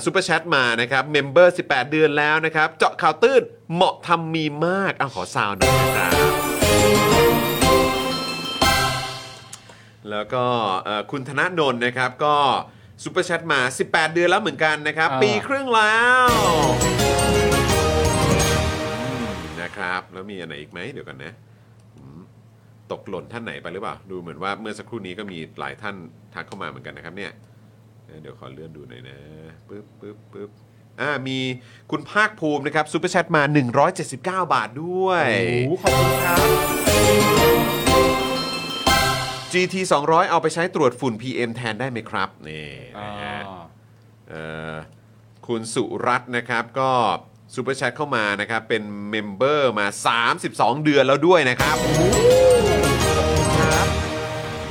ซูเปอร์แชทมานะครับเมมเบอร์18 เดือนแล้วนะครับ เจาะข่าวตื้นเหมาะทำมีมากอ่ะขอซาวหน่อยนะครับ แล้วก็เอ่อคุณธนาโนนนะครับก็ซูเปอร์แชทมา 18 เดือนแล้วเหมือนกันนะครับ
อ่า
ปีครึ่งแล้วอืมนะครับ แล้วมีอันไหนอีกไหมเดี๋ยวกันนะอืมตกหล่นท่านไหนไปหรือเปล่า ดูเหมือนว่าเมื่อสักครู่นี้ก็มีหลายท่านทักเข้ามาเหมือนกันนะครับเนี่ย เดี๋ยวขอเลื่อนดูหน่อยนะปึ๊บปึ๊บปึ๊บอ่ามีคุณภาคภูมินะครับซูเปอร์แชทมา 179 บาทด้วย
โอ้โหขอบคุณครับ
GT 200 เอาไปใช้ตรวจฝุ่น PM แทนได้ไหมครับ นี่นะฮะเอ่อคุณสุรัตน์นะครับก็ซูเปอร์แชทเข้ามานะครับ เป็นเมมเบอร์มา 32 เดือนแล้วด้วยนะครับครับ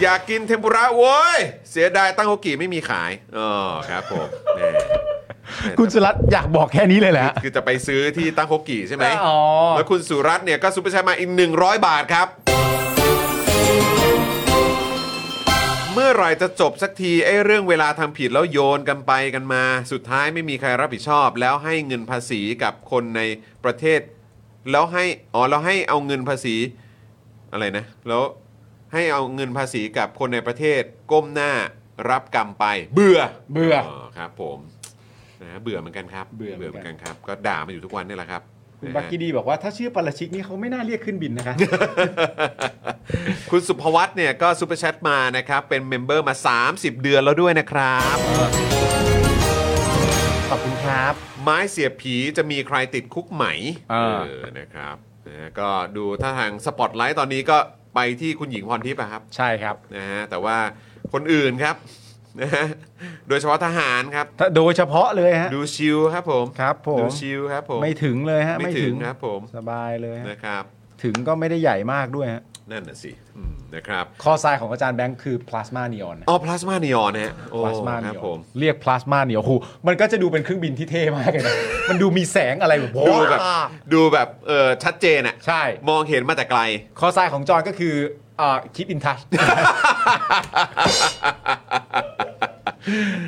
อยากกินเทมปุระโว้ย เสียดายตั้งโฮกิไม่มีขายอ๋อครับผมแหม่
คุณสุรัตน์อยากบอกแค่นี้เลยแหละ
คือจะไปซื้อที่ตั้งโฮกิใช่ไหม
อ๋อ
แล้วคุณสุรัตน์เนี่ยก็ซูเปอร์แชทมาอีก 100 บาทครับ เมื่อไหร่จะจบสักทีไอ้เรื่องเวลาทำผิดแล้วโยนกันไปกันมา สุดท้ายไม่มีใครรับผิดชอบ แล้วให้เงินภาษีกับคนในประเทศ แล้วให้อ๋อแล้วให้เอาเงินภาษีอะไรนะ แล้วให้เอาเงินภาษีกับคนในประเทศ ก้มหน้ารับกรรมไป เบื่อ
เบื่ออ๋
อครับผมนะเบื่อเหมือนกันครับ
เบื่อเหมือนกัน
เหมือนกันครับ ก็ด่ามาอยู่ทุกวันนี่แหละครับ
คุณ
นะฮะ
บักกี้ดีบอกว่าถ้าชื่อปาราชิกนี่เขาไม่น่าเรียกขึ้นบินนะคะ
คุณสุภวัตเนี่ยก็ซูเปอร์แชทมานะครับ เป็นเมมเบอร์มา 30 เดือนแล้วด้วยนะครับ
ขอบคุณครับ
ไม้เสียบผีจะมีใครติดคุกไหม
อ่า
เออนะครับนะก็ดูถ้าทางสปอตไลท์ตอนนี้ก็ไปที่คุณหญิงพรทิพย์อะครับ
ใช่ครับ
นะฮะแต่ว่าคนอื่นครับนะฮะโดยเฉพาะทหารครับ
ถ้าโดยเฉพาะเลยฮะ
ดูชิลครับผม
ครับผม
ดูชิลครับผม
ไม่ถึงเลยฮะ
ไม่ถึงครับผม
สบายเลยฮะ
นะครับ
ถึงก็ไม่ได้ใหญ่มากด้วยฮะ
นั่นน่ะสิอืมนะครับ
คอไซด์ของอาจารย์แบงค์คือพลาสมาเนียน
อ๋อพลาสมาเนียนฮะโอ้
พลาสมา
ค
เนี
รับ
ย
ผม
นเรียกพลาสมาเนียนโอ้โหมันก็จะดูเป็นเครื่องบินที่เท่มากเลยนะ มันดูมีแสงอะไรแบบ
ดูแบบ
ว้า
ดูแบบเออชัดเจนอะ
ใช่
มองเห็นมาแต่ไกล
คอไซด์ของจอน ก็คือคิดอินทัช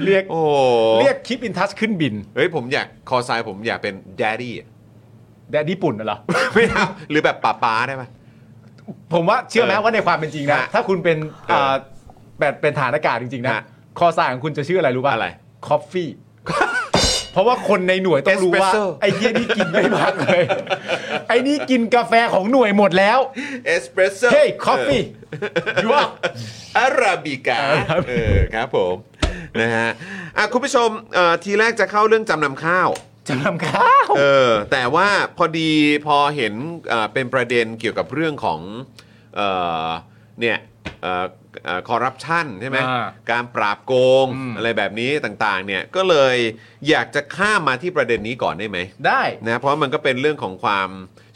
เรียก
โอ้โห
เรียกคลิปอินทัชขึ้นบิน
เฮ้ยผมอยากคอไซน์ผมอยากเป็น daddy อะ
แดดญี่ปุ่นน่ะเหรอ
ไม่เอาหรือแบบป๋าป๋าได้ไหม
ผมว่าเชื่อไหม
เออ
ว่าในความเป็นจริงนะ
ฮะ
ถ้าคุณเป็น
เอออ่
าแบบเป็นฐานอากาศจริง ๆ นะ
ฮะ
คอสายของคุณจะชื่ออะไรรู้ป่ะ
อะไร
คอฟฟี่ เพราะว่าคนในหน่วยต้องรู้ว่า
Espresso
ไอ้เหี้ยนี่กินไม่พักเลย ไอ้นี่กินกาแฟของหน่วยหมดแล้ว
เอสเปรสโซ่
เฮ้ยคอฟ ฟี่ยูว่า
อาราบิกาเออครับผมนะฮะอ่ะคุณผู้ชมเอ่อทีแรกจะเข้าเรื่องจำนำข้าว
จะทำข้าว
เออแต่ว่าพอดีพอเห็นเอ่อเป็นประเด็นเกี่ยวกับเรื่องของเอ่อเนี่ยคอร์รัปชันใช่ไหม
อ่า
การปราบโกง
อืม
อะไรแบบนี้ต่างๆเนี่ยก็เลยอยากจะข้ามมาที่ประเด็นนี้ก่อนได้ ไหม
ได้
นะเพราะมันก็เป็นเรื่องของความ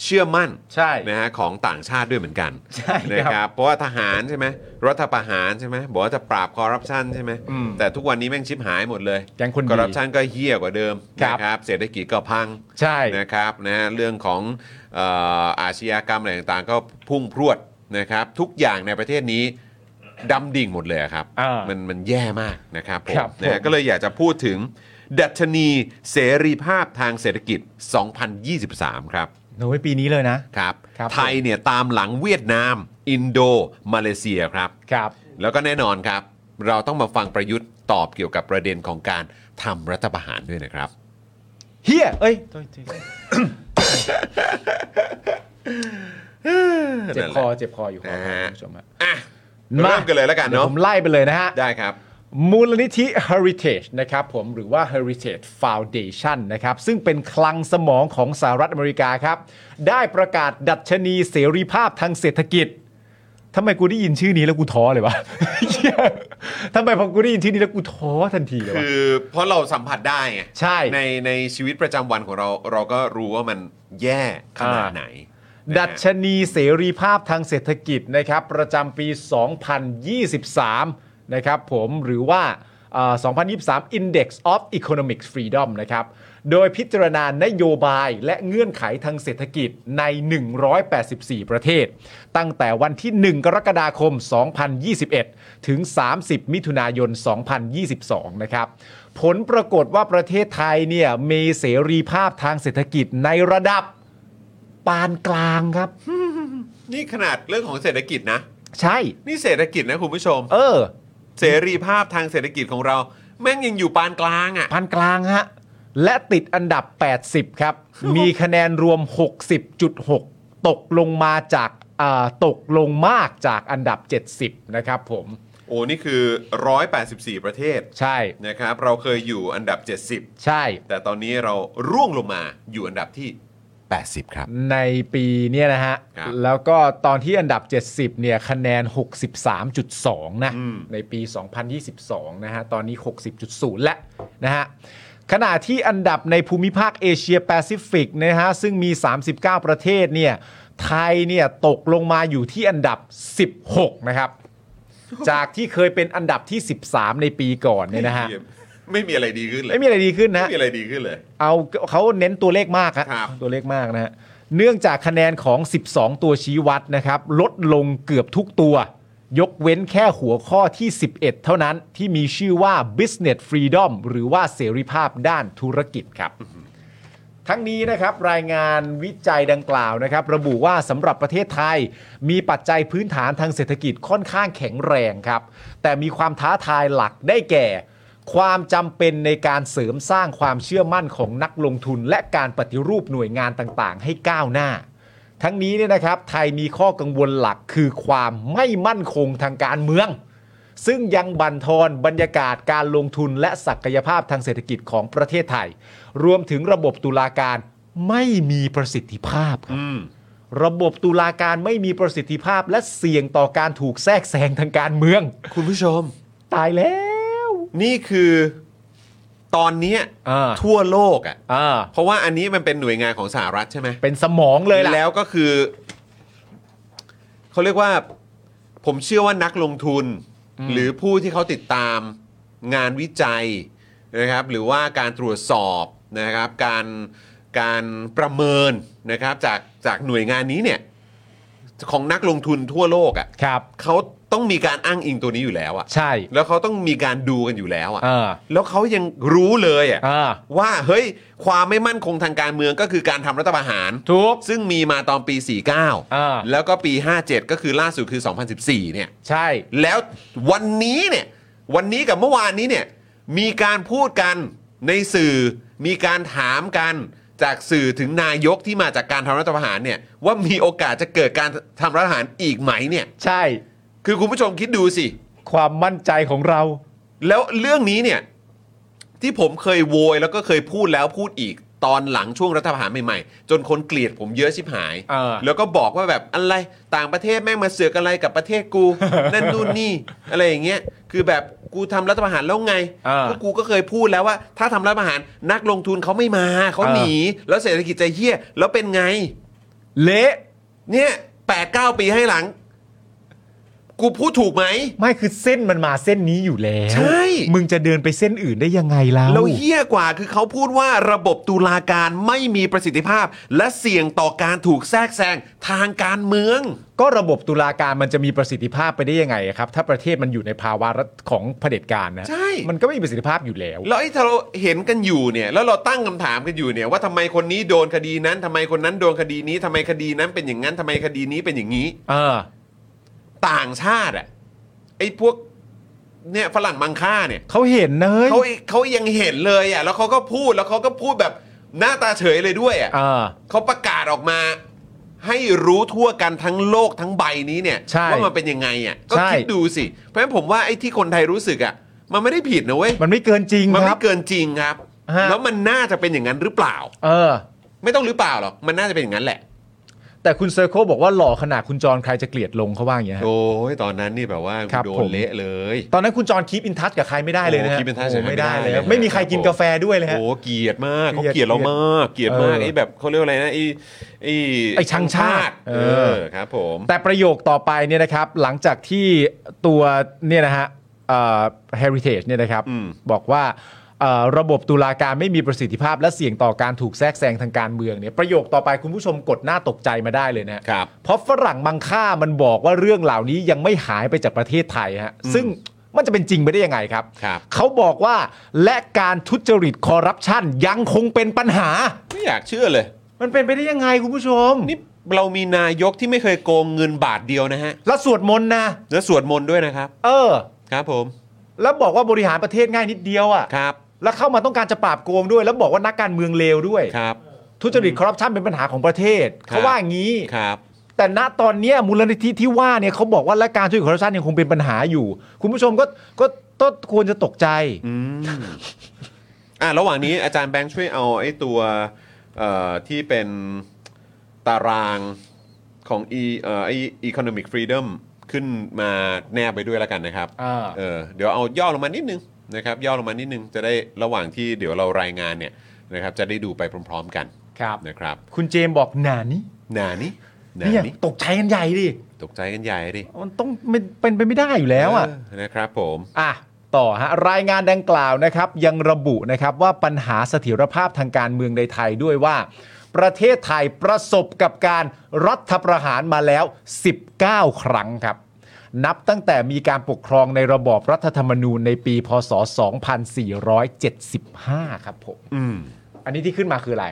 เชื่อมั่น
ใช่
นะฮะของต่างชาติด้วยเหมือนกัน
ใช่
นะ
ค
ครับ รับเพราะว่าทหารใช่ไหมรัฐประหารใช่ไหมบอกว่าจะปราบคอร์รัปชันใช่ไหม
อืม
แต่ทุกวันนี้แม่งชิบหายหมดเลย
แกงคนดี
คอร์รัปชันก็เฮี้ยกว่าเดิม
ครับ
นะครับเศรษฐกิจก็พัง
ใช่
นะครับนะฮะเรื่องของเอ่ออาชญากรรมอะไรต่างๆ ก็พุ่งพรวดนะครับ ทุกอย่างในประเทศนี้ดำดิ่งหมดเลยครับ
อ่ามั
มันมันแย่มากนะครับผม
ครับ
นะฮะ
ผม
ก็เลยอยากจะพูดถึง ดัชนีเสรีภาพทางเศรษฐกิจ 2023 ครับ
โน้ยปีนี้เลยนะ
ครับ
ครับผม
ไทยเนี่ยตามหลังเวียดนาม อินโด มาเลเซียครับ
ครับ
แล้วก็แน่นอนครับ เราต้องมาฟังประยุทธ์ตอบเกี่ยวกับประเด็นของการทำรัฐประหารด้วยนะครับ
เฮียเอ้ยเจ็บคอเจ็บคออยู่ครั
นะ
บ
ฮะ
คุณผู้ชมฮะ
อ่ะเริ่มกันเลยแล้วกัน
ดี๋ยว
เนาะ
ผมไล่ไปเลยนะฮะ
ได้ครับ
มูลนิธิ Heritage นะครับผมหรือว่า Heritage Foundation นะครับซึ่งเป็นคลังสมองของสหรัฐอเมริกาครับ ได้ประกาศดัชนีเสรีภาพทางเศรษฐกิจทำไมกูได้ยินชื่อนี้แล้วกูท้อเลยวะ เหี้ยทำไมพอกูได้ยินชื่อนี้แล้วกูท้อทันทีเลยวะ
คือเพราะเราสัมผัสได้ไง
ใช่
ในในชีวิตประจำวันของเราเราก็รู้ว่ามันแย่ขนาดไหนนะฮะ
ดัชนีเสรีภาพทางเศรษฐกิจนะครับประจำปี 2023 นะครับผมหรือว่าเอ่อ2023 Index of Economic Freedom นะครับ โดยพิจารณานโยบายและเงื่อนไขทางเศรษฐกิจใน 184 ประเทศ ตั้งแต่วันที่ 1 กรกฎาคม 2021 ถึง 30 มิถุนายน 2022 นะครับ ผลปรากฏว่าประเทศไทยเนี่ยมีเสรีภาพทางเศรษฐกิจในระดับ ปานกลางครับ
นี่ขนาดเรื่องของเศรษฐกิจนะ
ใช่
นี่เศรษฐกิจนะคุณผู้ชม
เออ
เสรีภาพทางเศรษฐกิจของเรา แม่งยังอยู่ปานกลางอ่ะ
ปานกลางฮะ และติดอันดับ 80 ครับ มีคะแนนรวม 60.6 ตกลงมาจากอ่าตกลงมากจากอันดับ 70 นะครับผม
โอ้นี่คือ 184 ประเทศ
ใช่
นะครับ เราเคยอยู่อันดับ 70
ใช่
แต่ตอนนี้เราร่วงลงมาอยู่อันดับที่ 80 ครับ
ในปีเนี้ยนะฮะ
ครับ
แล้วก็ตอนที่อันดับ 70 เนี่ยคะแนน 63.2 นะ ในปี 2022 นะฮะ ตอนนี้ 60.0 และนะฮะ ขณะที่อันดับในภูมิภาคเอเชียแปซิฟิกนะฮะ ซึ่งมี 39 ประเทศเนี่ย ไทยเนี่ยตกลงมาอยู่ที่อันดับ 16 นะครับ จากที่เคยเป็นอันดับที่ 13 ในปีก่อนเนี่ยนะฮะ
ไม่มีอะไรดีขึ้นเลย
ไม่มีอะไรดีขึ้นนะฮะ
ไม่มีอะไรดีขึ้นเลย
เอาเขาเน้นตัวเลขมากฮะ
ครับ
ตัวเลขมากนะฮะเนื่องจากคะแนนของ 12 ตัวชี้วัดนะครับ ลดลงเกือบทุกตัว ยกเว้นแค่หัวข้อที่ 11 เท่านั้นที่มีชื่อว่า business freedom หรือว่าเสรีภาพด้านธุรกิจครับ ทั้งนี้นะครับรายงานวิจัยดังกล่าวนะครับ ระบุว่าสำหรับประเทศไทย มีปัจจัยพื้นฐานทางเศรษฐกิจค่อนข้างแข็งแรงครับ แต่มีความท้าทายหลักได้แก่ ความจำเป็นในการเสริมสร้างความเชื่อมั่นของนักลงทุน และการปฏิรูปหน่วยงานต่างๆ ให้ก้าวหน้า ทั้งนี้เนี่ยนะครับไทยมีข้อกังวลหลักคือความไม่มั่นคงทางการเมือง ซึ่งยังบั่นทอนบรรยากาศการลงทุนและศักยภาพทางเศรษฐกิจของประเทศไทย รวมถึงระบบตุลาการไม่มีประสิทธิภาพครับระบบตุลาการไม่มีประสิทธิภาพและเสี่ยงต่อการถูกแทรกแซงทางการเมือง
คุณผู้ชม
ตายแล้ว
นี่คือตอนเนี้ย
อ่า
ทั่วโลกอ่ะ
อ่า
เพราะว่าอันนี้มันเป็นหน่วยงานของสหรัฐใช่ไหม
เป็นสมองเลยล่ะ
แล้วก็คือ เขาเรียกว่า ผมเชื่อว่านักลงทุน หรือผู้ที่เขาติดตามงานวิจัยนะครับ หรือว่าการตรวจสอบนะครับ การการประเมินนะครับ จากจากหน่วยงานนี้เนี่ย ของนักลงทุนทั่วโลกอ่ะ
ครับ
เขา ต้องมีการอ้างอิงตัวนี้อยู่แล้วอะ
ใช่
แล้วเขาต้องมีการดูกันอยู่แล้วอะ
เออ
แล้วเขายังรู้เลยอะ
อ่า
ว่าเฮ้ยความไม่มั่นคงทางการเมืองก็คือการทำรัฐประหาร
ทุก
ซึ่งมีมาตอนปี
อ่า
49 แล้วก็ปี 57 ก็คือล่าสุดคือ 2014 เนี่ย
ใช่
แล้ววันนี้เนี่ย วันนี้กับเมื่อวานนี้เนี่ย มีการพูดกันในสื่อ มีการถามกันจากสื่อถึงนายกที่มาจากการทำรัฐประหารเนี่ย ว่ามีโอกาสจะเกิดการทำรัฐประหารอีกไหมเนี่ย
ใช่
คือคุณผู้ชมคิดดูสิ
ความมั่นใจของเรา
แล้วเรื่องนี้เนี่ย ที่ผมเคยโวยแล้วก็เคยพูดแล้วพูดอีกตอนหลังช่วงรัฐประหารใหม่ๆ จนคนเกลียดผมเยอะชิบหาย
เออ
แล้วก็บอกว่าแบบอะไรต่างประเทศแม่งมาเสือกอะไรกับประเทศกู นั่นนู่นนี่ อะไรอย่างเงี้ยคือแบบกูทำรัฐประหารแล้วไง
เออ
ก็กูก็เคยพูดแล้วว่า ถ้าทำรัฐประหารนักลงทุนเขาไม่มาเขา
เออ
หนีแล้วเศรษฐกิจจะเหี้ยแล้วเป็นไง
เละ
เนี่ยแปดเก้าปีให้หลัง กูพูดถูกไหม
ไม่คือเส้นมันมาเส้นนี้อยู่แล้ว
ใช่
มึงจะเดินไปเส้นอื่นได้ยังไงเรา
แล้วเฮี้ยกว่าคือเขาพูดว่าระบบตุลาการไม่มีประสิทธิภาพ และเสี่ยงต่อการถูกแทรกแซงทางการเมือง
ก็ระบบตุลาการมันจะมีประสิทธิภาพไปได้ยังไงครับ ถ้าประเทศมันอยู่ในภาวะรัฐของเผด็จการนะ
ใช่
มันก็ไม่มีประสิทธิภาพอยู่แล้ว
แล้วไอ้ที่เราเห็นกันอยู่เนี่ยแล้วเราตั้งคำถามกันอยู่เนี่ยว่าทำไมคนนี้โดนคดีนั้นทำไมคนนั้นโดนคดีนี้ทำไมคดีนั้นเป็นอย่างนั้นทำไมคดีนี้เป็นอย่างนี้
เออ
ต่างชาติอะไอ้พวกเนี่ยฝรั่งมังค่าเนี่ย
เขาเห็นนะเฮ้ย
เขาเขายังเห็นเลยอะแล้วเขาก็พูดแล้วเขาก็พูดแบบหน้าตาเฉยเลยด้วยอะ
เออ
เขาประกาศออกมา ให้รู้ทั่วกันทั้งโลกทั้งใบนี้เนี่ย
ใช่
ว่ามันเป็นยังไงอ่ะก็
ใช่
คิดดูสิ เพราะฉะนั้นผมว่าไอ้ที่คนไทยรู้สึกอ่ะมันไม่ได้ผิดนะเว้ย
มันไม่เกินจริง
มัน
ค
ไม่
รับ
เกินจริงครับ
ฮะ
แล้วมันน่าจะเป็นอย่างนั้นหรือเปล่า
เออ
ไม่ต้องหรือเปล่าหรอกมันน่าจะเป็นอย่างนั้นแหละ
แต่คุณเซอร์โคบอกว่าหล่อขนาดคุณจรใครจะเกลียดลงเขาว่าอย่างเงี้ยฮะ
โอ้ยตอนนั้นนี่แบบว่า
ครับ
โด
ผ
น
ม
เละเลย
ตอนนั้นคุณจรคีปอินทัชกับใครไม่ได้เลยนะฮะ
โอ้ keep in touch
โอ้ไม่ได้เลย
ไม่ได้เลย
ครับไม่มีใครกิน
ครับผม
กาแฟด้วยเลยฮะ
โอ้เกลียดมากเขา
เก
เก
ลี
ลีย
ยด
ดเรามากเกลียดมาก
เออ
ไอ้แบบเขาเรียกว่าอะไรนะไอ้ไอ้
ไอ้ช่างชาติ
เอ
เออ
อครับ ผม
แต่ประโยคต่อไปเนี่ยนะครับ หลังจากที่ตัวเนี่ยนะฮะเอ่อ heritage เนี่ยนะครับ
อืม
บอกว่าเอ่อระบบตุลาการไม่มีประสิทธิภาพ และเสี่ยงต่อการถูกแทรกแซงทางการเมืองเนี่ยประโยคต่อไปคุณผู้ชมกดหน้าตกใจมาได้เลยนะฮะ
ครับ
เพราะฝรั่งมังค่ามันบอกว่าเรื่องเหล่านี้ยังไม่หายไปจากประเทศไทยฮะซึ่งมันจะเป็นจริงไปได้ยังไงครับ
ครับ
เขาบอกว่าและการทุจริตคอร์รัปชันยังคงเป็นปัญหา
ไม่อยากเชื่อเลย
มันเป็นไปได้ยังไงคุณผู้ชม
นี่เรามีนายกที่ไม่เคยโกงเงินบาทเดียวนะฮะ
แล้วสวดมนต์นะ
แล้วสวดมนต์ด้วยนะครับ
เออ
ครับผม
แล้วบอกว่าบริหารประเทศง่ายนิดเดียวอะ่ะ
ครับ
แล้วเข้ามาต้องการจะปราบโกงด้วย แล้วบอกว่านักการเมืองเลวด้วย
ครับ
ทุจริตคอร์รัปชันเป็นปัญหาของประเทศ
ครับ
เขาว่าอย่างนี้
ครับ
แต่ณตอนเนี้ยมูลนิธิที่ว่าเนี่ยเขาบอกว่าและการทุจริตคอร์รัปชันยังคงเป็นปัญหาอยู่ คุณผู้ชมก็ก็ก็ควรจะตกใจ
อืม อ่ะ ระหว่างนี้อาจารย์แบงค์ช่วยเอาไอ้ตัว เอ่อ ที่เป็นตารางของ e เอ่อไอ economic freedom ขึ้นมาแนบไปด้วยแล้วกันนะครับ
อ่า
เออ เดี๋ยวเอาย่อลงมานิดนึงนะครับ ย่อลงมานิดนึง จะได้ระหว่างที่เดี๋ยวเรารายงานเนี่ยนะครับ จะได้ดูไปพร้อม ๆ กัน
ครับ
นะครับ
คุณเจมส์บอกหนานี้
หนานี้หนา
เนี่ย
นี้
ตกใจกันใหญ่ดิ
ตกใจกันใหญ่ดิ
มันต้องไม่เป็นไปไม่ได้อยู่แล้วอ่ะ
เนะครับผม
อ่ะต่อฮะรายงานดังกล่าวนะครับยังระบุนะครับว่าปัญหาเสถียรภาพทางการเมืองในไทยด้วยว่า ประเทศไทยประสบกับการรัฐประหารมาแล้ว 19 ครั้งครับ นับตั้งแต่มีการปกครองในระบอบรัฐธรรมนูญในปีพศ 2475 ครับผม
อืม
อันนี้ที่ขึ้นมาคืออะไร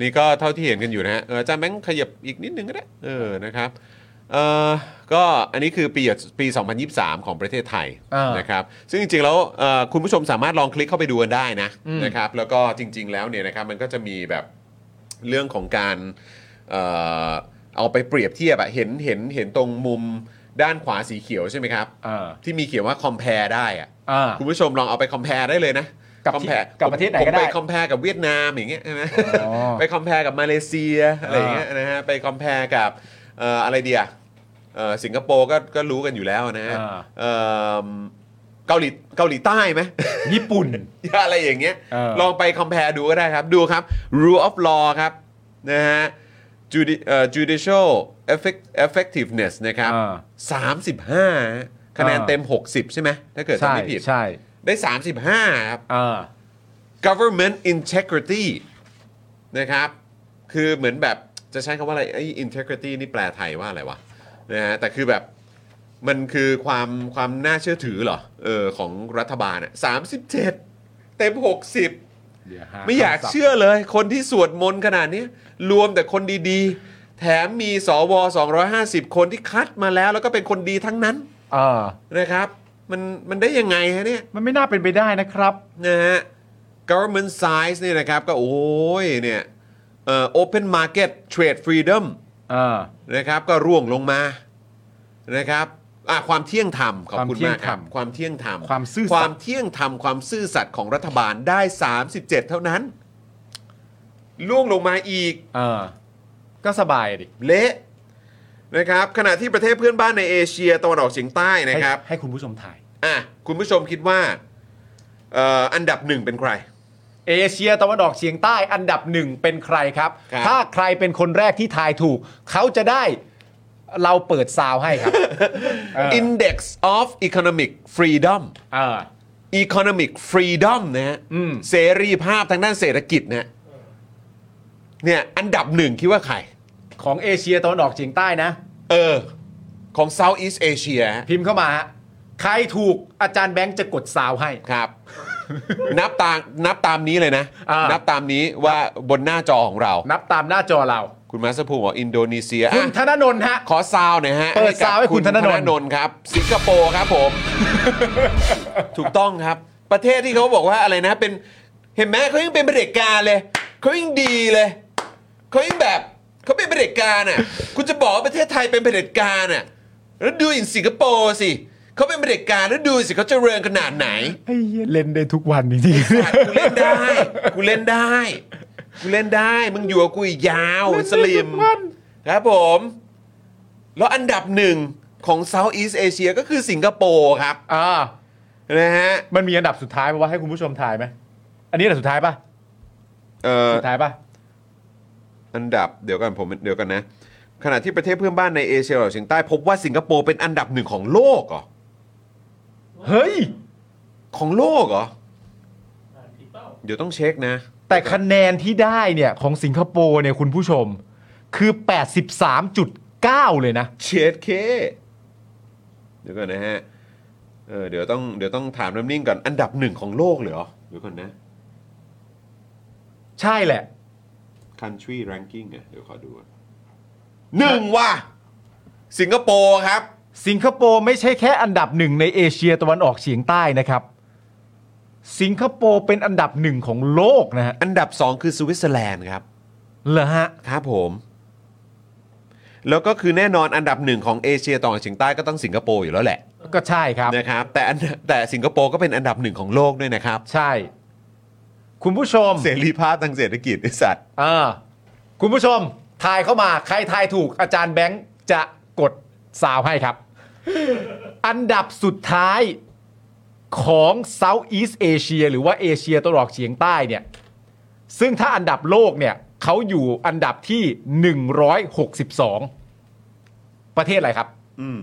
นี่ก็เท่าที่เห็นกันอยู่นะฮะเอออาจารย์แบงค์ขยับอีกนิดนึงก็ได้ เออ นะครับ เออก็อันนี้คือปีปี 2023 ของประเทศไทย
อ่าน
นะครับ ซึ่งจริงๆแล้วเอ่อคุณผู้ชมสามารถลองคลิกเข้าไปดูกันได้นะนะครับ แล้วก็จริง ๆ แล้วเนี่ยนะครับมันก็จะมีแบบเรื่องของการเอ่อเอาไปเปรียบเทียบอะเห็นเห็นเห็นตรงมุมด้านขวาสีเขียวใช่ไหมครับ
เออ
ที่มีเขียนว่า compare ได้อะ
อ่า
คุณผู้ชมลองเอาไปคอม p a r e ได้เลยนะ
กับที่
compare
กับประเทศไหนก็
ผม
ได้
ไปคอม p a r e กับเวียดนามอย่างเงี้ยใช่ไหม
อ๋อ
ไปคอม p a r e กับมาเลเซียอะไรอย่างเงี้ยนะฮะไปคอม p a r e กับเอ่ออะไรเดียเอ่อสิงคโปร์ก็ก็รู้กันอยู่แล้วนะฮะ
อ่า
เอิ่มเกาหลีเกาหลีใต้ไหม
ญี่ปุ่น
อะไรอย่างเงี้ย
เออ
ลองไปคอม p a r e ดูก็ได้ครับ ดูครับ rule of law ครับนะฮะ judi- เอ่อ judicial effect- effectiveness นะครับ
อ่า
35 คะแนนเต็ม 60 ใช่ไหมถ้าเกิด
ใช่
จำไม่ผิด
ใช่
ได้ 35 ครับ
อ่า
government integrity นะครับ คือเหมือนแบบจะใช้คำว่าอะไรไอ้ integrity นี่แปลไทยว่าอะไรวะนะฮะแต่คือแบบ มันคือความความน่าเชื่อถือเหรอเออของรัฐบาลอ่ะสามสิบเจ็ดเต็มหกสิบ
เดี๋ยวห
ไม่อยาก
คำศัพท์
เชื่อเลย คนที่สวดมนต์ขนาดนี้ รวมแต่คนดีๆ แถมมีสว 250 คนที่คัดมาแล้ว แล้วก็เป็นคนดีทั้งนั้น
เออ
นะครับ มันมันได้ยังไงฮะเนี่ย
มันไม่น่าเป็นไปได้นะครับ
นะฮะ government size เนี่ยนะครับ ก็โอ้ยเนี่ยเอ่อ open market trade freedom
เออ
นะครับ ก็ร่วงลงมานะครับอ่ะความเที่ยงธรรมขอบคุณมากครับความเที่ยงธรรม
ความซื่อสัตย์
ความเที่ยงธรรมความซื่อสัตย์ของรัฐบาลได้ 37 เท่านั้นล่วงลงมาอีก
เออ ก็สบายดิ
เละนะครับขณะที่ประเทศเพื่อนบ้านในเอเชียตะวันออกเฉียงใต้
ให้
นะครับ
ให้คุณผู้ชมถ่าย
อ่ะคุณผู้ชมคิดว่าเอ่ออันดับหนึ่งเป็นใคร
เอเชียตะวันออกเฉียงใต้อันดับหนึ่งเป็นใครครับ
ครับ
ถ้าใครเป็นคนแรกที่ทายถูก เขาจะได้เราเปิดซาวให้ ครับ เออ
Index of Economic Freedom
เออ
Economic Freedom นะฮะ
อืม
เสรีภาพทางด้านเศรษฐกิจนะฮะเนี่ยอันดับหนึ่งคิดว่าใคร
ของเอเชียตะวันออกเฉียงใต้นะ
เออ ของ Southeast Asia ฮะ
พิมพ์เข้ามาฮะใครถูกอาจารย์แบงค์จะกดซาวให้
ครับ นับตามนับตามนี้เลยนะ
อ่านั
นับตามนี้ว่าบนหน้าจอของเรา
นับตามหน้าจอเรา
คุณมาสเตอร์ภูมิบอกอินโดนีเซีย
คุณ
อ่ะ
ธนนนท์ฮะ
ขอซาวหน่อยฮะ
เปิดซาวให้คุณธนนท์
นท์ครับ สิงคโปร์ครับผม ถูกต้องครับ ประเทศที่เขาบอกว่าอะไรนะเป็นเห็นไหมเขายังเป็นเผด็จการเลยเขายังดีเลยเขายังแบบเขาเป็นเผด็จการอ่ะ คุณจะบอกว่าประเทศไทยเป็นเผด็จการอ่ะแล้วดูอย่างสิงคโปร์สิเขาเป็นเผด็จการแล้วดูสิเขาเจริญขนาดไหน
ไอ้เหี้ยเล่นได้ทุกวันจริงๆ
กูเล่นได้ กูเล่นได้ กูเล่นได้ มึงอยู่กับกูอีกยาวสลิมครับผม แล้วอันดับหนึ่งของ Southeast Asia ก็คือสิงคโปร์ครับ
อ่า
นะฮะ
มันมีอันดับสุดท้ายปะวะให้คุณผู้ชมถ่ายไหมอันนี้อันดับสุดท้ายปะ
เอ่อ
สุดท้ายปะ
อันดับเดี๋ยวกันผมเดี๋ยวกันนะ ขณะที่ประเทศเพื่อนบ้านในเอเชียตะวันออกเฉียงใต้ พบว่าสิงคโปร์เป็นอันดับหนึ่งของโลกเหรอ
เฮ้ย
ของโลกเหรอ เดี๋ยวต้องเช็คนะ
แต่คะแนนที่ได้เนี่ยของสิงคโปร์เนี่ยคุณผู้ชม คือ 83.9 เลยนะ
เช็ดเค เดี๋ยวก่อนนะฮะ เออเดี๋ยวต้องเดี๋ยวต้องถามน้ำนิ่งก่อน อันดับหนึ่งของโลกเลยเหรอ เดี๋ยวก่อนนะ
ใช่แหละ
country ranking อ่ะเดี๋ยวขอดูก่อนหนึ่งว่ะ สิงคโปร์ครับ
สิงคโปร์ไม่ใช่แค่อันดับหนึ่งในเอเชียตะวันออกเฉียงใต้นะครับ สิงคโปร์เป็นอันดับหนึ่งของโลกนะฮะ
อันดับ 2 คือสวิตเซอร์แลนด์ครับ
เหรอฮะ
ครับผม แล้วก็คือแน่นอนอันดับหนึ่งของเอเชียตะวันออกเฉียงใต้ก็ต้องสิงคโปร์อยู่แล้วแหละ
ก็ใช่ครับ
นะครับ แต่อันแต่สิงคโปร์ก็เป็นอันดับหนึ่งของโลกด้วยนะครับ
ใช่ คุณผู้ชม
เสรีภาพทางเศรษฐกิจไอ้สัตว์
อ่าคุณผู้ชมทายเข้ามาใครทายถูกอาจารย์แบงค์จะกดสาวให้ครับ อันดับสุดท้ายของ Southeast Asia หรือว่าเอเชียตะวันออกเฉียงใต้เนี่ย ซึ่งถ้าอันดับโลกเนี่ยเขาอยู่อันดับที่ 162 ประเทศอะไรครับ
อืม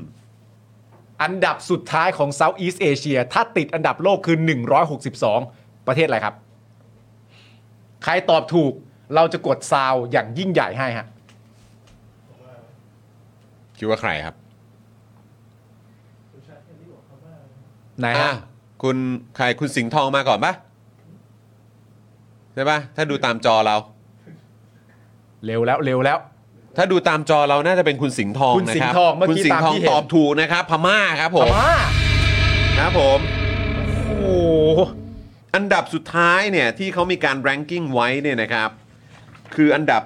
อันดับสุดท้ายของ Southeast Asia ถ้าติดอันดับโลกคือ 162 ประเทศอะไรครับ ใครตอบถูกเราจะกดซาวอย่างยิ่งใหญ่ให้ฮะ
คิดว่าใครครับ
ไหน
อ่ะ
ฮะ
คุณใครคุณสิงห์ทองมาก่อนปะใช่ปะถ้าดูตามจอเรา
เร็วแล้วเร็วแล้ว
ถ้าดูตามจอเราน่าจะเป็นคุณสิงห์ทอง
คุณ
นะ
สิ
ค
ง
รั
ห์
บ
ทองเมื่อ
คุ
กี้
ณสิงห์ทอง
ตามที่เห็น
ตอบถูกนะครับ พม่าครับผม
มา
ครับผม
โอ้โห
อันดับสุดท้ายเนี่ยที่เขามีการแรงกิ้งไว้เนี่ยนะครับ คืออันดับ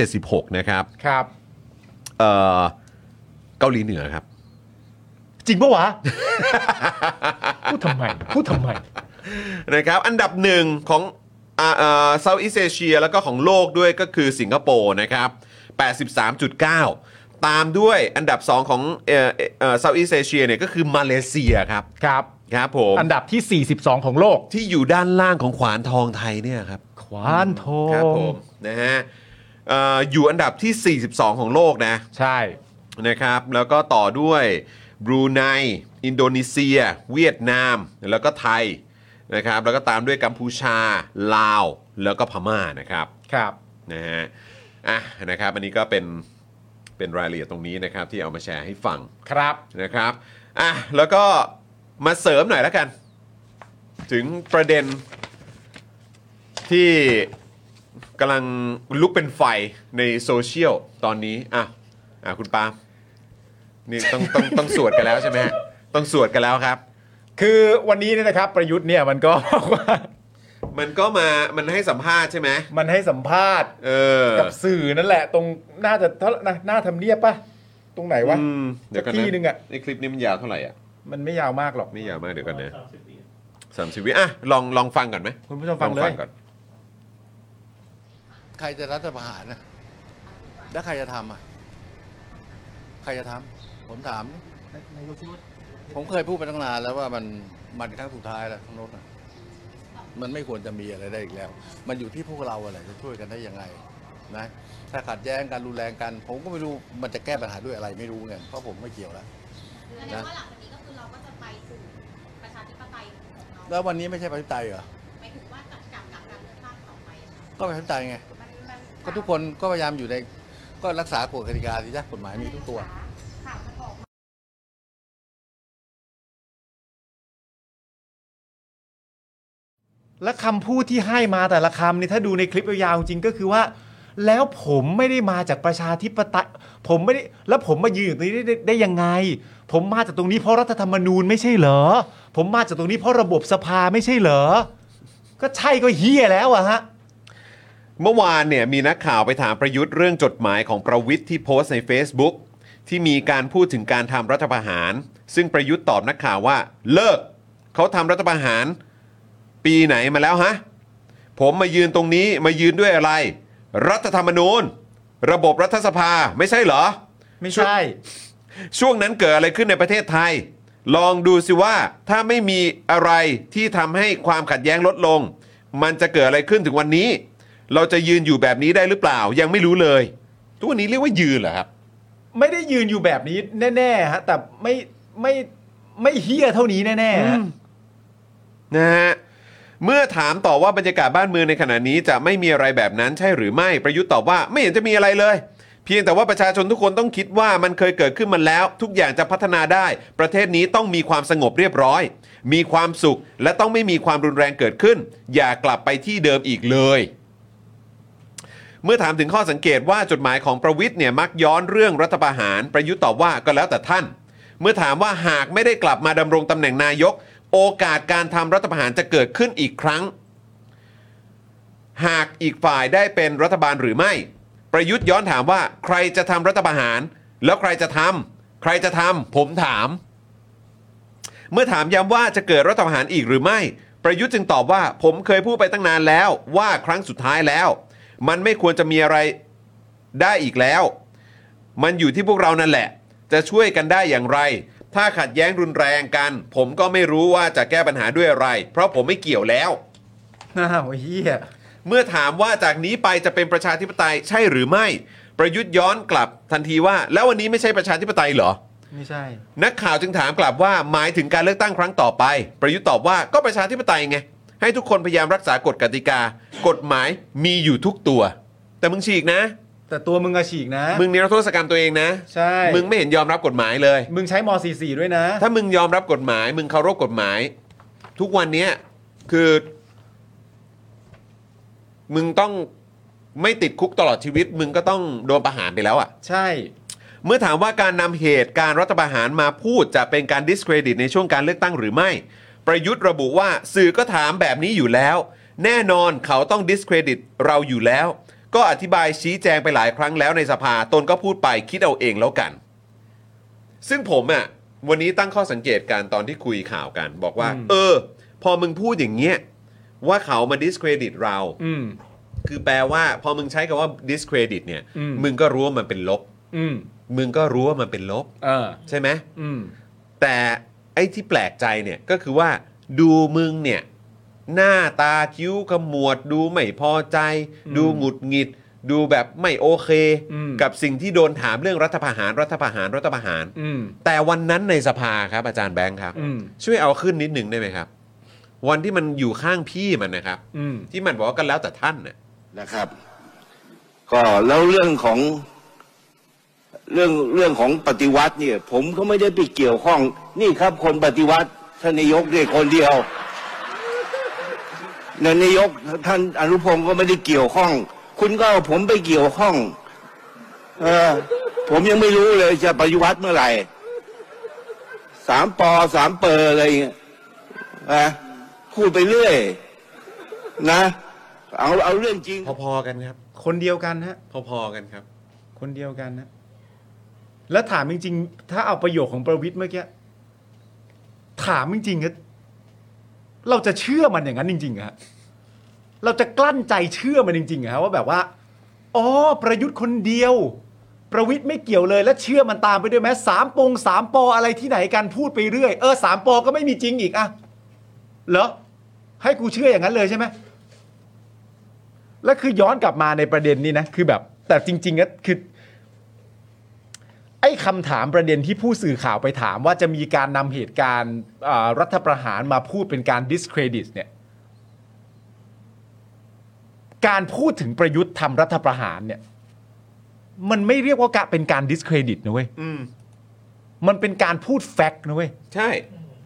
176 นะครับ
ครับ
เอ่อเกาหลีเหนือครับ
จริงปะวะ พูดทำไม พูดทำไม
นะครับอันดับหนึ่งของเซาท์อีสเอเชียแล้วก็ของโลกด้วยก็คือสิงคโปร์นะครับ 83.9 ตามด้วยอันดับ 2 ของเซาท์อีสเอเชียเนี่ยก็คือมาเลเซียครับ
ครับ
ครับผม
อันดับที่ 42 ของโลก
ที่อยู่ด้านล่างของขวานทองไทยเนี่ยครับ
ขวานทอ
ครับ
ง
ผมนะฮะเอ่ออยู่อันดับที่ 42 ของโลกนะ
ใช่
นะครับแล้วก็ต่อด้วยบรูไนอินโดนีเซีย เวียดนาม แล้วก็ไทยนะครับแล้วก็ตามด้วยกัมพูชา ลาว แล้วก็พม่านะครับ
ครับ
นะฮะอ่ะนะครับอันนี้ก็เป็น เป็นรายละเอียดตรงนี้นะครับที่เอามาแชร์ให้ฟัง
ครับ
นะครับอ่ะแล้วก็มาเสริมหน่อยแล้วกัน ถึงประเด็นที่กำลังลุกเป็นไฟในโซเชียลตอนนี้อ่ะอ่ะคุณปาล์มนี่ต้องต้องต้องสวดกันแล้วใช่ไหมฮะต้องสวดกันแล้วครับ
คือวันนี้เนี่ยนะครับประยุทธ์เนี่ยมันก็
มันก็มามันให้สัมภาษณ์ใช่ไหม
มันให้สัมภาษณ์
เออ
กับสื่อนั่นแหละ ตรงน่าจะเท่านะหน้าทำเนียบปะตรงไหนวะ
อืมเดี๋ยวกัน
สั
นะ
กที่หนึ่งอะ
ในคลิปนี้มันยาวเท่าไหร่อ่ะ
มันไม่ยาวมากหรอก
ไม่ยาวมากเดี๋ยวกันนะสามสิบวิอ่ะ ลองลองฟังก่อนไหม
คุณผู้ชมฟังเล
อฟั
ย
งก่อน
ใครจะรัฐประหารนะแล้วใครจะทำอ่ะ ใครจะทำ ผมถาม ผมเคยพูดไปตั้งนานแล้วว่ามันมันครั้งสุดท้ายแล้วทั้งรถน่ะมันไม่ควรจะมีอะไรได้อีกแล้ว มันอยู่ที่พวกเราอะไรจะช่วยกันได้ยังไงนะ ถ้าขัดแย้งกันรุนแรงกัน ผมก็ไม่รู้มันจะแก้ปัญหาด้วยอะไรไม่รู้เหมือนกันเพราะผมไม่เกี่ยวแล้ว
แสดงว่าหลังจากนี้ก็คือเราก็จะไปสู่ประชาธิปไตยของเรา
แล้ววันนี้ไม่ใช่ประชาธิปไตยเหรอ
หมายถึงว่าจะกลับหลังการเลือกตั้งต่อไปอะค่ะ
ก็ประชาธิปไตยไง
มันมัน
ก็ทุกคนก็พยายามอยู่ใน ก็รักษากฎกติกาที่กฎหมายมีทุกตัว
ข่าวมันออกมา
และคำพูดที่ให้มาแต่ละคำนี่ถ้าดูในคลิปยาวๆจริงก็คือว่า แล้วผมไม่ได้มาจากประชาธิปไตยผมไม่ได้แล้วผมมายืนอยู่ตรงนี้ได้ได้ได้ยังไง ผมมาจากตรงนี้เพราะรัฐธรรมนูญไม่ใช่เหรอ ผมมาจากตรงนี้เพราะระบบสภาไม่ใช่เหรอ ก็ใช่ก็เฮียแล้วอะฮะ
เมื่อวานเนี่ยมีนักข่าวไปถามประยุทธ์เรื่องจดหมายของประวิทย์ที่โพสต์ใน Facebook ที่มีการพูดถึงการทำรัฐประหาร ซึ่งประยุทธ์ตอบนักข่าวว่า เลิกเขาทำรัฐประหาร ปีไหนมาแล้วฮะ ผมมายืนตรงนี้มายืนด้วยอะไร รัฐธรรมนูญ ระบบรัฐสภาไม่ใช่เหรอ
ไม่ใช่
ช่วงนั้นเกิดอะไรขึ้นในประเทศไทย ลองดูสิว่าถ้าไม่มีอะไรที่ทำให้ความขัดแย้งลดลง มันจะเกิดอะไรขึ้นถึงวันนี้ เราจะยืนอยู่แบบนี้ได้หรือเปล่า ยังไม่รู้เลยทุกวันนี้เรียกว่ายืนเหรอครับ
ไม่ได้ยืนอยู่แบบนี้แน่ๆฮะแต่ไม่ไม่ไม่เฮี้ยเท่านี้แน่ๆฮะ
นะฮะเมื่อถามต่อว่าบรรยากาศบ้านเมืองในขณะนี้จะไม่มีอะไรแบบนั้นใช่หรือไม่ประยุทธ์ตอบว่าไม่เห็นจะมีอะไรเลย เพียงแต่ว่าประชาชนทุกคนต้องคิดว่ามันเคยเกิดขึ้นมาแล้ว ทุกอย่างจะพัฒนาได้ ประเทศนี้ต้องมีความสงบเรียบร้อย มีความสุขและต้องไม่มีความรุนแรงเกิดขึ้น อย่ากลับไปที่เดิมอีกเลย เมื่อถามถึงข้อสังเกตว่าจดหมายของประวิทย์เนี่ยมักย้อนเรื่องรัฐประหาร ประยุทธ์ตอบว่าก็แล้วแต่ท่าน เมื่อถามว่าหากไม่ได้กลับมาดำรงตำแหน่งนายก โอกาสการทำรัฐประหารจะเกิดขึ้นอีกครั้ง หากอีกฝ่ายได้เป็นรัฐบาลหรือไม่ ประยุทธ์ย้อนถามว่าใครจะทำรัฐประหาร แล้วใครจะทำใครจะทำผมถาม เมื่อถามย้ำว่าจะเกิดรัฐประหารอีกหรือไม่ ประยุทธ์จึงตอบว่าผมเคยพูดไปตั้งนานแล้วว่าครั้งสุดท้ายแล้ว มันไม่ควรจะมีอะไรได้อีกแล้ว มันอยู่ที่พวกเรานั่นแหละ จะช่วยกันได้อย่างไร ถ้าขัดแย้งรุนแรงกัน ผมก็ไม่รู้ว่าจะแก้ปัญหาด้วยอะไร เพราะผมไม่เกี่ยวแล้ว
อ้าวเฮี้ย
เมื่อถามว่าจากนี้ไปจะเป็นประชาธิปไตยใช่หรือไม่ ประยุทธ์ย้อนกลับทันทีว่า แล้ววันนี้ไม่ใช่ประชาธิปไตยเหรอ
ไม่ใช่
นักข่าวจึงถามกลับว่าหมายถึงการเลือกตั้งครั้งต่อไป ประยุทธ์ตอบว่าก็ประชาธิปไตยไง ให้ทุกคนพยายามรักษากฎกติกา กฎหมายมีอยู่ทุกตัว แต่มึงฉีกนะ
แต่ตัวมึงอะฉีกนะ
มึงนิรโทษกรรมตัวเองนะ
ใช่
มึงไม่เห็นยอมรับกฎหมายเลย
มึงใช้ม .44 ด้วยนะ
ถ้ามึงยอมรับกฎหมาย มึงเคารพกฎหมาย ทุกวันเนี้ยคือ มึงต้องไม่ติดคุกตลอดชีวิต มึงก็ต้องโดนประหารไปแล้วอ่ะ
ใช่
เมื่อถามว่าการนำเหตุการณ์รัฐประหารมาพูดจะเป็นการดิสเครดิตในช่วงการเลือกตั้งหรือไม่ ประยุทธ์ระบุว่าสื่อก็ถามแบบนี้อยู่แล้ว แน่นอนเขาต้องดิสเครดิตเราอยู่แล้ว ก็อธิบายชี้แจงไปหลายครั้งแล้วในสภาตนก็พูดไปคิดเอาเองแล้วกัน ซึ่งผมอะ่ะวันนี้ตั้งข้อสังเกตการตอนที่คุยข่าวกัน บอกว่า
อืม
เออ พอมึงพูดอย่างเงี้ยว่าเขามาดิสเครดิตเรา
อืม
คือแปลว่า พอมึงใช้คำว่า discredit เนี่ย
อืม
มึงก็รู้ว่ามันเป็นลบ
อืม
มึงก็รู้ว่ามันเป็นลบ
เออ
ใช่ไหม
อืม
แต่ไอ้ที่แปลกใจเนี่ยก็คือว่าดูมึงเนี่ย หน้าตาคิ้วขมวด ดูไม่พอใจ
อืม
ดูหงุดหงิด ดูแบบไม่โอเค
อืม
กับสิ่งที่โดนถามเรื่องรัฐประหารรัฐประหารรัฐประหาร
อืม
แต่วันนั้นในสภาครับอาจารย์แบงค์ครับ
อืม
ช่วยเอาขึ้นนิดหนึ่งได้ไหมครับ วันที่มันอยู่ข้างพี่มันนะครับ
อืม
ที่มันบอกว่ากันแล้วแต่ท่านน่ะ
นะครับ ก็แล้วเรื่องของ เรื่องเรื่องของปฏิวัติเนี่ย ผมก็ไม่ได้ไปเกี่ยวข้อง นี่ครับ คนปฏิวัติท่านนายกเนี่ยคนเดียว นายกท่านอนุพงศ์ก็ไม่ได้เกี่ยวข้อง คุณก็เอาผมไปเกี่ยวข้อง เออ ผมยังไม่รู้เลยจะปฏิวัติเมื่อไหร่สามปอสามเปอร์อะไรอย่างเงี้ยนะพูดไปเรื่อย นะ เอาเอาเรื่องจริง
พอๆกันครับ
คนเดียวกันฮะ
พอๆกันครับ
คนเดียวกันนะ แล้วถามจริงๆ ถ้าเอาประโยคของประวิทย์เมื่อกี้ ถามจริงๆฮะเราจะเชื่อมันอย่างนั้นจริงๆฮะ เราจะกลั้นใจเชื่อมันจริงๆฮะว่าแบบว่า อ๋อ ประยุทธ์คนเดียว ประวิทย์ไม่เกี่ยวเลย และเชื่อมันตามไปด้วยไหมสามปงสามปออะไรที่ไหนกันพูดไปเรื่อย เออสามปอก็ไม่มีจริงอีกอะเหรอ ให้กูเชื่ออย่างนั้นเลยใช่ไหม แล้วคือย้อนกลับมาในประเด็นนี้นะ คือแบบ แต่จริงๆก็คือ ไอ้คำถามประเด็นที่ผู้สื่อข่าวไปถามว่าจะมีการนำเหตุการณ์อ่ารัฐประหารมาพูดเป็นการ discredit เนี่ย การพูดถึงประยุทธ์ทำรัฐประหารเนี่ย มันไม่เรียกว่ากะเป็นการ discredit นะเว้ย
อืม
มันเป็นการพูด fact นะเว้ย
ใช่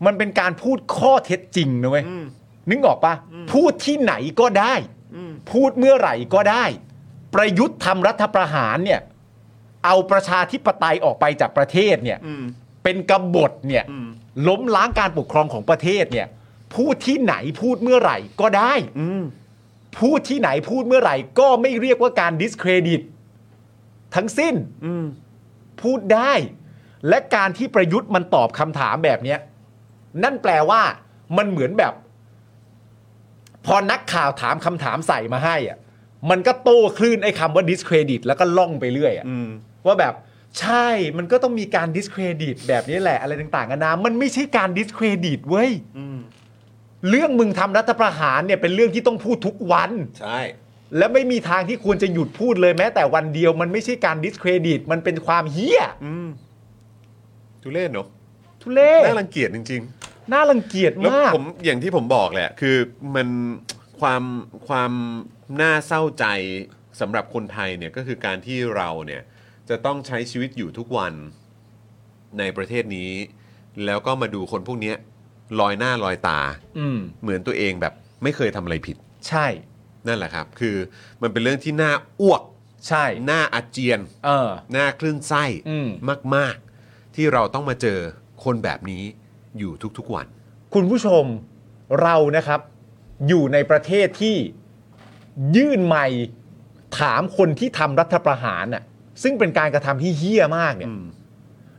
มันเป็นการพูดข้อเท็จจริงนะเว้ย
อืม
นึกออกปะพูดที่ไหนก็ได้
อืม
พูดเมื่อไหร่ก็ได้ ประยุทธ์ทำรัฐประหารเนี่ย เอาประชาธิปไตยออกไปจากประเทศเนี่ย
อืม
เป็นกบฏเนี่ย
อืม
ล้มล้างการปกครองของประเทศเนี่ย พูดที่ไหนพูดเมื่อไหร่ก็ได้
อืม
พูดที่ไหนพูดเมื่อไหร่ ก็ไม่เรียกว่าการดิสเครดิต ทั้งสิ้น
อืม
พูดได้ และการที่ประยุทธ์มันตอบคำถามแบบเนี้ยนั่นแปลว่ามันเหมือนแบบ พอนักข่าวถามคำถามใส่มาให้อะมันก็โต้คลื่นไอ้คำว่า discredit แล้วก็ล่องไปเรื่อยอะ
อืม
ว่าแบบใช่มันก็ต้องมีการ discredit แบบนี้แหละอะไรต่างๆกันานามันไม่ใช่การ discredit เว้ย
อืม
เรื่องมึงทำรัฐประหารเนี่ยเป็นเรื่องที่ต้องพูดทุกวัน
ใช่
และไม่มีทางที่ควรจะหยุดพูดเลยแม้ แต่วันเดียวมันไม่ใช่การ discredit มันเป็นความเฮี้ย
อืมทุเรศเนอะ
ทุเล่
น่ารังเกียจจริง ๆ
น่ารังเกียจ
แล้ว
มาก
ผมอย่างที่ผมบอกแหละ คือมันความความน่าเศร้าใจสำหรับคนไทยเนี่ยก็คือการที่เราเนี่ยจะต้องใช้ชีวิตอยู่ทุกวันในประเทศนี้ แล้วก็มาดูคนพวกเนี้ยลอยหน้าลอยตา
อืม
เหมือนตัวเองแบบไม่เคยทำอะไรผิด
ใช่
นั่นแหละครับ คือมันเป็นเรื่องที่น่าอ้วก
ใช่
น่าอาเจียน
เออ
น่าคลื่นไส้
อืม
มาก ๆ ที่เราต้องมาเจอคนแบบนี้อยู่ทุกๆวัน
คุณผู้ชมเรานะครับ อยู่ในประเทศที่ยื่นไมค์ถามคนที่ทำรัฐประหารน่ะ ซึ่งเป็นการกระทำที่เฮี้ยมากเนี่ย
อืม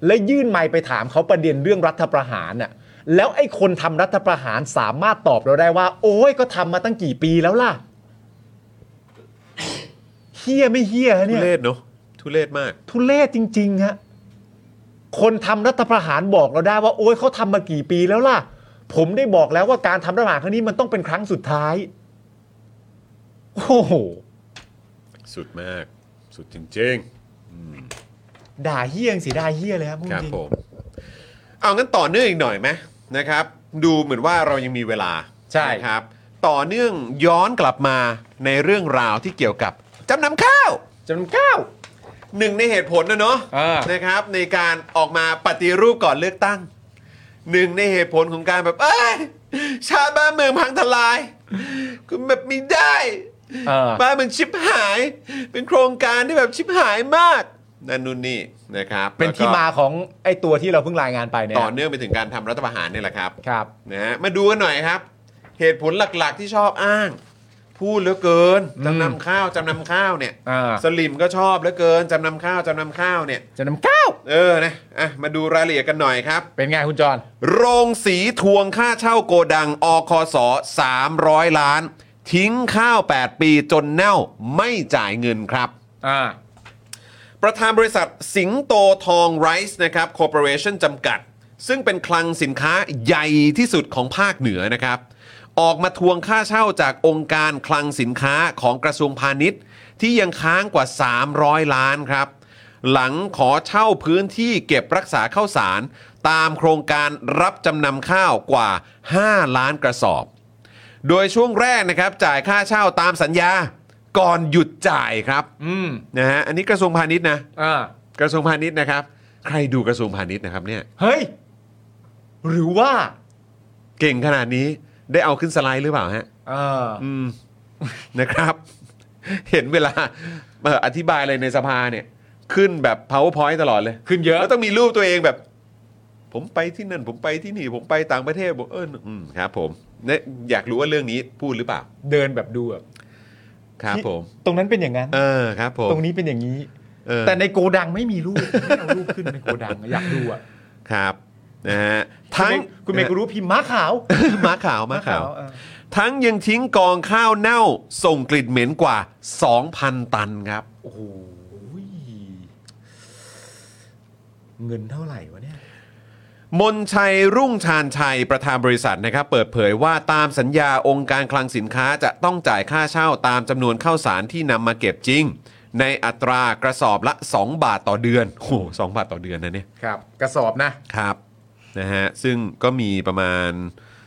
และยื่นไมค์ไปถามเขาประเด็นเรื่องรัฐประหารน่ะ แล้วไอ้คนทำรัฐประหารสามารถตอบเราได้ว่า โอ้ยก็ทำมาตั้งกี่ปีแล้วล่ะเฮี้ยไม่เฮี้ยฮะ
ทุ
เนี่ย
เรศเนอะทุเรศมาก
ทุเลศจริงๆฮะ คนทำรัฐประหารบอกเราได้ว่า โอ๊ยเขาทำมากี่ปีแล้วล่ะ ผมได้บอกแล้วว่าการทำรัฐประหารครั้งนี้มันต้องเป็นครั้งสุดท้าย โอ้โห
สุดมาก สุดจริง
ด่าเฮี้ยงสีด่าเฮี้ยเลยครับพูด
ๆ ครับ
จริง
ผม เอางั้นต่อเนื่องอีกหน่อยไหมนะครับ ดูเหมือนว่าเรายังมีเวลานะครับ ต่อเนื่องย้อนกลับมาในเรื่องราวที่เกี่ยวกับจำนำข้าว
จำนวนเก้า
หนึ่งในเหตุผลนะเนาะ
อ่าน
นะครับ ในการออกมาปฏิรูปก่อนเลือกตั้งหนึ่งในเหตุผลของการแบบเอ้ยชาติบ้านเมืองพังทลายคุณแบบไม่ได้
เออ
บ้านเมืองชิบหาย เป็นโครงการที่แบบชิบหายมากนั่นนู่นนี่นะครับ
เป็นที่มาของไอ้ตัวที่เราเพิ่งรายงานไป
แล้ว
เนี่
ก็
ย
ต่อเนื่องไปถึงการทำรัฐประหารเนี่ยแหละครับ
ครับ
นะฮะมาดูกันหน่อยครับ เหตุผลหลักๆที่ชอบอ้าง พูดเหลือเกินจำนำข้าวจำนำข้าวเนี่ย
อ่า
สลิมก็ชอบเหลือเกินจำนำข้าวจำนำข้าวเนี่ย
จำนวนเก้า
เออนะอ่ะมาดูรายละเอียดกันหน่อยครับ
เป็นไงคุณจร
โรงสีทวงค่าเช่าโกดังอคส300 ล้าน ทิ้งข้าว 8 ปีจนเน่าไม่จ่ายเงินครับ
อ่า
ประธานบริษัทสิงโตทองไรซ์นะครับคอร์ปอเรชั่นจำกัด ซึ่งเป็นคลังสินค้าใหญ่ที่สุดของภาคเหนือนะครับ ออกมาทวงค่าเช่าจากองค์การคลังสินค้าของกระทรวงพาณิชย์ ที่ยังค้างกว่า 300 ล้านครับ หลังขอเช่าพื้นที่เก็บรักษาข้าวสาร ตามโครงการรับจำนำข้าวกว่า 5 ล้านกระสอบ โดยช่วงแรกนะครับจ่ายค่าเช่าตามสัญญา ก่อนหยุดจ่ายครับ
อืม
นะฮะ อันนี้กระทรวงพาณิชย์นะ
อ่า
กระทรวงพาณิชย์นะครับ ใครดูกระทรวงพาณิชย์นะครับเนี่ย
เฮ้ย หรือว่า
เก่งขนาดนี้ได้เอาขึ้นสไลด์หรือเปล่าฮะ
เออ
อืม นะครับ เห็นเวลาเอ่ออธิบายอะไรในสภาเนี่ย ขึ้นแบบ powerpoint ตลอดเลย
ขึ้นเยอะ
แล้วต้องมีรูปตัวเองแบบ ผมไปที่นั่น ผมไปที่นี่ ผมไปต่างประเทศผมเอออืมครับ ผมเนี่ยอยากรู้ว่าเรื่องนี้พูดหรือเปล่า
เดินแบบดูแบบ
ครับ ผม
ตรงนั้นเป็นอย่างนั้น
เออครับ ผม
ตรงนี้เป็นอย่างนี้
เออ
แต่ในโกดังไม่มีรูปไม่เอารูปขึ้นในโกดังอยากดูอ่ะ
ครับนะฮะ
คุณ
ทั้ง
เมคุณเมย์กูรู้พิมพ์ม้าขาว
ม้าขาวม้าขาว
เออ
ทั้งยังทิ้งกองข้าวเน่าส่งกลิ่นเหม็นกว่า 2,000 ตันครับ
โอ้โหเงินเท่าไหร่วะเนี่ย
มนชัยรุ่งชาญชัยประธานบริษัทนะครับ เปิดเผยว่าตามสัญญาองค์การคลังสินค้าจะต้องจ่ายค่าเช่าตามจำนวนข้าวสารที่นำมาเก็บจริง ในอัตรากระสอบละ 2 บาทต่อเดือนโอ้โหสบาทต่อเดือนนะเนี่ย
ครับ กระสอบนะ
ครับนะฮะซึ่งก็มีประมาณ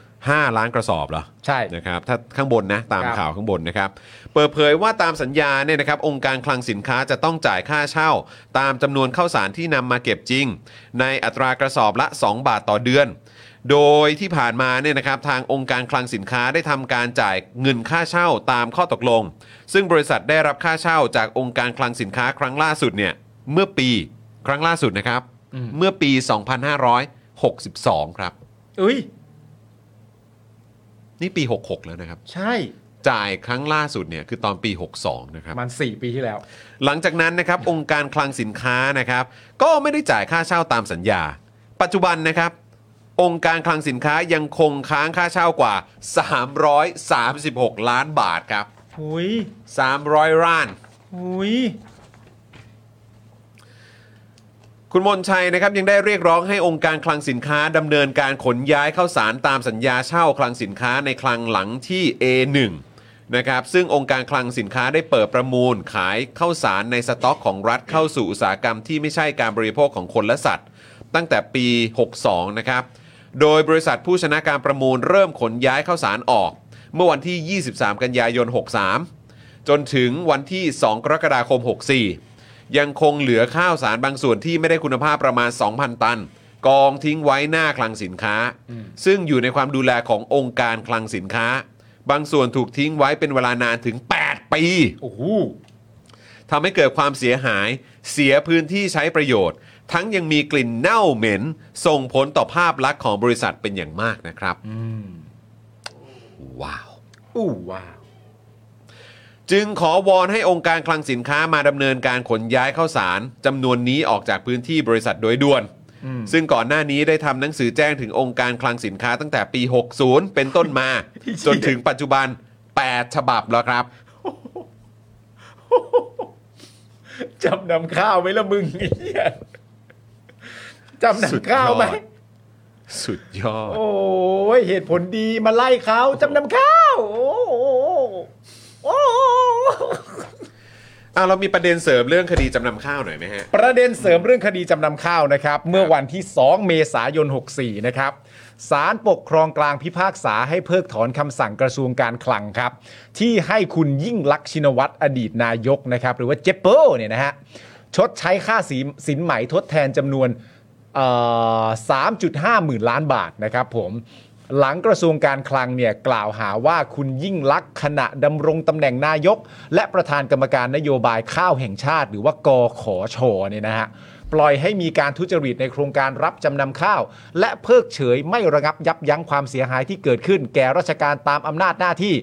5 ล้านกระสอบเหรอ
ใช่
นะครับถ้าข้างบนนะตาม
ครับ
ข่าวข้างบนนะครับ เปิดเผยว่าตามสัญญาเนี่ยนะครับองค์การคลังสินค้าจะต้องจ่ายค่าเช่า ตามจำนวนข้าวสารที่นำมาเก็บจริง ในอัตรากระสอบละ 2 บาทต่อเดือน โดยที่ผ่านมาเนี่ยนะครับทางองค์การคลังสินค้าได้ทำการจ่ายเงินค่าเช่าตามข้อตกลง ซึ่งบริษัทได้รับค่าเช่าจากองค์การคลังสินค้าครั้งล่าสุดเนี่ยเมื่อปีครั้งล่าสุดนะครับ เมื่อปี 2562 ครับ
เอ้ย
นี่ปี 66 แล้วนะครับ
ใช่
จ่ายครั้งล่าสุดเนี่ยคือตอนปี 62 นะครับ
มันสี่ปีที่แล้ว
หลังจากนั้นนะครับ องค์การคลังสินค้านะครับ ก็ไม่ได้จ่ายค่าเช่าตามสัญญา ปัจจุบันนะครับ องค์การคลังสินค้ายังคงค้างค่าเช่ากว่า 336 ล้านบาทครับ
หุย
300ร้าน
หุย
คุณมนชัยนะครับยังได้เรียกร้องให้องค์การคลังสินค้าดำเนินการขนย้ายเข้าวสารตามสัญญาเช่าคลังสินค้าในคลังหลังที่ A1 นะครับซึ่งองค์การคลังสินค้าได้เปิดประมูลขายข้าวสารในสต็อกของรัฐเข้าสู่อุตสาหกรรมที่ไม่ใช่การบริโภคของคนและสัตว์ ตั้งแต่ปี 62 นะครับ โดยบริษัทผู้ชนะการประมูลเริ่มขนย้ายข้าวสารออก เมื่อวันที่ 23 กันยายน 63 จนถึงวันที่ 2 กรกฎาคม 64 ยังคงเหลือข้าวสารบางส่วนที่ไม่ได้คุณภาพประมาณ 2,000 ตัน กองทิ้งไว้หน้าคลังสินค้า ซึ่งอยู่ในความดูแลขององค์การคลังสินค้า บางส่วนถูกทิ้งไว้เป็นเวลานานถึง 8 ปี
โอ้โห
ทำให้เกิดความเสียหาย เสียพื้นที่ใช้ประโยชน์ ทั้งยังมีกลิ่นเน่าเหม็น ส่งผลต่อภาพลักษณ์ของบริษัทเป็นอย่างมากนะครับ
อืม
ว้าว
อู้ว้าว
จึงขอวอนให้องค์การคลังสินค้ามาดำเนินการขนย้ายข้าวสารจำนวนนี้ออกจากพื้นที่บริษัทโดยด่วน
อืม
ซึ่งก่อนหน้านี้ได้ทำหนังสือแจ้งถึงองค์การคลังสินค้าตั้งแต่ปี 60 เป็นต้น มา จนถึงปัจจุบัน 8 ฉบับแล้วครับ
จำนำข้าวไหมละมึงไอ้เหี้ยจำนำข้าวไหม
สุดยอด สุดยอด
โอ้ยเหตุผลดีมาไล่เขาจำนำข้าว โอ้โหโอ้โห
อ่ะเรามีประเด็นเสริมเรื่องคดีจำนำข้าวหน่อยไหมฮะ
ประเด็นเสริมเรื่องคดีจำนำข้าวนะครับ เมื่อวันที่ 2 เมษายน 64 นะครับศาลปกครองกลางพิพากษาให้เพิกถอนคำสั่งกระทรวงการคลังครับ ที่ให้คุณยิ่งลักษณ์ชินวัตรอดีตนายกนะครับ หรือว่าเจปเปิลเนี่ยนะฮะ ชดใช้ค่าสินสินไหมทดแทนจำนวนเอ่อ3.5 หมื่นล้านบาทนะครับผม หลังกระทรวงการคลังเนี่ยกล่าวหาว่าคุณยิ่งลักษณ์ขณะดำรงตำแหน่งนายก และประธานกรรมการนโยบายข้าวแห่งชาติ หรือว่ากอขอชอเนี่ยนะฮะ ปล่อยให้มีการทุจริตในโครงการรับจำนำข้าว และเพิกเฉยไม่ระงับยับยั้งความเสียหายที่เกิดขึ้น แก่ราชการตามอำนาจหน้าที่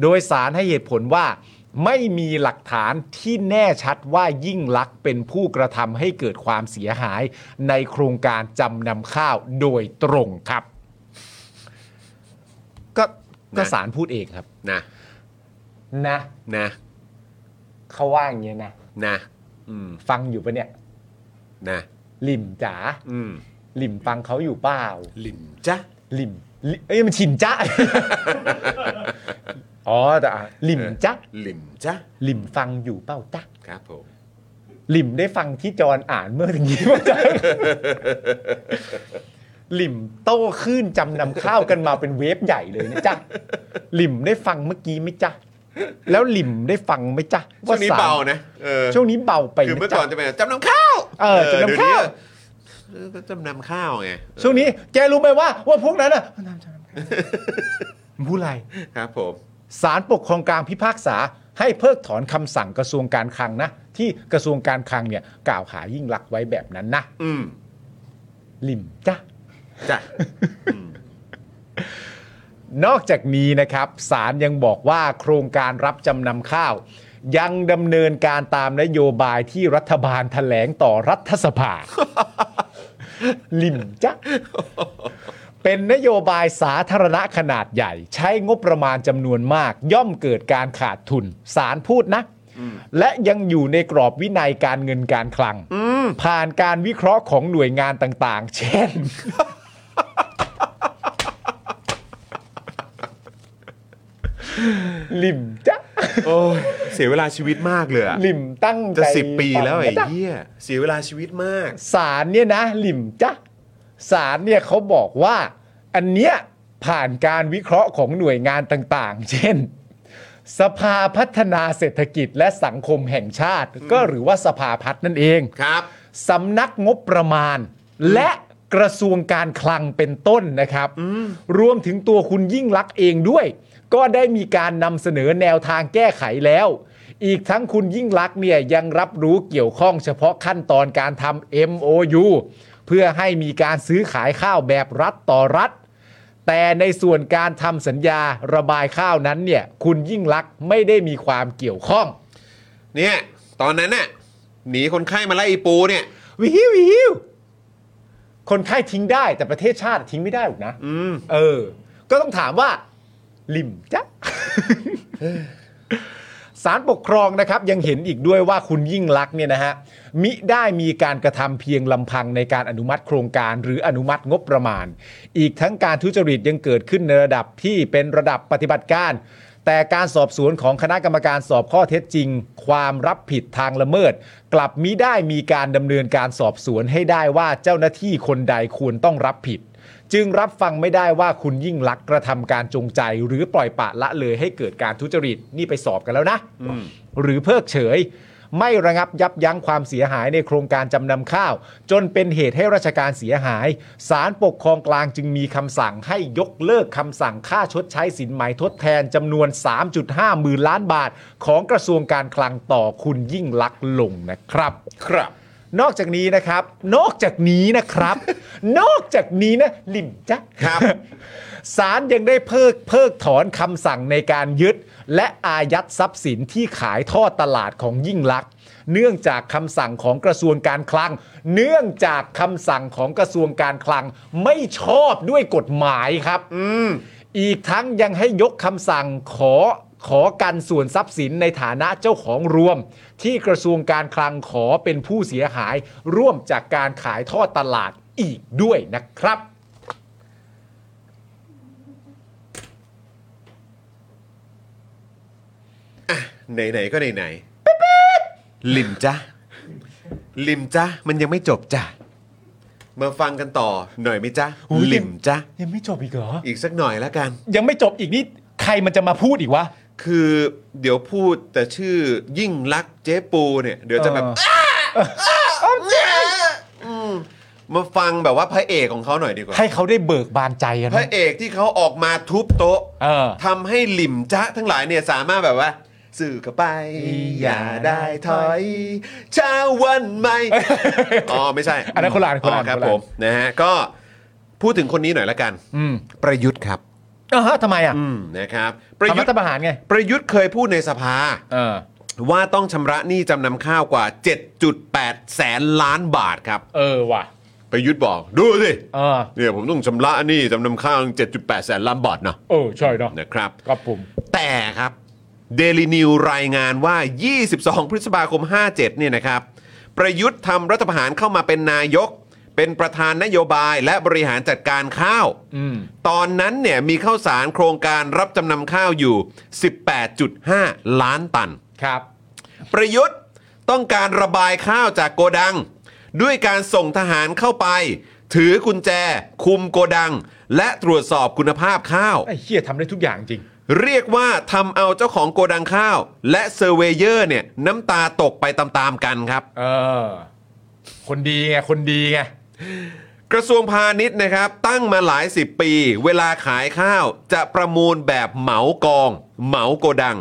โดยสารให้เหตุผลว่า ไม่มีหลักฐานที่แน่ชัดว่ายิ่งลักษณ์เป็นผู้กระทำให้เกิดความเสียหาย ในโครงการจำนำข้าวโดยตรงครับ ก็ก็
นะ
สารพูดเองครับ
นะ
นะ
นะ
เขาว่าอย่างนี้ยนะ
นะอืม
ฟังอยู่ปะเนี่ย
นะ
หลิมจ๋า
อืม
หลิมฟังเขาอยู่เปล่า
ลิมจ้ะ
หลิมลิเอ้ยมันฉินจ้า อ๋อแต่อ่ะหลิมจ้า
ลิมจ้ะ
หลิมฟังอยู่เปล่าจ้า
ครับผม
หลิมได้ฟังที่จอนอ่านเมื่อถึงนี้ว่าจ้า ห ลิมโตขึ้นจำนำข้าวกันมาเป็นเวฟใหญ่เลยนะจ๊ะหลิมได้ฟังเมื่อกี้ไหมจ๊ะ แล้วหลิมได้ฟังไหมจ๊ะ
ช่วงนี้
สร
เบานะเออ
ช่วงนี้เบาไป
คือ
ไห
เมื่อก่อนจะเป็นจำนำข้าว
เออจำนำข้าว
เดี๋ยนี้ก็จำนำข้าวไง
ช่วงนี้แกรู้ไหมว่าว่าพวกนั้นอ่ะ มันทำจำนำข้าวมันพูดอะไร
ครับผม
ศาลปกครองกลางพิพากษา ให้เพิกถอนคำสั่งกระทรวงการคลังนะ ที่กระทรวงการคลังเนี่ย กล่าวหายิ่งลักษณ์ไว้แบบนั้นนะ
อืม
ลิมจ้ะ
จ้ะ
นอกจากนี้นะครับศาลยังบอกว่าโครงการรับจำนำข้าว ยังดำเนินการตามนโยบายที่รัฐบาลแถลงต่อรัฐสภา ลิมจ๊ะ เป็นนโยบายสาธารณะขนาดใหญ่ ใช้งบประมาณจำนวนมาก ย่อมเกิดการขาดทุนสารพูดนะ และยังอยู่ในกรอบวินัยการเงินการคลัง ผ่านการวิเคราะห์ของหน่วยงานต่างๆ เช่น ลิมจ๊ะ
โอ้ยเสียเวลาชีวิตมากเลยอะ
ลิมตั้งใจ
จะสิบปีแล้วไอ้
ฟังนะจ๊ะ
เหี้ยเสียเวลาชีวิตมาก
สารเนี่ยนะหลิมจ๊ะสารเนี่ยเขาบอกว่า อันเนี้ยผ่านการวิเคราะห์ของหน่วยงานต่างๆ เช่น สภาพัฒนาเศรษฐกิจและสังคมแห่งชาติ ก็หรือว่าสภาพัฒน์นั่นเอง
ครับ
สำนักงบประมาณ และกระทรวงการคลังเป็นต้นนะครับ รวมถึงตัวคุณยิ่งลักษณ์เองด้วย ก็ได้มีการนำเสนอแนวทางแก้ไขแล้ว อีกทั้งคุณยิ่งลักษณ์เนี่ยยังรับรู้เกี่ยวข้องเฉพาะขั้นตอนการทำ MOU เพื่อให้มีการซื้อขายข้าวแบบรัฐต่อรัฐ แต่ในส่วนการทำสัญญาระบายข้าวนั้นเนี่ยคุณยิ่งลักษณ์ไม่ได้มีความเกี่ยวข้อง
เนี่ย ตอนนั้นน่ะหนีคนไข้มาไล่อีปูเนี่ย
วิววิวคนไข้ทิ้งได้แต่ประเทศชาติทิ้งไม่ได้หรอกนะ
อืม
เออ ก็ต้องถามว่า ลิมจ๊ะ สารปกครองนะครับ ยังเห็นอีกด้วยว่าคุณยิ่งลักษณ์เนี่ยนะฮะมิได้มีการกระทำเพียงลำพังในการอนุมัติโครงการ หรืออนุมัติงบประมาณ อีกทั้งการทุจริตยังเกิดขึ้นในระดับที่เป็นระดับปฏิบัติการ แต่การสอบสวนของคณะกรรมการสอบข้อเท็จจริง ความรับผิดทางละเมิด กลับมิได้มีการดำเนินการสอบสวนให้ได้ว่าเจ้าหน้าที่คนใดควรต้องรับผิด จึงรับฟังไม่ได้ว่าคุณยิ่งลักษณ์กระทำการจงใจ หรือปล่อยปละละเลยให้เกิดการทุจริตนี่ไปสอบกันแล้วนะ หรือเพิกเฉย ไม่ระงับยับยั้งความเสียหายในโครงการจำนำข้าว จนเป็นเหตุให้ราชการเสียหายศาลปกครองกลางจึงมีคำสั่งให้ยกเลิกคำสั่งค่าชดใช้สินไหมทดแทนจำนวน 3.5หมื่นล้านบาท ของกระทรวงการคลังต่อคุณยิ่งลักษณ์ลงนะครับ
ครับ
นอกจากนี้นะครับ นอกจากนี้ นะครับ นอกจากนี้นะลิมจ๊ะ
ครับ
ศาลยังได้เพิกเพิกถอนคำสั่งในการยึด และอายัดทรัพย์สินที่ขายทอดตลาดของยิ่งลักษณ์เนื่องจากคำสั่งของกระทรวงการคลัง เนื่องจากคำสั่งของกระทรวงการคลังไม่ชอบด้วยกฎหมายครับ อีกทั้งยังให้ยกคำสั่งขอขอกันส่วนทรัพย์สินในฐานะเจ้าของรวม ที่กระทรวงการคลังขอเป็นผู้เสียหาย ร่วมจากการขายทอดตลาดอีกด้วยนะครับ
ไหนๆก็ไหนๆลิมจ้ะลิมจ้ะมันยังไม่จบจ้ะมาฟังกันต่อหน่อยไหมจ้ะ
อุ๊ย
ลิมจ้ะ
ยังไม่จบอีกเหรอ
อีกสักหน่อยละกัน
ยังไม่จบอีกนี่ใครมันจะมาพูดอีกวะ
คือเดี๋ยวพูดแต่ชื่อยิ่งลักษณ์เจ๊ปูเนี่ย เดี๋ยวจะแบบ
เออ
อ้าอ้าอืมมาฟังแบบว่าพระเอกของเขาหน่อยดีกว่า
ให้เขาได้เบิกบานใจกัน
พระเอกที่เขาออกมาทุบโต๊ะ
เออ
ทำให้หลิมจ๊ะทั้งหลายเนี่ยสามารถแบบว่า สื่อกับไป อย่าได้ถอยเช้าวันใหม่ อ๋อ ไม่ใช่
อันนั้นคนละอันคนละอัน
อ๋อครับ
คนละอัน
ผมนะฮะก็พูดถึงคนนี้หน่อยละกัน
อืม
ประยุทธ์ครับ
เออฮะทำไมอ่ะ
อืมนะครับป
ประ ระ
ยุท
ยุท
ธ์
ธ์ประหารไง
ประยุทธ์เคยพูดในสภา
เออ
ว่าต้องชำระหนี้จำนำข้าวกว่า 7.8 แสนล้านบาทครับ
เออว่ะ
ประยุทธ์บอก ดูสิ
เออ
เนี่ยผมต้องชำระหนี้จำนำข้าว 7.8 แสนล้านบาทนะ
เออใช่เนาะ
นะครับ
กับผม
แต่ครับเดลินิวรายงานว่า 22 พฤษภาคม 57 เนี่ยนะครับ ประยุทธ์ทำรัฐประหารเข้ามาเป็นนายก เป็นประธานนโยบายและบริหารจัดการข้าว
อืม
ตอนนั้นเนี่ยมีข้าวสารโครงการรับจำนำข้าวอยู่ 18.5 ล้านตัน
ครับ
ประยุทธ์ต้องการระบายข้าวจากโกดัง ด้วยการส่งทหารเข้าไป ถือกุญแจ คุมโกดัง และตรวจสอบคุณภาพข้าว
ไอ้เฮียทำได้ทุกอย่างจริง
เรียกว่าทำเอาเจ้าของโกดังข้าว และเซอร์เวเยอร์เนี่ยน้ำตาตกไปตามๆกันครับ
เออ คนดีไง คนดีไง
กระทรวงพาณิชย์นะครับ ตั้งมาหลายสิบปี เวลาขายข้าวจะประมูลแบบเหมากอง เหมาโกดัง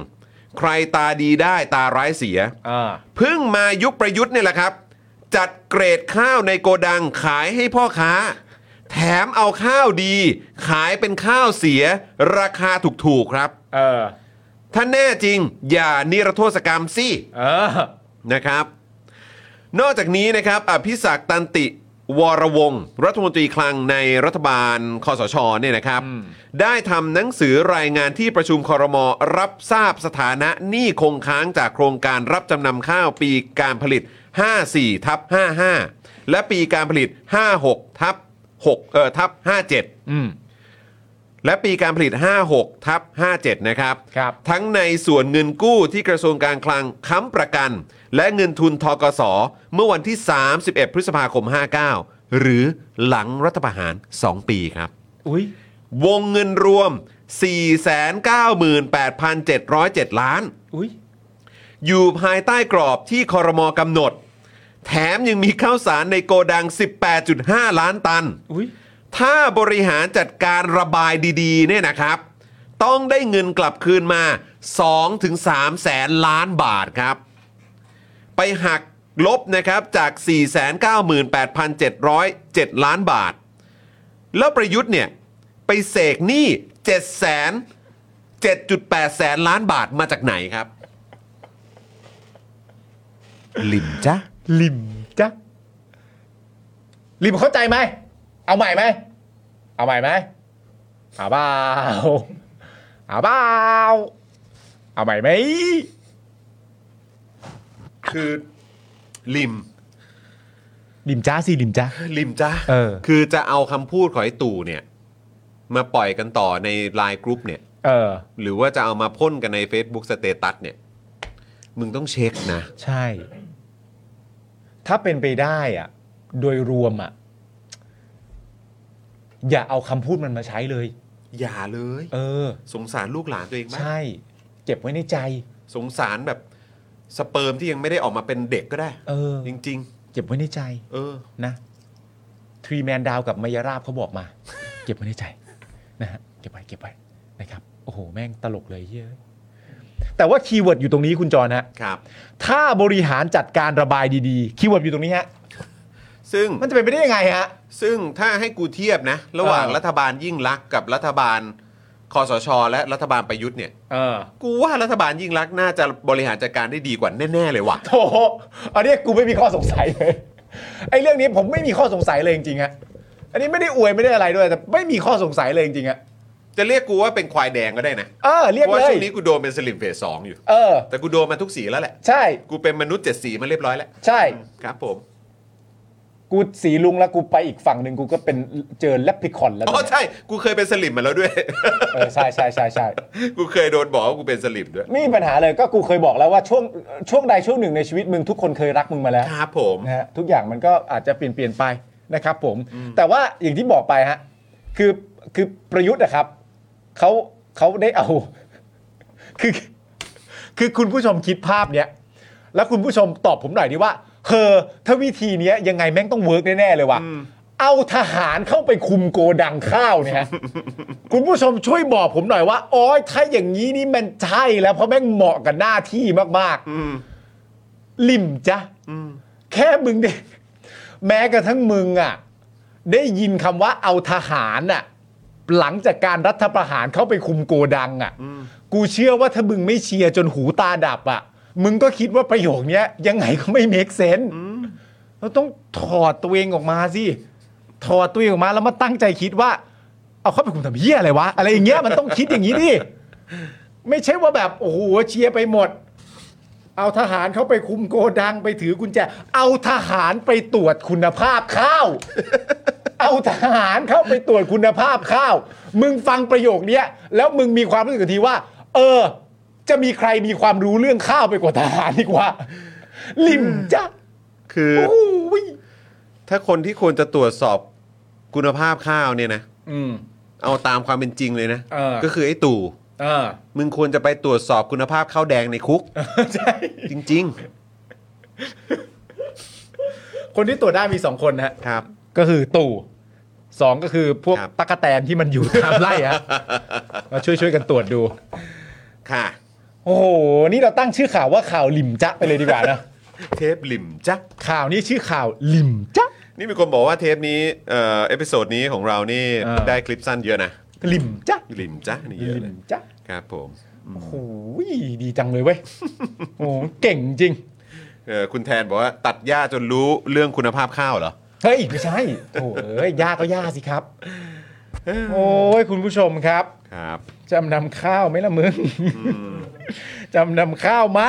ใครตาดีได้ตาร้ายเสีย
อ่า
เพิ่งมายุคประยุทธ์เนี่ยแหละครับ จัดเกรดข้าวในโกดังขายให้พ่อค้า แถมเอาข้าวดี ขายเป็นข้าวเสีย ราคาถูกๆครับ
เออ
ถ้าแน่จริง อย่านิรโทษกรรมสิ
เออ
นะครับ นอกจากนี้นะครับอภิศักดิ์ตันติวรวงศ์รัฐมนตรีคลังในรัฐบาลคอสชเนี่ยนะครับ ได้ทำหนังสือรายงานที่ประชุมคอรมอรับทราบสถานะหนี้คงค้างจากโครงการรับจำนำข้าวปีการผลิต 54ทับ55 และปีการผลิต 56ทับ6เอ่อทับ57
อืม
และปีการผลิต 56ทับ57 นะครับ
ครับ
ทั้งในส่วนเงินกู้ที่กระทรวงการคลังค้ำประกัน และเงินทุนทกส เมื่อวันที่ 31 พฤษภาคม 59 หรือหลังรัฐประหาร 2 ปีครับ
อุ้ยว
งเงินรวม 498,707 ล้าน
อุ้ย
อยู่ภายใต้กรอบที่คอรมอกำหนด แถมยังมีข้าวสารในโกดัง 18.5 ล้านตัน
อุ้ย
ถ้าบริหารจัดการระบายดีๆเนี่ยนะครับ ต้องได้เงินกลับคืนมา 2-3 แสนล้านบาทครับ ไปหักลบนะครับจาก 498,707 ล้านบาท แล้วประยุทธ์เนี่ย ไปเสกหนี้7แสน7.8 แสนล้านบาทมาจากไหนครับ ลิมจ้ะ
ลิมจ้ะลิมเข้าใจไหม เอาใหม่ไหม เอาใหม่ไหมเอาเปล่าเอาเปล่าเอาใหม่ไหม
คือลิม
ลิมจ้าสิลิมจ้า
ลิมจ้า
เออ
คือจะเอาคำพูดของไอ้ตู่เนี่ย มาปล่อยกันต่อในไลน์กรุ๊ปเนี่ย
เออ
หรือว่าจะเอามาพ่นกันใน Facebook สเตตัสเนี่ย มึงต้องเช็คนะ
ใช่ ถ้าเป็นไปได้อะโดยรวมอะอย่าเอาคำพูดมันมาใช้เลย
อย่าเลย
เออ
สงสารลูกหลานตัวเองบ้าง
ใช่ เก็บไว้ในใจ
สงสารแบบสเปิร์มที่ยังไม่ได้ออกมาเป็นเด็กก็ได้
เออ
จริง
เก็บไว้ในใจ
ๆ เออ
นะทรีแมนดาวกับมายาราบเขาบอกมา เก็บไว้ในใจ นะฮะเก็บไว้เก็บไว้นะครับ โอ้โห แม่งตลกเลยเฮ้ยแต่ว่าคีย์เวิร์ดอยู่ตรงนี้คุณจรฮะ
ครับ
ถ้าบริหารจัดการระบายดีๆคีย์เวิร์ดอยู่ตรงนี้ฮะ
ซึ่ง
มันจะเป็นไปได้ยังไงฮะ
ซึ่งถ้าให้กูเทียบนะ ระหว่าง
เออ
รัฐบาลยิ่งลักษณ์กับรัฐบาลคอสช และรัฐบาลประยุทธ์เนี่ย
เออ
กูว่ารัฐบาลยิ่งลักษณ์น่าจะบริหารจัดการได้ดีกว่าแน่ๆเลยว่ะ
โถอันนี้กูไม่มีข้อสงสัย เลย ไอ้เรื่องนี้ผมไม่มีข้อสงสัยเลยจริงๆฮะ อันนี้ไม่ได้อวยไม่ได้อะไรด้วย แต่ไม่มีข้อสงสัยเลยจริงๆฮะ
จะเรียกกูว่าเป็นควายแดงก็ได้นะ
เออ เรียก
เพราะ
เล
ว่าย ช่วงนี้กูโดนเป็นสลิมเฟสสองอยู่
เออ
แต่กูโดนมาทุกสีแล้วแหละ
ใช่
กูเป็นมนุษย์เจ็ดสีมาเรียบร้อยแล้ว
ใช่
ครับผม
กูสีลุงแล้วกูไปอีกฝั่งหนึ่งกูก็เป็นเจอแลปริคอนแล้ว
อ๋อใช่ กูเคยเป็นสลิมมาแล้วด้วย
เออ ใช่ใช่ใช่ใช่
กูเคยโดนบอกว่ากูเป็นสลิมด้วย
ไม่มีปัญหาเลยก็กูเคยบอกแล้วว่าช่วงช่วงใดช่วงหนึ่งในชีวิตมึงทุกคนเคยรักมึงมาแล้ว
ครับผม
นะฮะทุกอย่างมันก็อาจจะเปลี่ยนเปลี่ยนไปนะครับผม แต่ว่าอย่างที่บอกไปฮะคือคือประยุทธ์นะครับเขาเขาได้เอา คือ คือคุณผู้ชมคิดภาพเนี้ยแล้วคุณผู้ชมตอบผมหน่อยดีว่าเฮอถ้าวิธีเนี้ยยังไงแม่งต้องเวิร์กแน่ๆเลยว่ะเอาทหารเข้าไปคุมโกดังข้าวเนี่ยฮ ะ คุณผู้ชมช่วยบอกผมหน่อยว่าอ๋อถ้าอย่างนี้นี่มันใช่แล้วเพราะแม่งเหมาะกับหน้าที่มาก
อืม
ๆ ลิมจ้ะ
อืม
แค่มึงได้ แม้กระทั่งมึงอ่ะ ได้ยินคำว่าเอาทหารอ่ะ หลังจากการรัฐประหารเข้าไปคุมโกดังอ่ะ กูเชื่อว่าถ้ามึงไม่เชียร์จนหูตาดับอ่ะ มึงก็คิดว่าประโยคเนี้ย ยังไงก็ไม่เมคเซนเราต้องถอดตัวเองออกมาสิ ถอดตัวเองออกมาแล้วมาตั้งใจคิดว่า เอาเข้าไปคุมทำเหี้ยอะไรวะ อะไรอย่างเงี้ยมันต้องคิดอย่างนี้ดิ ไม่ใช่ว่าแบบโอ้โหเชียร์ไปหมด เอาทหารเข้าไปคุมโกดังไปถือกุญแจ เอาทหารไปตรวจคุณภาพข้ าว เอาทหารเข้าไปตรวจคุณภาพข้าว มึงฟังประโยคเนี้ย แล้วมึงมีความรู้สึกทันทีว่า เออ จะมีใครมีความรู้เรื่องข้าวไปกว่าทหารดีก ว่า ลิมจ้ะ
คือ
โอ้ย
ถ้าคนที่ควรจะตรวจสอบคุณภาพข้าวเนี่ยนะ
อืม
เอาตามความเป็นจริงเลยนะ
เออ
ก็คือไอ้ตู่ มึงควรจะไปตรวจสอบคุณภาพข้าวแดงในคุก จริง
คนที่ตรวจได้มีสองคนนะฮะ
ครับ
ก็คือตู่สองก็คือพวกตะกะแตนที่มันอยู่ตามไล่ ฮะมาช่วยช่วยๆกันตรวจดู
ค่ะ
โอ้โห นี่เราตั้งชื่อข่าวว่าข่าวหลิมจ๊ะไปเลยดีกว่านะ
เทปหลิมจ๊ะ
ข่าวนี้ชื่อข่าวหลิมจ๊ะ
ๆ นี่มีคนบอกว่าเทปนี้เอ่อเอพิโซดนี้ของเรานี่
เออ
ได้คลิปสั้นเยอะนะ
หลิมจ๊ะ
หลิมจ๊ะนี่เย
ห
อะ
ลิ
เล
ม
ย
จ๊ะ
ครับผม
โอ้โหดีจังเลยเว้ ยโอ้โหเก่งจริง
เอ่อคุณแทนบอกว่าตัดหญ้าจนรู้เรื่องคุณภาพข้าวเหรอ
เฮ้ย ไม่ใช่โอ้เอ้ยยาก็ยาสิครับ โอ้ย คุณผู้ชมครับ
ครับ
จำนำข้าวไหมล่ะมึง จำนำข้าวไหม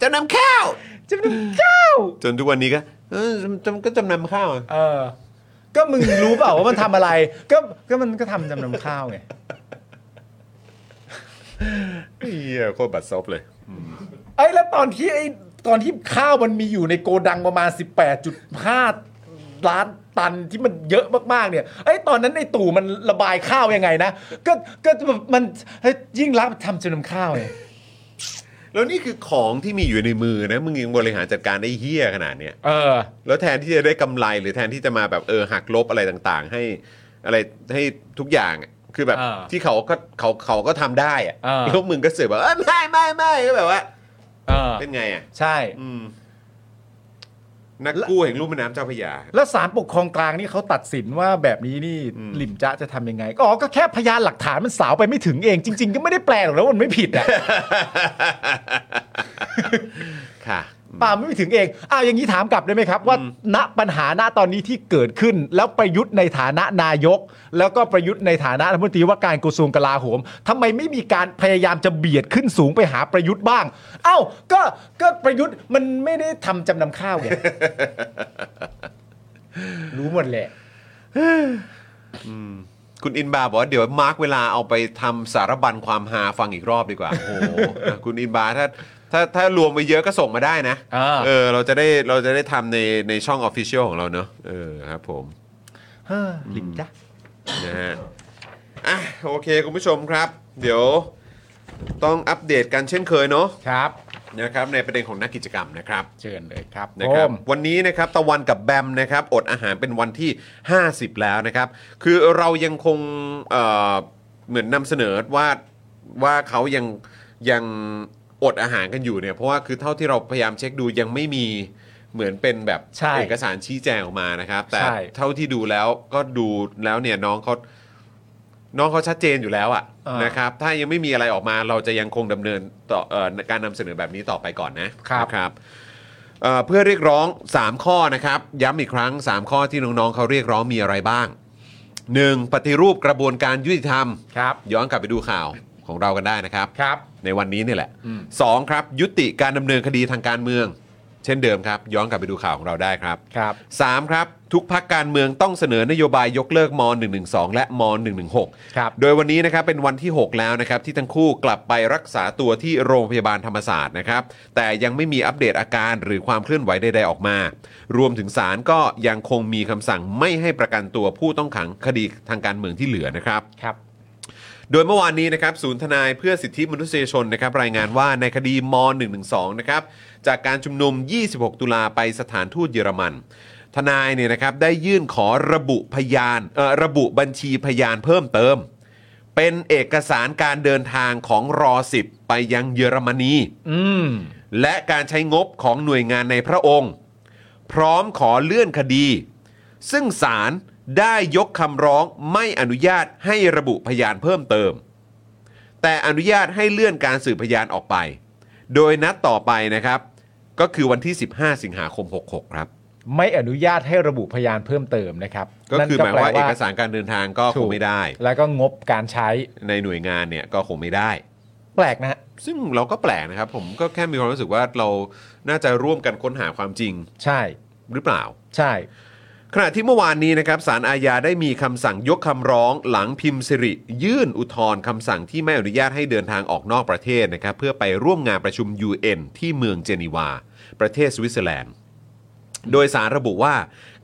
จำนำข้าว
จำนำข้าว
จนทุกวันนี้ก็เออจำก็จำนำข้าวอะ
เออ ก็มึงรู้เปล่าว่ามันทำอะไร ก็ก็มันก็ทำจำนำข้าวไง
เฮียโคตรบัดซบเลย
ไอ้แล้วตอนที่ไอ้ตอนที่ข้าวมันมีอยู่ในโกดังประมาณ 18.5 ล้านตันที่มันเยอะมากๆเนี่ยไอ้ตอนนั้นไอ้ตู่มันระบายข้าวยังไงนะ ก็ก็มันเฮ้ยยิ่งรับทำจำนำข้าวไง
แล้วนี่คือของที่มีอยู่ในมือนะ มึงยังบริหารจัดการได้เฮี้ยขนาดเนี้ย
เออ
แล้วแทนที่จะได้กำไรหรือแทนที่จะมาแบบเออหักลบอะไรต่างๆ ให้อะไรให้ทุกอย่างอะคือแบบ
อ่า
ที่เขาก็เขาเขาก็ทำได้อะ
อ่า
แล้วมึงก็เสือกแบบเอ้ยไม่ไม่ไม่ก็แบบว่า
เออ
เป็นไงอ่ะ
ใช่
อืมนักกู้แห่งลุ่มแม่น้ำเจ้าพระยา
แล้วสารปกครองกลางนี่เขาตัดสินว่าแบบนี้นี่
อืม
หลิมจะจะทำยังไงอ๋อก็แค่พยานหลักฐานมันสาวไปไม่ถึงเองจริง ๆ ก็ไม่ได้แปลหรอกแล้วามันไม่ผิดอะ
ค่ะ
ป่าไม่ถึงเองอ้าวอย่างนี้ถามกลับได้ไหมครับ ว่าณปัญหาณตอนนี้ที่เกิดขึ้น แล้วประยุทธ์ในฐานะนายก แล้วก็ประยุทธ์ในฐานะรัฐมนตรีว่าการกระทรวงกลาโหมทำไมไม่มีการพยายามจะเบียดขึ้นสูงไปหาประยุทธ์บ้าง เอ้าก็ก็ประยุทธ์มันไม่ได้ทำจำนำข้าวไง รู้หมด แหละ
คุณอินบาร์บอกว่าเดี๋ยวมาร์กเวลาเอาไปทำสารบัญความฮาฟังอีกรอบดีกว่าโอ้โห อ่ะคุณอินบาร์ถ้าถ้าถ้ารวมไปเยอะก็ส่งมาได้นะ
อ่า
เออ เราจะได้เราจะได้ทำในในช่องออฟฟิเชียลของเราเนอะเออครับผม
เฮ้อลิงจ้ะ
นะฮะอ่ะโอเค คุณผู้ชมครับ เดี๋ยวต้องอัปเดตกันเช่นเคยเนาะ
ครับ
นะครับในประเด็นของนักกิจกรรมนะครับ
เชิญเลยครับ
นะครับ
ผม
วันนี้นะครับตะวันกับแบมนะครับอดอาหารเป็นวันที่ 50 แล้วนะครับ คือเรายังคงเอ่อเหมือนนำเสนอว่าว่าเขายังยังอดอาหารกันอยู่เนี่ยเพราะว่าคือเท่าที่เราพยายามเช็คดูยังไม่มีเหมือนเป็นแบบ
ใช่
เอกสารชี้แจงออกมานะครับ แต่
ใช่
เท่าที่ดูแล้วก็ดูแล้วเนี่ยน้องเขา น้องเขาชัดเจนอยู่แล้วอะ
เออ
นะครับ ถ้ายังไม่มีอะไรออกมาเราจะยังคงดำเนินต่อเอ่อการนำเสนอแบบนี้ต่อไปก่อนนะครับ นะครับเอ่อเพื่อเรียกร้อง 3 ข้อนะครับ ย้ำอีกครั้ง 3 ข้อที่น้องๆเขาเรียกร้องมีอะไรบ้าง 1. ปฏิรูปกระบวนการยุติธรรม
ครับ
ย้อนกลับไปดูข่าวของเรากันได้นะครับ
ครับ
ในวันนี้นี่แหละ
อืม
2. ครับ ยุติการดำเนินคดีทางการเมือง เช่นเดิมครับ ย้อนกลับไปดูข่าวของเราได้ครับ
ครับ
3ครับ ทุกพักการเมืองต้องเสนอนโยบายยกเลิกม .112 และม .116
ครับ
โดยวันนี้นะครับเป็นวันที่ 6 แล้วนะครับที่ทั้งคู่กลับไปรักษาตัวที่โรงพยาบาลธรรมศาสตร์นะครับแต่ยังไม่มีอัปเดตอาการหรือความเคลื่อนไหวใดๆออกมา รวมถึงศาลก็ยังคงมีคำสั่งไม่ให้ประกันตัวผู้ต้องขังคดีทางการเมืองที่เหลือนะครับ
ครับ
โดยเมื่อวานนี้นะครับศูนย์ทนายเพื่อสิทธิมนุษยชนนะครับรายงานว่าในคดีม .112 นะครับจากการชุมนุม 26 ตุลาไปสถานทูตเยอรมัน ทนายเนี่ยนะครับได้ยื่นขอระบุพยานเอ่อระบุบัญชีพยานเพิ่มเติม เป็นเอกสารการเดินทางของรอ10 ไปยังเยอรมนี
อืม
และการใช้งบของหน่วยงานในพระองค์ พร้อมขอเลื่อนคดี ซึ่งศาลได้ยกคำร้องไม่อนุญาตให้ระบุพยานเพิ่มเติม แต่อนุญาตให้เลื่อนการสืบพยานออกไป โดยนัดต่อไปนะครับ ก็คือวันที่ 15 สิงหาคม 66 ครับ
ไม่อนุญาตให้ระบุพยานเพิ่มเติมนะครับ
ก็คือหมายว่า
นั่นแปล
เอกสารการเดินทางก็ค
ถู
ง
ก
ไม่ได้
แล้วก็งบการใช้
ในหน่วยงานเนี่ยก็คงไม่ได้
แปลกนะฮะ
ซึ่งเราก็แปลกนะครับ ผมก็แค่มีความรู้สึกว่าเราน่าจะร่วมกันค้นหาความจริง
ใช่
หรือเปล่า
ใช่
ขณะที่เมื่อวานนี้นะครับสารอาญาได้มีคำสั่งยกคำร้องหลังพิมพ์สิริ ยื่นอุทธรณ์คำสั่งที่ไม่อนุญาตให้เดินทางออกนอกประเทศนะครับเพื่อไปร่วมงานประชุม UN ที่เมืองเจนีวา ประเทศสวิตเซอร์แลนด์ โดยสารระบุว่า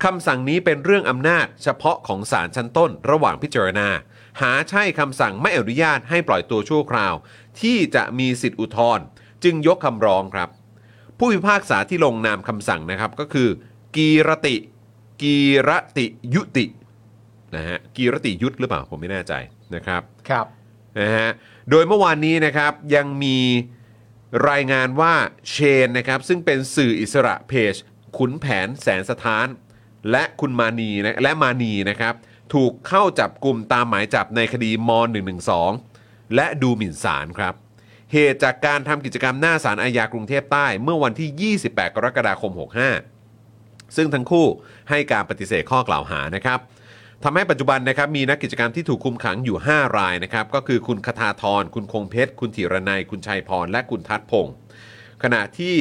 คำสั่งนี้เป็นเรื่องอำนาจเฉพาะของศาลชั้นต้นระหว่างพิจารณา หาใช่คำสั่งไม่อนุญาตให้ปล่อยตัวชั่วคราว ที่จะมีสิทธิอุทธรณ์จึงยกคำร้องครับ ผู้พิพากษาที่ลงนามคำสั่งนะครับก็คือ กีรติ กีรติยุตินะฮะกีรติยุทธหรือเปล่าผมไม่แน่ใจนะครับ
ครับ
นะฮะโดยเมื่อวานนี้นะครับยังมีรายงานว่าเชนนะครับซึ่งเป็นสื่ออิสระเพจ ขุนแผนแสนสถาน และคุณมานีนะและมานีนะครับถูกเข้าจับกลุ่มตามหมายจับในคดีม .112 และดูหมิ่นศาลครับ เหตุจากการทำกิจกรรมหน้าศาลอาญากรุงเทพใต้เมื่อวันที่ 28 กรกฎาคม 65 ซึ่งทั้งคู่ให้การปฏิเสธข้อกล่าวหานะครับทำให้ปัจจุบันนะครับมีนักกิจกรรมที่ถูกคุมขังอยู่ 5 รายนะครับ ก็คือคุณคทาธร คุณคงเพชร คุณธีรนัย คุณชัยพร และคุณทัศพงศ์ขณะที่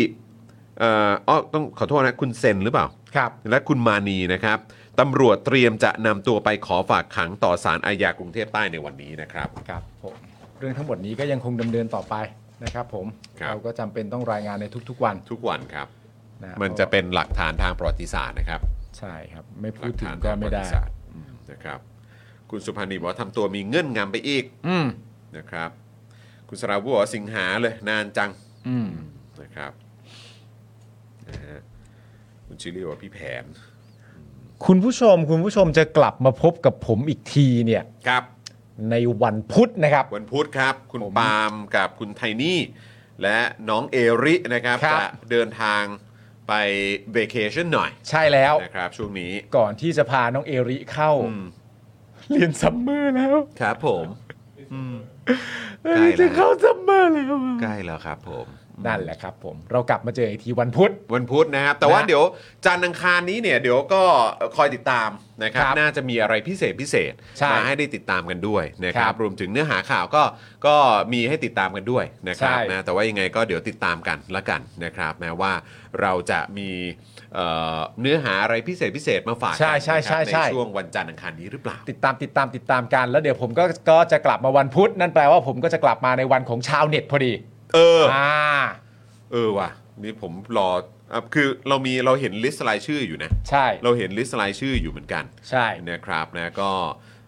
เอ่ออ้อต้องขอโทษนะ คุณเซนหรือเปล่า
ครับ
และคุณมานีนะครับตำรวจเตรียมจะนำตัวไปขอฝากขังต่อศาลอาญากรุงเทพใต้ในวันนี้นะครับ
ครับผมเรื่องทั้งหมดนี้ก็ยังคงดำเนินต่อไปนะครับผม
ครับ
เราก็จำเป็นต้องรายงานในทุกๆวัน
ทุกวันครับ
นะ
มันจะเป็นหลักฐานทางประวัติศาสตร์นะครับ
ใช่ครับ ไม่
ห
พู
ลั
ด
ก
ถึ
ฐางน
ก็
ทางประ
ไม่
วั
ได้
ติศาสตร์นะครับ คุณสุพานีบอกว่าทำตัวมีเงื่อนงำไปอีก
อืม
นะครับ คุณสราวุฒิบอกว่าสิงหาเลยนานจัง
อืม
นะครับนะฮะคุณชิลลี่บอกว่าพี่แผน
คุณผู้ชมคุณผู้ชมจะกลับมาพบกับผมอีกทีเนี่ย
ครับ
ในวันพุธนะครับ
วันพุธครับ คุณ
ผม
ปาล์มกับคุณไทนี่ และน้องเอรินะครับ
ครับ
จะเดินทางไปเวเคชั่นหน่อย
ใช่แล้ว
นะครับ ช่วงนี้
ก่อนที่จะพาน้องเอริเข้า
อืม
เรียนซัมเมอร์แล้ว
ครับผม
เอริจะเข้าซัมเมอร์แล้วอะ
ใกล้แล้วครับผม
นั่นแหละครับผมเรากลับมาเจออีกทีวันพุธ
วันพุธนะครับ แต่ว่า
นะ
เดี๋ยวจันทร์อังคารนี้เนี่ยเดี๋ยวก็คอยติดตามนะครับ
ครับ
น่าจะมีอะไรพิเศษพิเศษ
ใช่
มาให้ได้ติดตามกันด้วยนะค
ค
รั
รับ บ
รวมถึงเนื้อหาข่าวก็ก็มีให้ติดตามกันด้วยนะครับ
ใช่
นะแต่ว่ายังไงก็เดี๋ยวติดตามกันละกันนะครับ แม้ว่าเราจะมีเอ่อเนื้อหาอะไรพิเศษพิเศษมาฝากกัน
ใช่ใช่
นะครับ
ใช่ใช่
ช่วงวันจันทร์อังคารนี้หรือเปล่า
ติดตามติดตามติดตามกันแล้วเดี๋ยวผมก็ก็จะกลับมาวันพุธ นั่นแปลว่าผมก็จะกลับมาในวันของชาวเน็ตพอดี
เออ
อ่า
เออว่ะนี่ผมรออ่ะคือเรามีเราเห็นลิสต์รายชื่ออยู่นะ
ใช่
เราเห็นลิสต์รายชื่ออยู่เหมือนกัน
ใช่
นะครับนะก็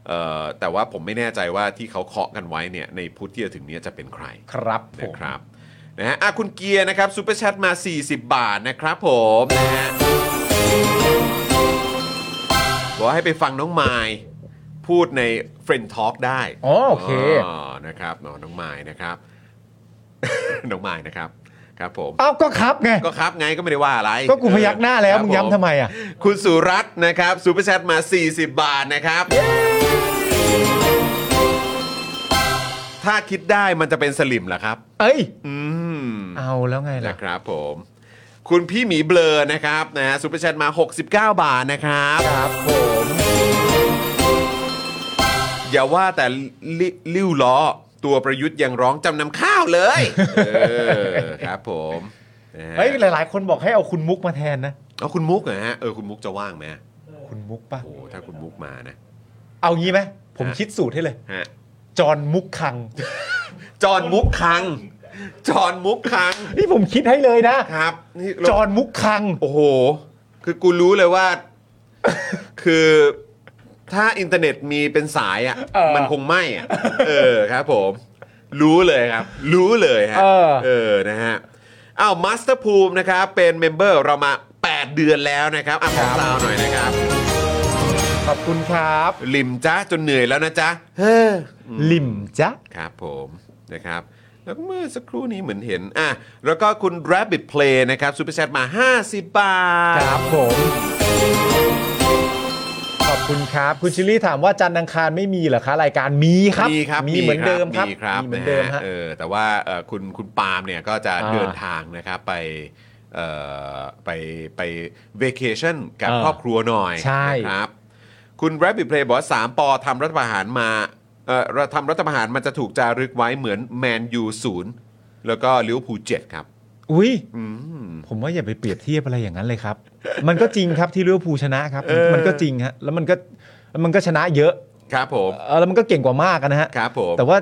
เอ่อแต่ว่าผมไม่แน่ใจว่าที่เขาเคาะกันไว้เนี่ยในพุธที่จะถึงเนี้ยจะเป็นใคร
ครับผ
นะ
ม
ครับนะฮะอ่ะคุณเกียร์นะครับซูเปอร์แชทมา 40 บาทนะครับผมนะฮะบอกให้ไปฟังน้องไมายพูดใน Friend Talk ได้
อ๋อโอเค
อนะครับอ๋อน้องไมายนะครับ น้องไมายนะครับครับผม
เอ้าก็ครับไง
ก็ครับไงก็ไม่ได้ว่าอะไร
ก็กูพยักหน้าแล้
ค
ว
รับ
มึงย้ำทำไมอ่ะ
คุณสุรัตน์นะครับซูเปอร์แชทมา 40 บาทนะครับ ถ้าคิดได้มันจะเป็นสลิมเหรอครับ
เอ้ย
อืม
เอาแล้วไงล่ะ
นะครับผม คุณพี่หมีเบลอนะครับนะฮะซูเปอร์แชทมา 69 บาทนะครับ
ครับผม
อย่าว่าแต่ลิลิ้วล้อ ตัวประยุทธ์ยังร้องจำนำข้าวเลย เออครับผมนะฮะ
เฮ้ย หลาย ๆ คนบอกให้เอาคุณมุกมาแทนนะ
เอาคุณมุกเหรอฮะเออคุณมุกจะว่างไหม
คุณมุกปะ
โอ้ถ้าคุณมุกมานะ
เอางี้ไหมผม
ฮะ
คิดสูตรให้เลย
ฮะ
จอนมุกคัง
จอนมุกคัง จอนมุกคัง
นี่ผมคิดให้เลยนะ
ครับนี่
จอนมุกคัง
โอ้โห คือกูรู้เลยว่า คือถ้าอินเทอร์เน็ตมีเป็นสายอ่ะ
เออ
มันคงไหม่อ่ะ เออครับผม รู้เลยครับ รู้เลยฮะ
เออ
เออนะฮะอ้าวมาสเตอร์ภูมินะครับ เป็นเมมเบอร์เรามา 8 เดือนแล้วนะครับอ่ะขอซาวหน่อยนะครับ
ขอบคุณครับ
ลิมจ้าจนเหนื่อยแล้วนะจ๊ะ
เฮ้อลิมจ๊ะ
ครับผมนะครับแล้วก็เมื่อสักครู่นี้เหมือนเห็นอ่ะแล้วก็คุณ Rabbit Play นะครับซูเปอร์แชทมา 50 บาท
ครับผม ขอบคุณครับ คุณชิลลี่ถามว่าจันทร์อังคารไม่มีเหรอคะ รายการมีครับ
มีครับ
เหมือนเดิมครับ
มีครับ
มีเหมือ
นะ
นเดิม
ฮะ
ฮะ
เออแต่ว่าเอ่อคุณคุณปาล์มเนี่ยก็จะ
อ่า
เดินทางนะครับไปเอ่อไปไปเวเคชั่นกับ
เออ
ครอบครัวหน่อย
ใช่
นะครับ คุณ Rabbit Play บอกว่าสามปอทำรัฐประหารมาเอ่อเราทำรัฐประหารมันจะถูกจารึกไว้เหมือนแมนยูศูนย์แล้วก็ลิเวอร์พูลเจ็ดครับ
อุ้ย
อืม
ผมว่าอย่าไปเปรียบเทียบอะไรอย่างนั้นเลยครับ มันก็จริงครับที่ลิเวอร์พูลชนะครับ
เออ
มันก็จริงฮะ แล้วมันก็แล้วมันก็ชนะเยอะ
ครับผม
เออแล้วมันก็เก่งกว่ามากอะนะฮะ
ครับผม
แต่ว่า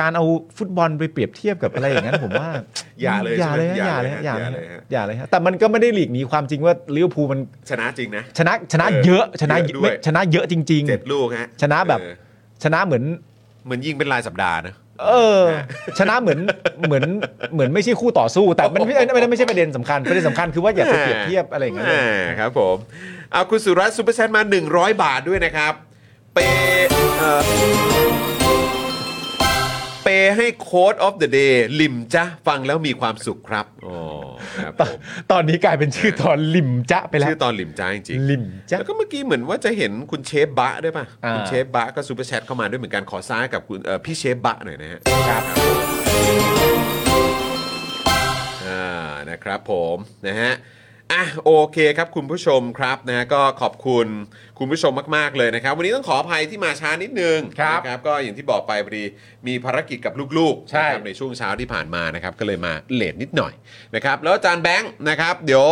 การเอาฟุตบอลไปเปรียบเทียบกับอะไรอย่างนั้น ผมว่า
อย่าเลย
อย่าเลยฮะ
ใช่
อย่า
ไหม
เลยฮะอย่าเลย
ฮะ
ฮะอย่าเลยฮะแต่มันก็ไม่ได้หลีกหนีความจริงว่าลิเวอร์พูลมัน
ชนะจริงนะ
ชนะชนะ
เออ
เยอะชนะ
เยอะด้วย
ไม่ชนะเยอะจริง
เจ็ดลูกฮะ
ชนะแบบ
เออ
ๆ ชนะเหมือน
เหมือนยิงเป็นรายสัปดาห์นะ
เออ ชนะเหมือนเหมือนเหมือนไม่ใช่คู่ต่อสู้ แต่มันไม่ไม่ไม่ใช่ประเด็นสำคัญประเด็นสำคัญคือว่าอย่าไปเปรียบเทียบอะไรอย่างเงี้ย
อ่าครับผม เอาคุณสุรัตน์ซูเปอร์แซนมา 100 บาทด้วยนะครับ เปเอ่อเปให้โค้ดออฟเดอะเดย์ลิมจ้ะฟังแล้วมีความสุขครับอ๋อครับผม
ตอนนี้กลายเป็นชื่อตอนลิมจะไปแล้ว
ชื่อตอนลิมจ้าจริง
ลิมจ้า
แล้วก็เมื่อกี้เหมือนว่าจะเห็นคุณเชฟบะด้วยป่ะ
อ่า
คุณเชฟบะก็ซูเปอร์แชทเข้ามาด้วยเหมือนกันขอซ้ายกับคุณเอ่อพี่เชฟบะหน่อยนะฮะ
ครับ
อ่านะครับผมนะฮะอ่ะโอเคครับคุณผู้ชมครับนะฮะก็ขอบคุณคุณผู้ชมมากๆเลยนะครับ วันนี้ต้องขออภัยที่มาช้านิดนึง
ครับ
นะครับ ก็อย่างที่บอกไปพอดีมีภารกิจกับลูกๆ
ใช่
นะครับในช่วงเช้าที่ผ่านมานะครับก็เลยมาเลทนิดหน่อยนะครับแล้วอาจารย์แบงค์นะครับ เดี๋ยว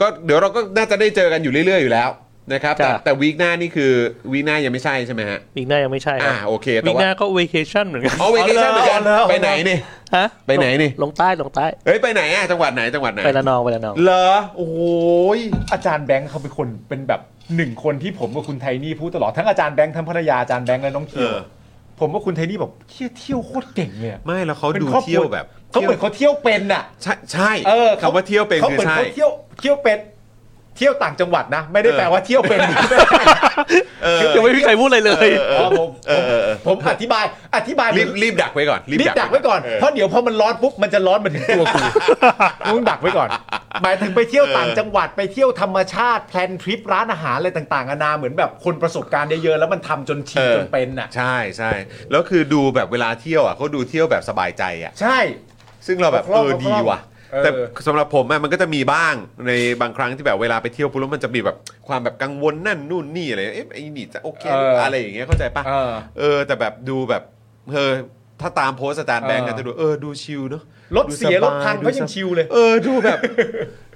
ก็เดี๋ยวเราก็น่าจะได้เจอกันอยู่เรื่อยๆอยู่แล้วนะครับแต่
จ้ะ
แต่วีคหน้านี่คือวีคหน้ายังไม่ใช่ใช่ไหมฮะ
อีกหน้ายังไม่ใช่ครับ
อ่าโอเคแต่
วี
ว่า
หน้าก็เวเคชั่นเหมือนกัน
อ๋อเวกชั่นเหมือนกัน
เอาเลย
ไปไหนนี่
ฮะ
ไปไหนนี่
ลงใต้ลงใต้
เฮ้ยไปไหนอ่ะจังหวัดไหนจังหวัดไหน
ไประนองไประนอง
เหรอโอ้โหย
อาจารย์แบงค์เขาเป็นคนเป็นแบบหนึ่งคนที่ผมกับคุณไทนี่พูดตลอดทั้งอาจารย์แบงค์ทั้งภรรยาอาจารย์แบงค์และน้องคิว
เออ
ผมว่าคุณไทนี่แบบเที่ยวเที่ยวโคตรเก่งเลยอะ
ไม่แล้วเขา
ป็น
ดู
ครอบครั
เที่ยวแบบ
เขาเหมือนเขาเที่ยวเป็นอ่ะ
ใช่ใช่
เออ
คำว่าเที่ยวเป็น
ขา
คือ
หมืน
ใช่
เขาเที่ยวเที่ยวเป็นเที่ยวต่างจังหวัดนะ ไม่ได้แปลว่าเที่ยวเป็น
เออ
ยังไม่มีใครพูดอะไรเลย
อ๋อผม
เออเออเออ
ผมอธิบายอธิบาย
รีบรีบดักไว้ก่อน
รีบดักไว้ก่อน
เ
เพราะเดี๋ยวพอมันร้อนปุ๊บมันจะร้อนมาถึงตัวกู มึงดักไว้ก่อนหมายถึงไปเที่ยวต่างจังหวัดไปเที่ยวธรรมชาติแพลนทริปร้านอาหารอะไรต่างๆนานาเหมือนแบบคนประสบการณ์เยอะๆแล้วมันทำจนชิน
เออ
จนเป็นอ่ะ
ใช่ใช่แล้วคือดูแบบเวลาเที่ยวอ่ะเขาดูเที่ยวแบบสบายใจอ่ะ
ใช่
ซึ่งเราแบบ
คล่
เอ
อง
อ
คล่อง
ดีว่ะ
เออ
แต่สำหรับผมอะมันก็จะมีบ้างในบางครั้งที่แบบเวลาไปเที่ยวปุ๊บแล้วมันจะมีแบบความแบบกังวลนั่นนู่นนี่อะไรเอ๊ะไอ้นี่จะโอเคหรือเปล่า
เอออ
อะไรอย่างเงี้ยเข้าใจปะ
เออ
เออ แต่แบบดูแบบเออถ้าตามโพสต์อาจารย์แบงก์
เออ
ก็จะดูเออดูชิลเนาะ
รถเสีย
ดู
ร
บา
ถพังก็ยังชิวเลย
เออดูแบบ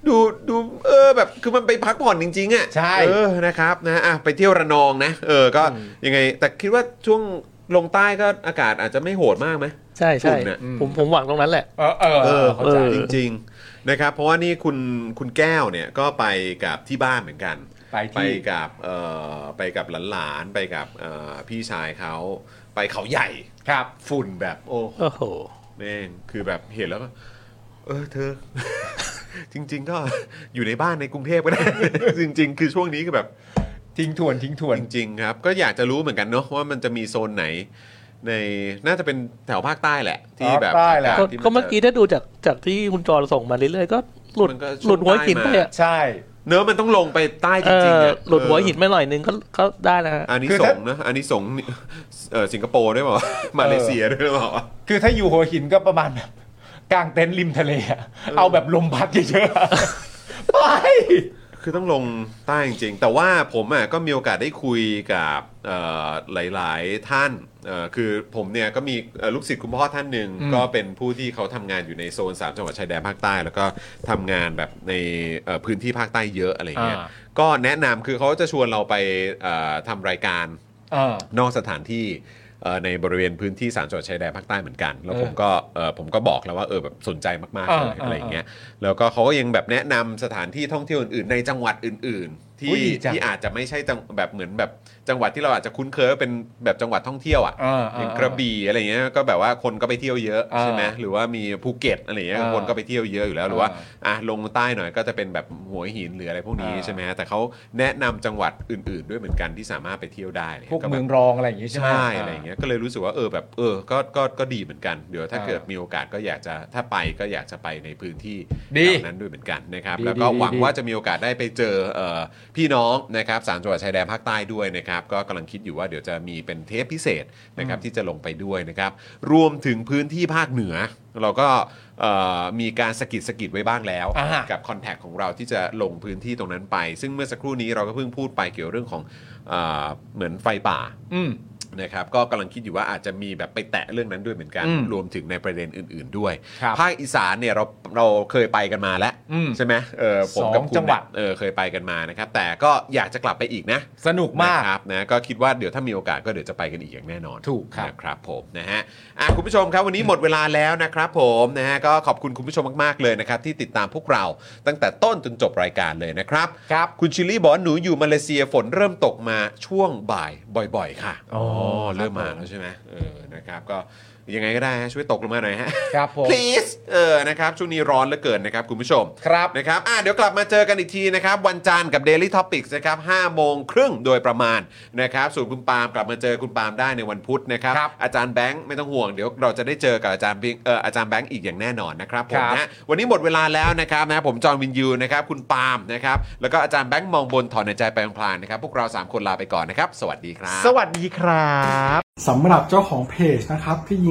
ดูดูเออแบบคือมันไปพักผ่อนจริงๆอ่ะ
ใช่
เออนะครับนะอ่ะไปเที่ยวระนองนะเออก็ยังไง แต่คิดว่าช่วงลงใต้ก็อากาศอาจจะไม่โหดมากไหม
ใช่ใช่
ฝุ่นน่ะ
ผมผมหวังตรงนั้นแหละ
เออเออ
เออ
เข้าใจ
จริงๆนะครับเพราะว่านี่คุณคุณแก้วเนี่ยก็ไปกับที่บ้านเหมือนกัน
ไปที่
ไปกับเอ่อไปกับหลานๆไปกับเอ่อพี่ชายเขาไปเขาใหญ่
ครับ
ฝุ่นแบบโอ้
โอ้โห
แม่งคือแบบเห็นแล้วก็เออเธอ จริง ๆ ก็อยู่ในบ้านในกรุงเทพก็ได้ จริง ๆ คือช่วงนี้คือแบบ
ทิ้งทวนทิ้งทวน
จริงๆครับก็อยากจะรู้เหมือนกันเนาะว่ามันจะมีโซนไหน ในน่าจะเป็นแถวภาคใต้แหละ ที่แบบ
ภาคใต้แหละ
อาาศ
ก็
ที่น
ก็เมื่อ
จะ
กี้ถ้าดูจากจากที่คุณจอส่งมาเรื่อยๆก็หลุด
มันก็ช่วง
หลุดหัวหิน
ใต้
ไป
มา
อ่ะ
ใช่
เนื้อะมันต้องลงไปใต้จ
เอ
ริง
อ
ๆอะ
หลุดหัวหิน
เอ
ไปหน่อยนึงก็ก็ได้นะฮะ
ออันนี้
คือ
ส
ถ้า
งนะอันนี้สงนี่เออสิงคโปร์ด้วยเปล่าวะ มาเลเซียด้วยหรือเปล่าวะ
คือถ้าอยู่หัวหินก็ประมาณแบบกลางเต็นท์ริมทะเลอะเอาแบบลมพัดเยอะๆอะไป
คือต้องลงใต้จริงๆ แต่ว่าผมอ่ะก็มีโอกาสได้คุยกับเอ่อหลายๆท่านเอ่อคือผมเนี่ยก็มีเอ่อลูกศิษย์คุณพ่อท่านหนึ่ง
อืม
ก็เป็นผู้ที่เขาทำงานอยู่ในโซน 3 จังหวัดชายแดนภาคใต้ แล้วก็ทำงานแบบในเอ่อพื้นที่ภาคใต้เยอะอะไรเงี้ยก็แนะนำคือเขาจะชวนเราไปเอ่อทำรายการ
เออ
นอกสถานที่เอ่อในบริเวณพื้นที่สามจังหวัดชายแดนภาคใต้เหมือนกัน แล้ว
เออ
ผมก็เอ่อผมก็บอกแล้วว่าเออแบบสนใจมากๆ
อ่า
เลย
อ่า
อะไรอย่างเงี้ยแล้วก็เขาก็ยังแบบแนะนำสถานที่ท่องเที่ยวอื่นๆ ในจังหวัดอื่น ๆ
อุ๊
ที่
ยดีจัง
ที่อาจจะไม่ใช่จังแบบเหมือนแบบจังหวัดที่เราอาจจะคุ้นเคยว่าเป็นแบบจังหวัดท่องเที่ยวอ่ะ
อ่าอ่า
อย่างกระบี่อะไรเงี้ยก็แบบว่าคนก็ไปเที่ยวเยอะ
อ่า
ใช่ไหมหรือว่ามีภูเก็ตอะไรเงี้ย
อ่า
คนก็ไปเที่ยวเยอะอยู่แล้วหรือว่า
อ่า
อ่ะลงใต้หน่อยก็จะเป็นแบบหัวหินหรืออะไรพวกนี้ใช่ไหมฮะแต่เขาแนะนำจังหวัดอื่น ๆ ด้วยเหมือนกันที่สามารถไปเที่ยวได้
พวก
แบบ
เมืองรองอะไรอย่างงี้ใช่ไหม
ใช่อะไรอย่างเงี้ยก็เลยรู้สึกว่าเออแบบเออก็ก็ก็ดีเหมือนกันเดี๋ยวถ้า
อ่า
เกิดมีโอกาสก็อยากจะถ้าไปก็อยากจะไปในพื้นที่
ดี
เหล่านั้นด้วยเหมือนกันนะครับ
ดี
แล้วก็
ดี
หวัง
ดี
ว่าจะมีโอกาสได้ไปเจอเอ่อพี่น้องนะครับสามจังหวัดชายแดนภาคใต้ด้วยนะครับ ก็กำลังคิดอยู่ว่าเดี๋ยวจะมีเป็นเทปพิเศษนะครับที่จะลงไปด้วยนะครับ รวมถึงพื้นที่ภาคเหนือ เราก็เอ่อมีการสะกิดสะกิดไว้บ้างแล้ว
อ่า
กับคอนแทคของเราที่จะลงพื้นที่ตรงนั้นไป ซึ่งเมื่อสักครู่นี้เราก็เพิ่งพูดไปเกี่ยวเรื่องของเอ่อเหมือนไฟป่า
อืม
นะครับก็กำลังคิดอยู่ว่าอาจจะมีแบบไปแตะเรื่องนั้นด้วยเหมือนกัน
อืม
รวมถึงในประเด็นอื่น ๆด้วย
ครับ
ภาคอีสานเนี่ยเราเราเคยไปกันมาแล้ว
อืม
ใช่ไหมเออผมกับ
สอง
คุณ
จังหวัด
เนี่ยเออเคยไปกันมานะครับ แต่ก็อยากจะกลับไปอีกนะ
สนุกมาก
นะครับนะก็คิดว่าเดี๋ยวถ้ามีโอกาสก็เดี๋ยวจะไปกันอีกอย่างแน่นอน
ถูกครับ
นะครับผมนะฮะอ่ะคุณผู้ชมครับวันนี้หมดเวลาแล้วนะครับผมนะฮะก็ขอบคุณคุณผู้ชมมากๆเลยนะครับที่ติดตามพวกเราตั้งแต่ต้นจนจบรายการเลยนะครับ
ครับ
คุณชิลลี่บอกว่าหนูอยู่มาเลเซียฝนเริ่มตกมาช่วงบ่ายบ่อย ๆ ค่ะ
อ๋อ
เริ่มมาแล้วใช่ไหมเออนะครับก็ยังไงก็ได้ฮะช่วยตกลงมาหน่อยฮะ
ครับผม
please เออนะครับช่วงนี้ร้อนเหลือเกินนะครับคุณผู้ชม
ครับ
นะครับอ่ะเดี๋ยวกลับมาเจอกันอีกทีนะครับ วันจันทร์กับ Daily Topics นะครับ5โมงครึ่งโดยประมาณนะครับ ส่วนคุณปาล์มกลับมาเจอคุณปาล์มได้ในวันพุธนะครับ
ครับ
อาจารย์แบงค์ไม่ต้องห่วง เดี๋ยวเราจะได้เจอกับอาจารย์บิ๊กเอ่ออาจารย์แบงค์อีกอย่างแน่นอนนะครับผม
ครับ
นะวันนี้หมดเวลาแล้วนะครับนะผมจอห์นวินยูนะครับคุณปาล์มนะครับแล้วก็อาจารย์แบงค์มองบนถอนในใจไปพลางๆนะครับพวกเราสามคนลาไปก่อนนะครับสวัสดีครับ
สวัสดีครับ
สำหรับเจ้าของเพจนะครับที่ยิ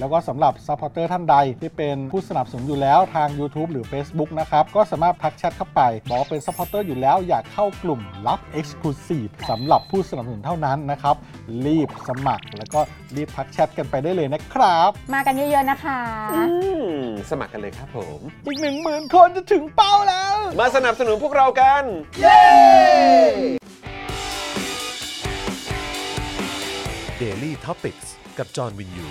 แล้วก็สำหรับ Supporter ท่านใดที่เป็นผู้สนับสนุนอยู่แล้วทาง YouTube หรือ Facebook นะครับ ก็สามารถทักแชทเข้าไป บอกเป็น Supporter อยู่แล้วอยากเข้ากลุ่มลับ Exclusive สำหรับผู้สนับสนุนเท่านั้นนะครับ รีบสมัคร แล้วก็รีบทักแชทกันไปได้เลยนะครับ
มากันเยอะๆนะคะ
อืมสมัครกันเลยครับผม
อีก 1 0,000 คนจะถึงเป้าแล้ว
มาสนับสนุนพวกเรากัน
Daily t o p i c กกับจอห์นวินยู